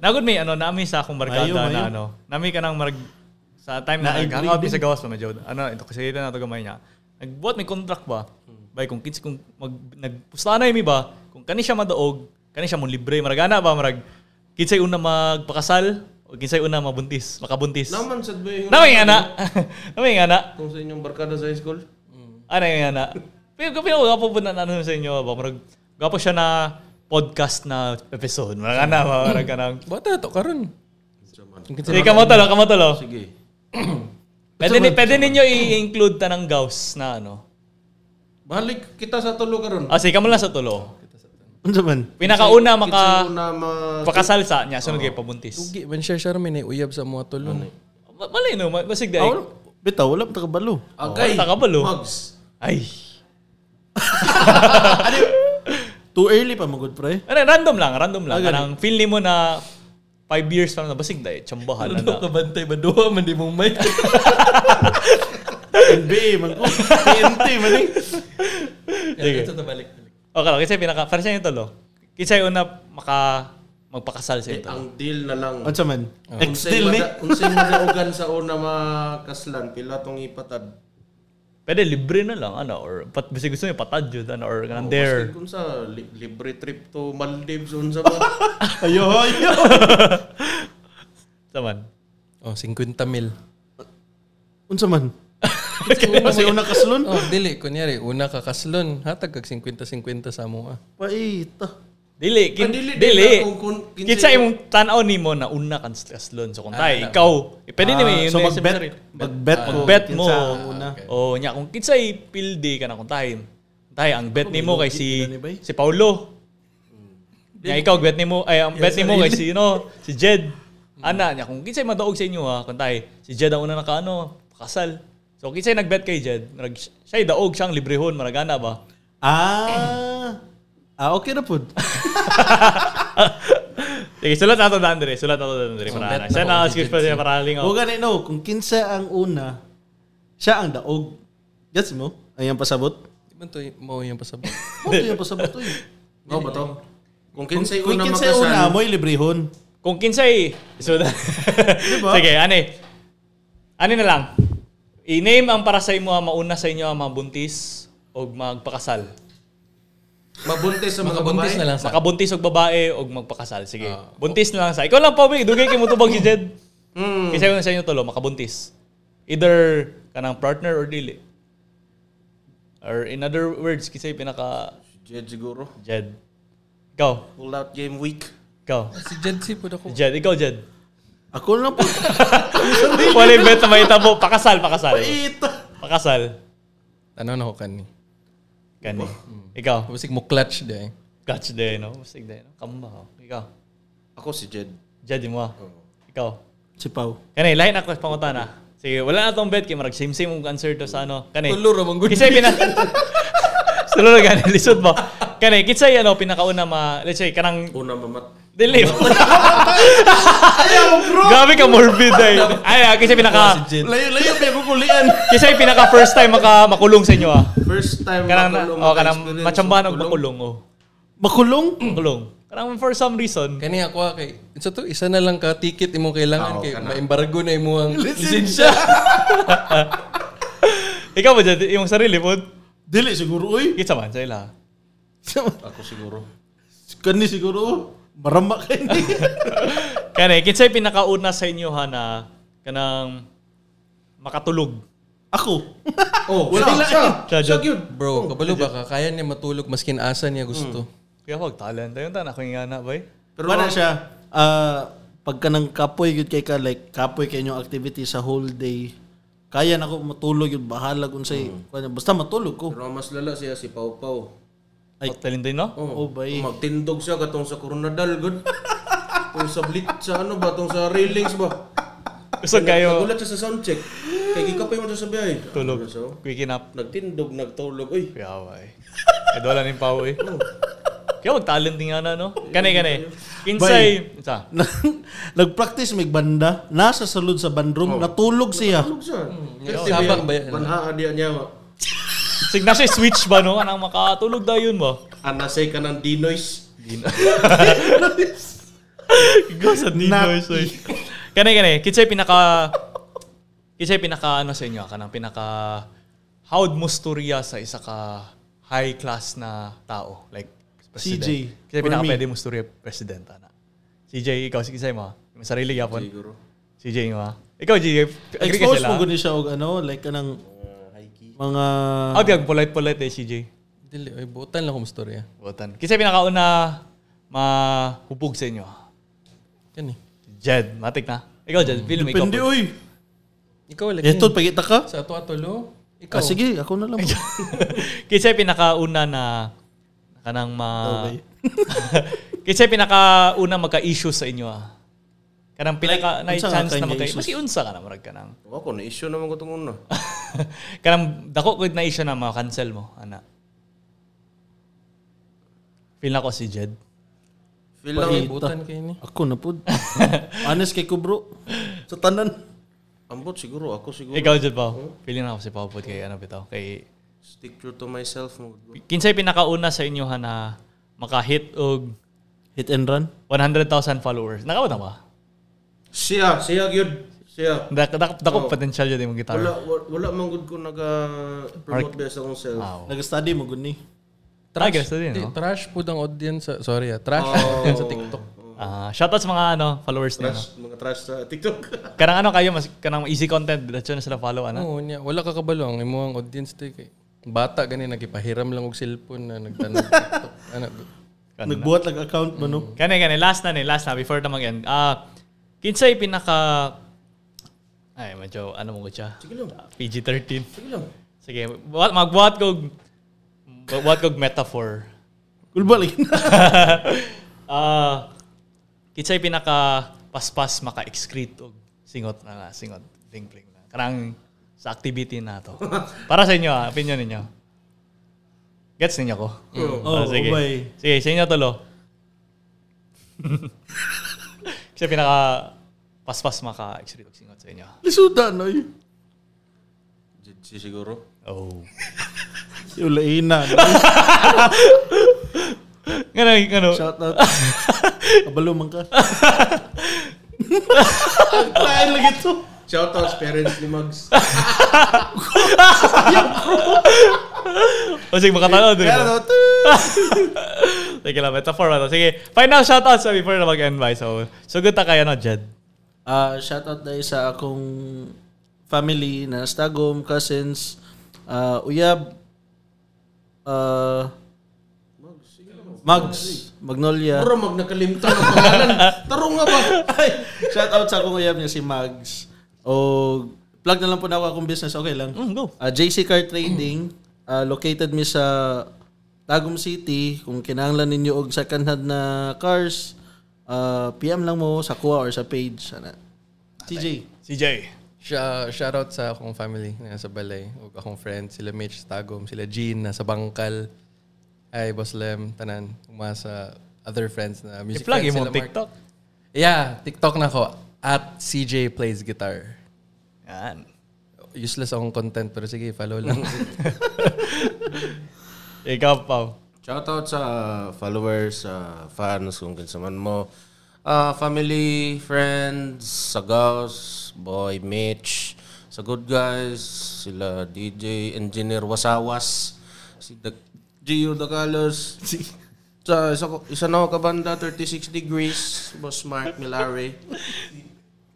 S1: nagod may ano, nami sa akong barkada
S3: Mayo, mayo.
S1: na ano. Nami ka nang marag, sa time na
S3: Na-agree
S1: nag-hangout mi sa gawas pa medyo. Ano, ito kasi dito na ito gamay niya. Nagbuhat may contract ba? Bay kung kids kung mag nagpustanay mi ba kung kani siya madaog, kani siya mo libre maragana ba marag kinsay una magpakasal o kinsay una mabuntis, makabuntis.
S2: Naman sad ba yung
S1: Nami nga na. Nami nga na.
S2: kung sa inyong barkada sa high school?
S1: Ano yun na? Pero kapag ako gapo po na ano sa inyo, ba? Marag, gapo siya na podcast na episode. Marag na, marag ka nang.
S4: Bata to karon.
S1: Sige, kamotalo, kamotalo.
S2: Sige.
S1: Pwede, ni, pwede ninyo i-include ta ng gauss na ano.
S2: Balik kita sa tulo karon.
S1: Ah, sige, kamo lang sa tulo.
S3: Unsa man?
S1: Pinakauna maka
S2: Kasi una ma
S1: pakasal sa niya,
S3: Oh.
S1: sunod kay pabuntis.
S4: Tugi man siya siya may naiuyab sa mga tulon.
S1: Ma- Malay no, ma- basig
S3: Ah,
S1: dahil.
S3: wala- Bitaw, wala pa takabalo.
S2: Agay.
S1: Wala ka balo.
S2: Oh, Mugs.
S1: Ay.
S3: Too early pa magod pre.
S1: Ano, random lang, random lang. Kanang feel ni mo na five years pa na basig dahil, tsambahan na na.
S4: kabantay ba duha man di mong mic.
S3: NBA man ko. TNT man eh.
S1: Sige.
S4: Ito balik balik.
S1: Okay, lang, kasi pinaka para sa inyo tolo. Kasi una maka magpakasal sa
S3: Eh, ah.
S1: ito.
S2: Eh, Ang deal na lang.
S3: Unsa man? Next
S2: Unsay
S3: deal ni.
S2: mada- unsay madaogan sa una makaslan, pila tong ipatad.
S1: Pwede libre na lang ano or pat basi gusto niyo patad yun ano or
S3: Oh,
S1: ganun
S2: Kasi
S1: there.
S2: kung Oh, sa li- libre trip to Maldives unsa ba?
S3: Ayo, ayo.
S1: Saman.
S4: Oh, 50 mil.
S3: Unsa man? Kasi una kaslon.
S4: Oh, dili kunyari una ka kaslon, hatag kag 50-50 sa mo ah.
S3: Paita.
S1: Dili, kin, dili,
S2: dili, dili na kung- kung- kinsa- Ah,
S1: Kitsa imong tanaw nimo na una kan kaslon. So kung tayo, ikaw, eh, pwede ni may
S3: Ah, so
S1: may-
S3: magbet, magbet, ko.
S1: magbet
S3: Kinsa
S1: mo.
S3: ang una.
S1: Oh, nya kung kinsay pildi ka na kung tayo. Tayo ang bet nimo kay si
S3: Ano ba eh?
S1: si Paulo.
S2: Hmm.
S1: Nya ikaw bet nimo ay ang bet nimo kay si no, si Jed. Ana nya kung kinsay madaog sa inyo ha, kung tayo, si Jed ang una nakaano, kasal. So kinsay nagbet kay Jed, marag siya daog siyang librehon maragana ba?
S3: Ah. Ah, okay na po.
S1: Sige, sulat nato na Andre, sulat nato na Andre para ana.
S4: bet na
S1: Siya
S4: ko,
S1: na excuse pa
S4: contingency.
S1: siya para lingaw.
S3: Huwag ka na no, kung kinsa ang una, siya ang daog. Gets mo? Ayan pasabot.
S4: man to mo yung pasabot.
S3: Ano yung pasabato yun?
S2: Mao ba to? Kung kinsay
S3: Kung
S2: una
S3: kinsay una,
S2: makasan,
S3: mo'y librihon.
S1: Kung kinsay, so,
S3: ba?
S1: Sige, ani. Ani na lang. I-name ang para sa imo ang mauna sa inyo ang mabuntis o magpakasal.
S2: mabuntis sa mga
S4: Makabuntis
S2: babae.
S4: na lang sa.
S1: Makabuntis og babae og magpakasal. Sige. buntis na lang sa. Ikaw lang pa wi, dugay kay mo tubag si Jed.
S2: Hmm.
S1: Kasi yung sa inyo tulo makabuntis. Either kanang partner or dili. Or in other words, kasi pinaka
S2: Jed siguro.
S1: Jed. Ikaw.
S2: Pull out game week.
S1: Ikaw.
S4: Si Jed si po ako.
S1: Jed, ikaw Jed.
S3: Ako lang po.
S1: Wala bet na mahita mo. Pakasal, pakasal.
S3: Ita.
S1: Pakasal.
S4: Ano na ako kani?
S1: Gani. Ikaw.
S4: Basig mo clutch eh. day.
S1: Catch day, no? Masig day, no? Kamba, oh. Ikaw.
S2: Ako si Jed.
S1: Jed, yung mga. ah. Ikaw.
S3: Si Pau.
S1: Kani, lahi na ako pangutan, ah. Sige, wala na tong bet. Kaya marag same-same ang answer to sa ano. Kani.
S4: Tulo ra mong good.
S1: Kisay pina... Tulo na gani, lisod mo. Kani, kisay ano, pinakauna ma... Let's say, kanang...
S2: Una mamat.
S1: Dili. Grabe ka morbid, ay. Ay, ah, kisay pinaka...
S2: Layo-layo pa ako kulian.
S1: Kisay pinaka first time maka makulong sa inyo, ah.
S2: First time
S1: Kanang,
S2: makulong,
S1: oh, kanang
S2: maka-experience
S1: machambahan og
S2: ng
S1: makulong, oh.
S3: Makulong?
S1: Makulong. Kanang for some reason.
S4: Kani ako ah, kay Isa to isa na lang ka ticket imong kailangan
S2: Oo,
S4: kay
S2: kana.
S4: maembargo Ah, na imo ang lisensya.
S1: Ikaw ba, Jed? Yung sarili po?
S3: Dili siguro, uy.
S1: Kita man, sa ila.
S2: Ako siguro.
S3: Kani siguro, oh. marama ka ni.
S1: Kani, kinsay pinakauna sa inyo ha na kanang makatulog.
S3: Ako.
S2: Oh,
S3: Wala.
S2: wala siya.
S1: Siya,
S2: Siya
S1: Jed.
S2: cute.
S1: Oh,
S4: Bro, kabalo ba ka? Kaya niya matulog maskin asa niya gusto.
S1: Kaya wag talent. Ayun tan, ako yung anak, boy.
S2: Pero
S3: Wala siya. Ah, pagka nang kapoy gud kay ka like kapoy kay inyong activity sa whole day. Kaya nako matulog yun bahala kung say basta matulog ko.
S2: Pero ang mas lala siya si Pau Pau.
S1: Ay. Talent din, no?
S2: Oh,
S3: Oh, bay.
S2: Magtindog siya katong sa Coronadal, good. Tong sa blit, sa ano ba, tong sa railings ba.
S1: Gusto kayo
S2: Nagulat siya sa soundcheck. Kay gikapay mo siya sa biyahe.
S1: tulog.
S2: Ano siya, oh?
S1: Quick enough.
S2: Nagtindog, nagtulog. Uy,
S1: Kaya wag. Ay, wala na yung pawo, eh. Kaya wag talent din nga na, no? Kani, kani. Kinsay, sa,
S3: Nag-practice may banda, nasa salud sa bandroom, natulog siya.
S2: tulog siya. Kasi
S4: Hmm,
S2: biya-
S4: Sabak ba yan?
S2: Banhaa diya niya. wa.
S1: sig na siya switch ba, no? Anang makatulog da yun mo.
S2: Anasay ka ng dinoise.
S1: Go sa Ninoy, soy. Kani, kani. Kinsay pinaka... Kinsay pinaka ano sa inyo, kanang pinaka... How'd musturya sa isa ka high class na tao? Like, president.
S3: CJ,
S1: Kinsay
S3: for
S1: pinaka
S3: me.
S1: pwede musturya president, ana. CJ, ikaw, si kinsay mo. ha? May sarili yapon.
S2: Siguro.
S1: CJ mo, ha? ah. Ikaw, CJ. Agree ka
S3: Expose
S1: sila.
S3: mo gud ni siya og ano, like kanang mga
S1: Ako, gag polite-polite eh, CJ.
S4: Dili, ay butan lang ko ang storya.
S1: Butan. Kinsay pinakauna mahubog sa inyo, ha?
S4: Kani.
S1: Jed, matik na. Ikaw, Jed, film, ikaw.
S3: Pindi uy.
S4: Ikaw lagi.
S3: Eto pagita ka.
S4: sa ato atolo. Ikaw.
S3: Ah, sige, ako na lang.
S1: Kinsay pinakauna na kanang ma Kinsay pinakauna magka-issue sa inyo ah. Kanang pinaka
S3: Like, unsa
S1: na chance
S3: nga
S1: na
S3: kanya
S1: magka
S3: issues?
S1: Maski unsa ka na marag kanang.
S2: Ako, na-issue naman ko itong una.
S1: kanang dako gud na issue na ma-cancel mo, ana. Feel na ko si Jed.
S2: Feel
S4: Ay,
S2: lang,
S4: butan kay ni.
S3: Ako na pud. Honest kay ko bro. Sa tanan.
S2: ambot siguro. Ako siguro.
S1: Ikaw Jed pa. Feeling na ako si Pawpod kay ano bitaw kay
S2: Stick true to myself. mo.
S1: kinsay pinakauna sa inyo ha na makahit og
S3: Hit and run.
S1: 100,000 followers. Nakabot na ba?
S2: Siya, siya yun. Siya.
S1: Dak- dak- Dako potential jud imong guitar.
S2: Wala,
S4: Ah.
S2: wala, wala man good ko naga-promote ba sa akong self.
S4: Ah,
S1: Wow.
S3: Nag-study mo gud ni.
S1: Trash. gusto din,
S4: Di,
S1: no?
S4: trash po ang audience sa, sorry ah, trash
S1: Oh.
S4: ang audience sa TikTok.
S1: Ah, shoutout sa mga ano, followers niyo. No?
S2: Trash, mga trash sa TikTok.
S1: Kanang ano kayo, mas kanang easy content, diretso na sila follow, ano?
S4: Oo, niya. Wala ka kabalo ang imo ang audience to kay bata gani nagipahiram lang og cellphone na nagtanong TikTok. ano,
S3: Nagbuhat lang account mo no.
S1: Kani, kani, last na ni, last na, before na mag-end. Ah, kinsay pinaka... Ay, medyo, ano mo ko siya? PG-13. Sige lang. Sige, buhat- magbuhat kog... Buhat kog metaphor.
S3: Kulba lagi na.
S1: Ah, kinsay pinaka paspas maka-excrete og singot na na, singot, bling bling na. Karang sa activity na to. Para sa inyo, ah, opinion ninyo. Gets ninyo ko? Ah,
S3: Oh,
S1: sige.
S3: ubay.
S1: Sige, sa inyo tulo. Kasi pinaka paspas maka-excrete og singot sa inyo.
S3: Lisuda no.
S2: Jitsi siguro.
S1: Oh.
S3: Si Ulaina.
S1: Nga na, ano,
S3: Shout out. Kabalo man ka.
S2: Kain lagi to. Shoutouts parents ni Mags.
S1: o sige, makatanaw din
S2: Kaya
S1: mo.
S2: ano, tut.
S1: Sige lang, metaphor ano. Sige, final shoutouts na before na mag-end by. So, sugod ta kayo na, Jed.
S3: Ah, shout out dahil sa akong family na Stagom, cousins, ah, Uyab, ah, Mags, Magnolia.
S2: Puro mag nakalimtan ang pangalan. Taro nga ba?
S3: shout out sa akong Uyab niya si Mags. O plug na lang po na ako akong business, okay lang.
S1: Mm, go.
S3: Ah, JC Car Trading, ah, located mi sa Tagum City. Kung kinahanglan ninyo og second hand na cars, ah, PM lang mo sa kuha or sa page. Sana. TJ.
S1: CJ.
S4: Siya, shoutout sa akong family na nasa Balay. O akong friends, sila Mitch sa Tagum, sila Jean nasa Bangkal. Ay, Boss Lem, tanan. Uma sa other friends na music
S1: I-plug
S4: friends
S1: mo
S4: sila, Mark.
S1: TikTok.
S4: Yeah, TikTok na ko. At CJ Plays Guitar.
S1: Yan.
S4: Useless akong content pero sige, follow lang.
S1: Ikaw, Pao.
S2: Shoutout sa followers, sa fans, kung kinsaman mo. Ah, family, friends, Sagaos, Boy, Mitch, sa good guys, sila DJ, Engineer Wasawas, si the, Gio Dagalos, sa isa, ko- isa na ako kabanda, 36 Degrees, Boss Mark Milari,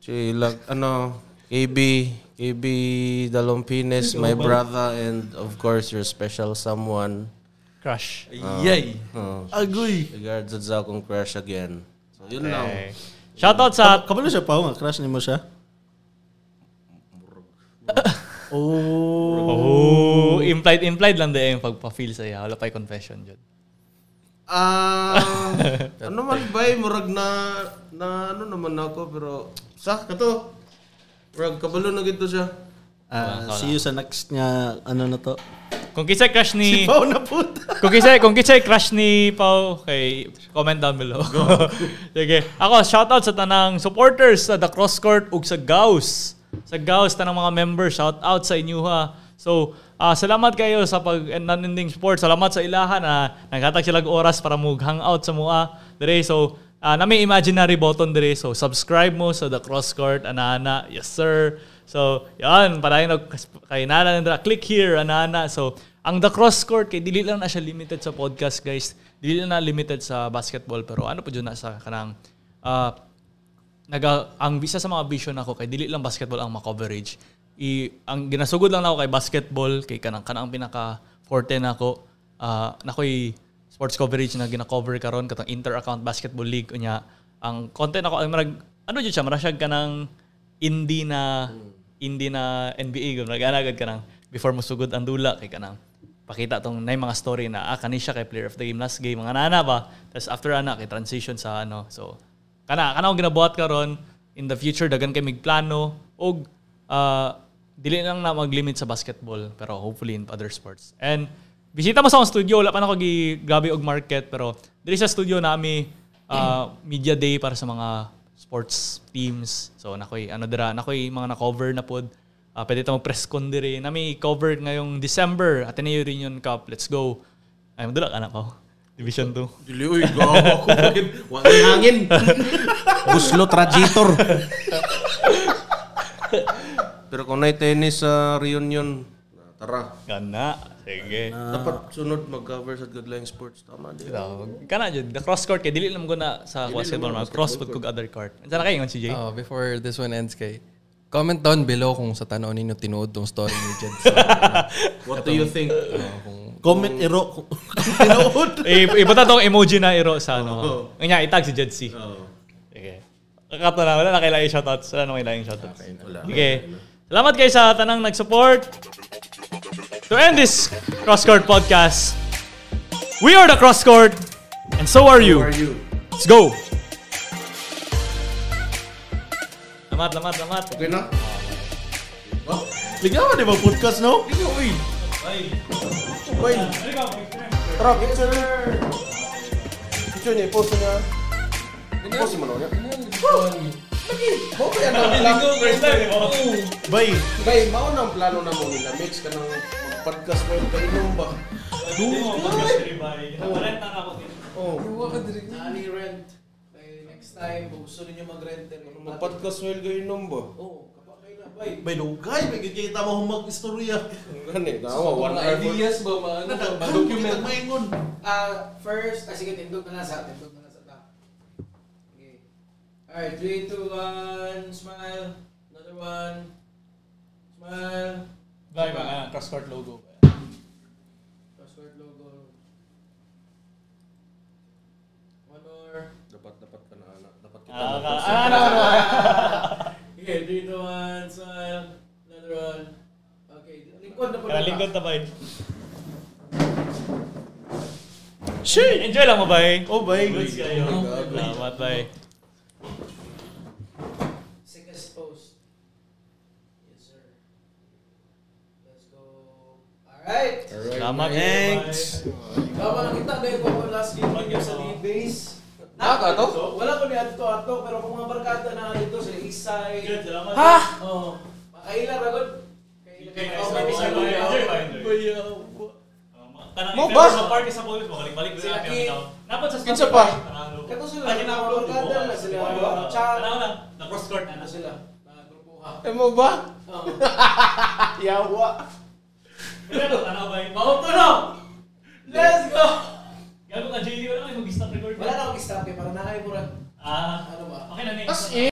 S2: si Lag, ano, KB, KB Dalompines, my brother, and of course, your special someone.
S1: Crush.
S4: Yay!
S2: Oh,
S3: Agoy.
S2: Regards sa akong crush again. So, yun lang.
S1: Okay. Shoutout sa...
S3: Kabalo Ah, siya pa nga, crush ni mo siya.
S1: Oh,
S3: Oh.
S1: implied, implied lang din yung pagpa-feel sa'yo. Wala pa'y confession dyan.
S2: Ah, ano man ba eh, murag na, na ano naman ako, pero sa kato. Murag kabalo na gito siya.
S3: Ah, see you sa next nga ano na to.
S1: Kung kisa'y crush ni...
S3: Pao na puta.
S1: kung kisa'y, kung kisa'y crush ni Pao, okay, comment down below. Sige. Ako, shoutout sa tanang supporters sa The Cross Court ug sa Gauss. Sa Gauss, tanang mga members, shoutout sa inyo ha. So, ah, salamat kayo sa pag naninding support. Salamat sa ilaha na naghatag silang oras para mo hangout sa mua. Dire, so, ah, na may imaginary button dire. So, subscribe mo sa The Cross Court, anana. Yes, sir. So, yan, parahin og kay Nana Nandra. Click here, anana. So, ang The Cross Court, kay dili lang na siya limited sa podcast, guys. Dili lang na limited sa basketball. Pero ano po dyan na sa kanang ah, naga, ang isa sa mga vision ako kay dili lang basketball ang ma-coverage. I, ang ginasugod lang ako kay basketball, kay kanang kanang pinaka forte nako. Ah, nakoy sports coverage na gina-cover karon katong inter-account basketball league unya. Ang content ako ay marag ano jud siya, marag siya kanang indie na indie na NBA gud nagana ka nang before mo sugod ang dula kay kanang pakita tong na yung mga story na ah, kani siya kay player of the game last game mga nana ba tapos after ana kay transition sa ano so kana kana akong ginabuhat karon in the future dagan kay migplano og ah, dili lang na maglimit sa basketball pero hopefully in other sports and bisita mo sa akong studio wala pa na ako gi gabi og market pero diri sa studio nami ah, media day para sa mga sports teams so nakoy ano dira nakoy mga na-cover na pod Ah, pwede tayong press con dire. Nami cover ngayong December, Ateneo Reunion Cup. Let's go. Ay, madulak anak ko. Division 2.
S2: Dili, uy, gawa ako. Wala hangin. Buslo trajitor. pero kung na'y tennis sa reunion, tara.
S1: Gana. Sige.
S2: Dapat sunod mag-cover sa Good Line Sports. Tama din.
S1: So, kana jud the cross court kay dili lang ko na sa basketball mag cross pud kog other court. Unsa na kay ngon CJ?
S4: Oh, before this one ends kay comment down below kung sa tanaw ninyo tinuod tong story ni Jed. So,
S2: What do you think?
S3: Comment ero. Tinood.
S1: I- Ibuta tong emoji na iro sa ano. Nya itag si Jed C. Sige. Kakato na wala na kailangan i-shoutouts. Wala na kailangan i-shoutouts. Sige. Salamat kayo sa tanang nag-support. To end this Cross Court podcast, we are the Cross Court and so are you.
S2: Are you?
S1: Let's go! Lamat, lamat, lamat.
S2: Okay na?
S3: Ligawan di ba podcast no?
S2: Wait. Tara, picture. Picture niya, post niya. Post mo na niya. Mo kaya na nila.
S3: Bye.
S2: Kay mao nang plano na mo nila mix ka ng podcast mo yung kainom ba?
S1: Dungo, mag-grocery buy. Naparent na ako dito.
S6: Nani rent. Kaya next time, kung gusto ninyo eh, mag-renter,
S2: Mag-podcast mo yung kainom ba?
S6: Oo, kapag kayo Oh, na, bay.
S3: May dugay, may kikita mo humag istorya.
S2: Gani, tama, one
S6: Mga
S2: hour.
S6: ideas ba, mga ano, ba,
S3: Nadaghan mo
S6: document.
S3: kitang maingon.
S6: Ah, first, ah, sige, tindog na lang sa, tindog na lang sa ta. Okay. Alright, 3, 2, 1, smile. Another one. Smile.
S1: Buy ba? Ah, Crosscart logo.
S6: Password logo. One more.
S2: Dapat, dapat ka na, anak. Dapat kita
S1: Ah,
S2: na.
S1: ah, ano, ano, ano.
S6: Okay, 3, 2, 1, smile. Another one. Okay, lingkod na po na.
S1: Kalingkod na ba yun? Shit! Enjoy lang mo, bay.
S3: Oh, bay.
S1: Goods kayo.
S2: God.
S1: Salamat, bay.
S6: Sickest post. Yes, sir. Let's go. Alright.
S1: Salamat.
S3: Thanks.
S6: Tama na kita dahil ko ako last game ninyo sa lead base.
S2: Naka to?
S6: Wala ko ni Adto Adto pero kung mga barkada na dito sa Isay.
S1: Good, salamat.
S6: Ha? Oo. Makaila ragod.
S1: Kay-
S6: Oh, may
S1: kay-
S6: bisa
S1: kay-
S6: ko yun.
S1: Enjoy ba, enjoy?
S6: Bayaw.
S1: Kanang
S2: Mo,
S1: mo
S2: boss?
S1: Sa party sa boys, balik-balik
S6: Sila
S1: sa
S6: Kim.
S1: akin. Dapat sa
S2: Kinsa pa?
S6: Kato sila,
S1: Kanang
S6: mga
S1: upload, di
S6: barkada
S1: ba?
S6: na sila.
S1: Di ba?
S6: Tsaka-
S1: Ano na? Na crosscart na
S6: Ano
S1: na
S6: sila? Na grupo ha.
S2: Eh mo ba?
S1: Ah.
S6: Oo.
S2: Yawa.
S1: Pero, ano ba yun?
S6: Bawang tunog! Let's go!
S1: Gago ka, JD. Wala kang mag-stop record.
S6: Wala na akong stop eh, para nakaimura.
S1: Ah.
S6: Ano ba?
S1: Okay na, next.
S2: As in,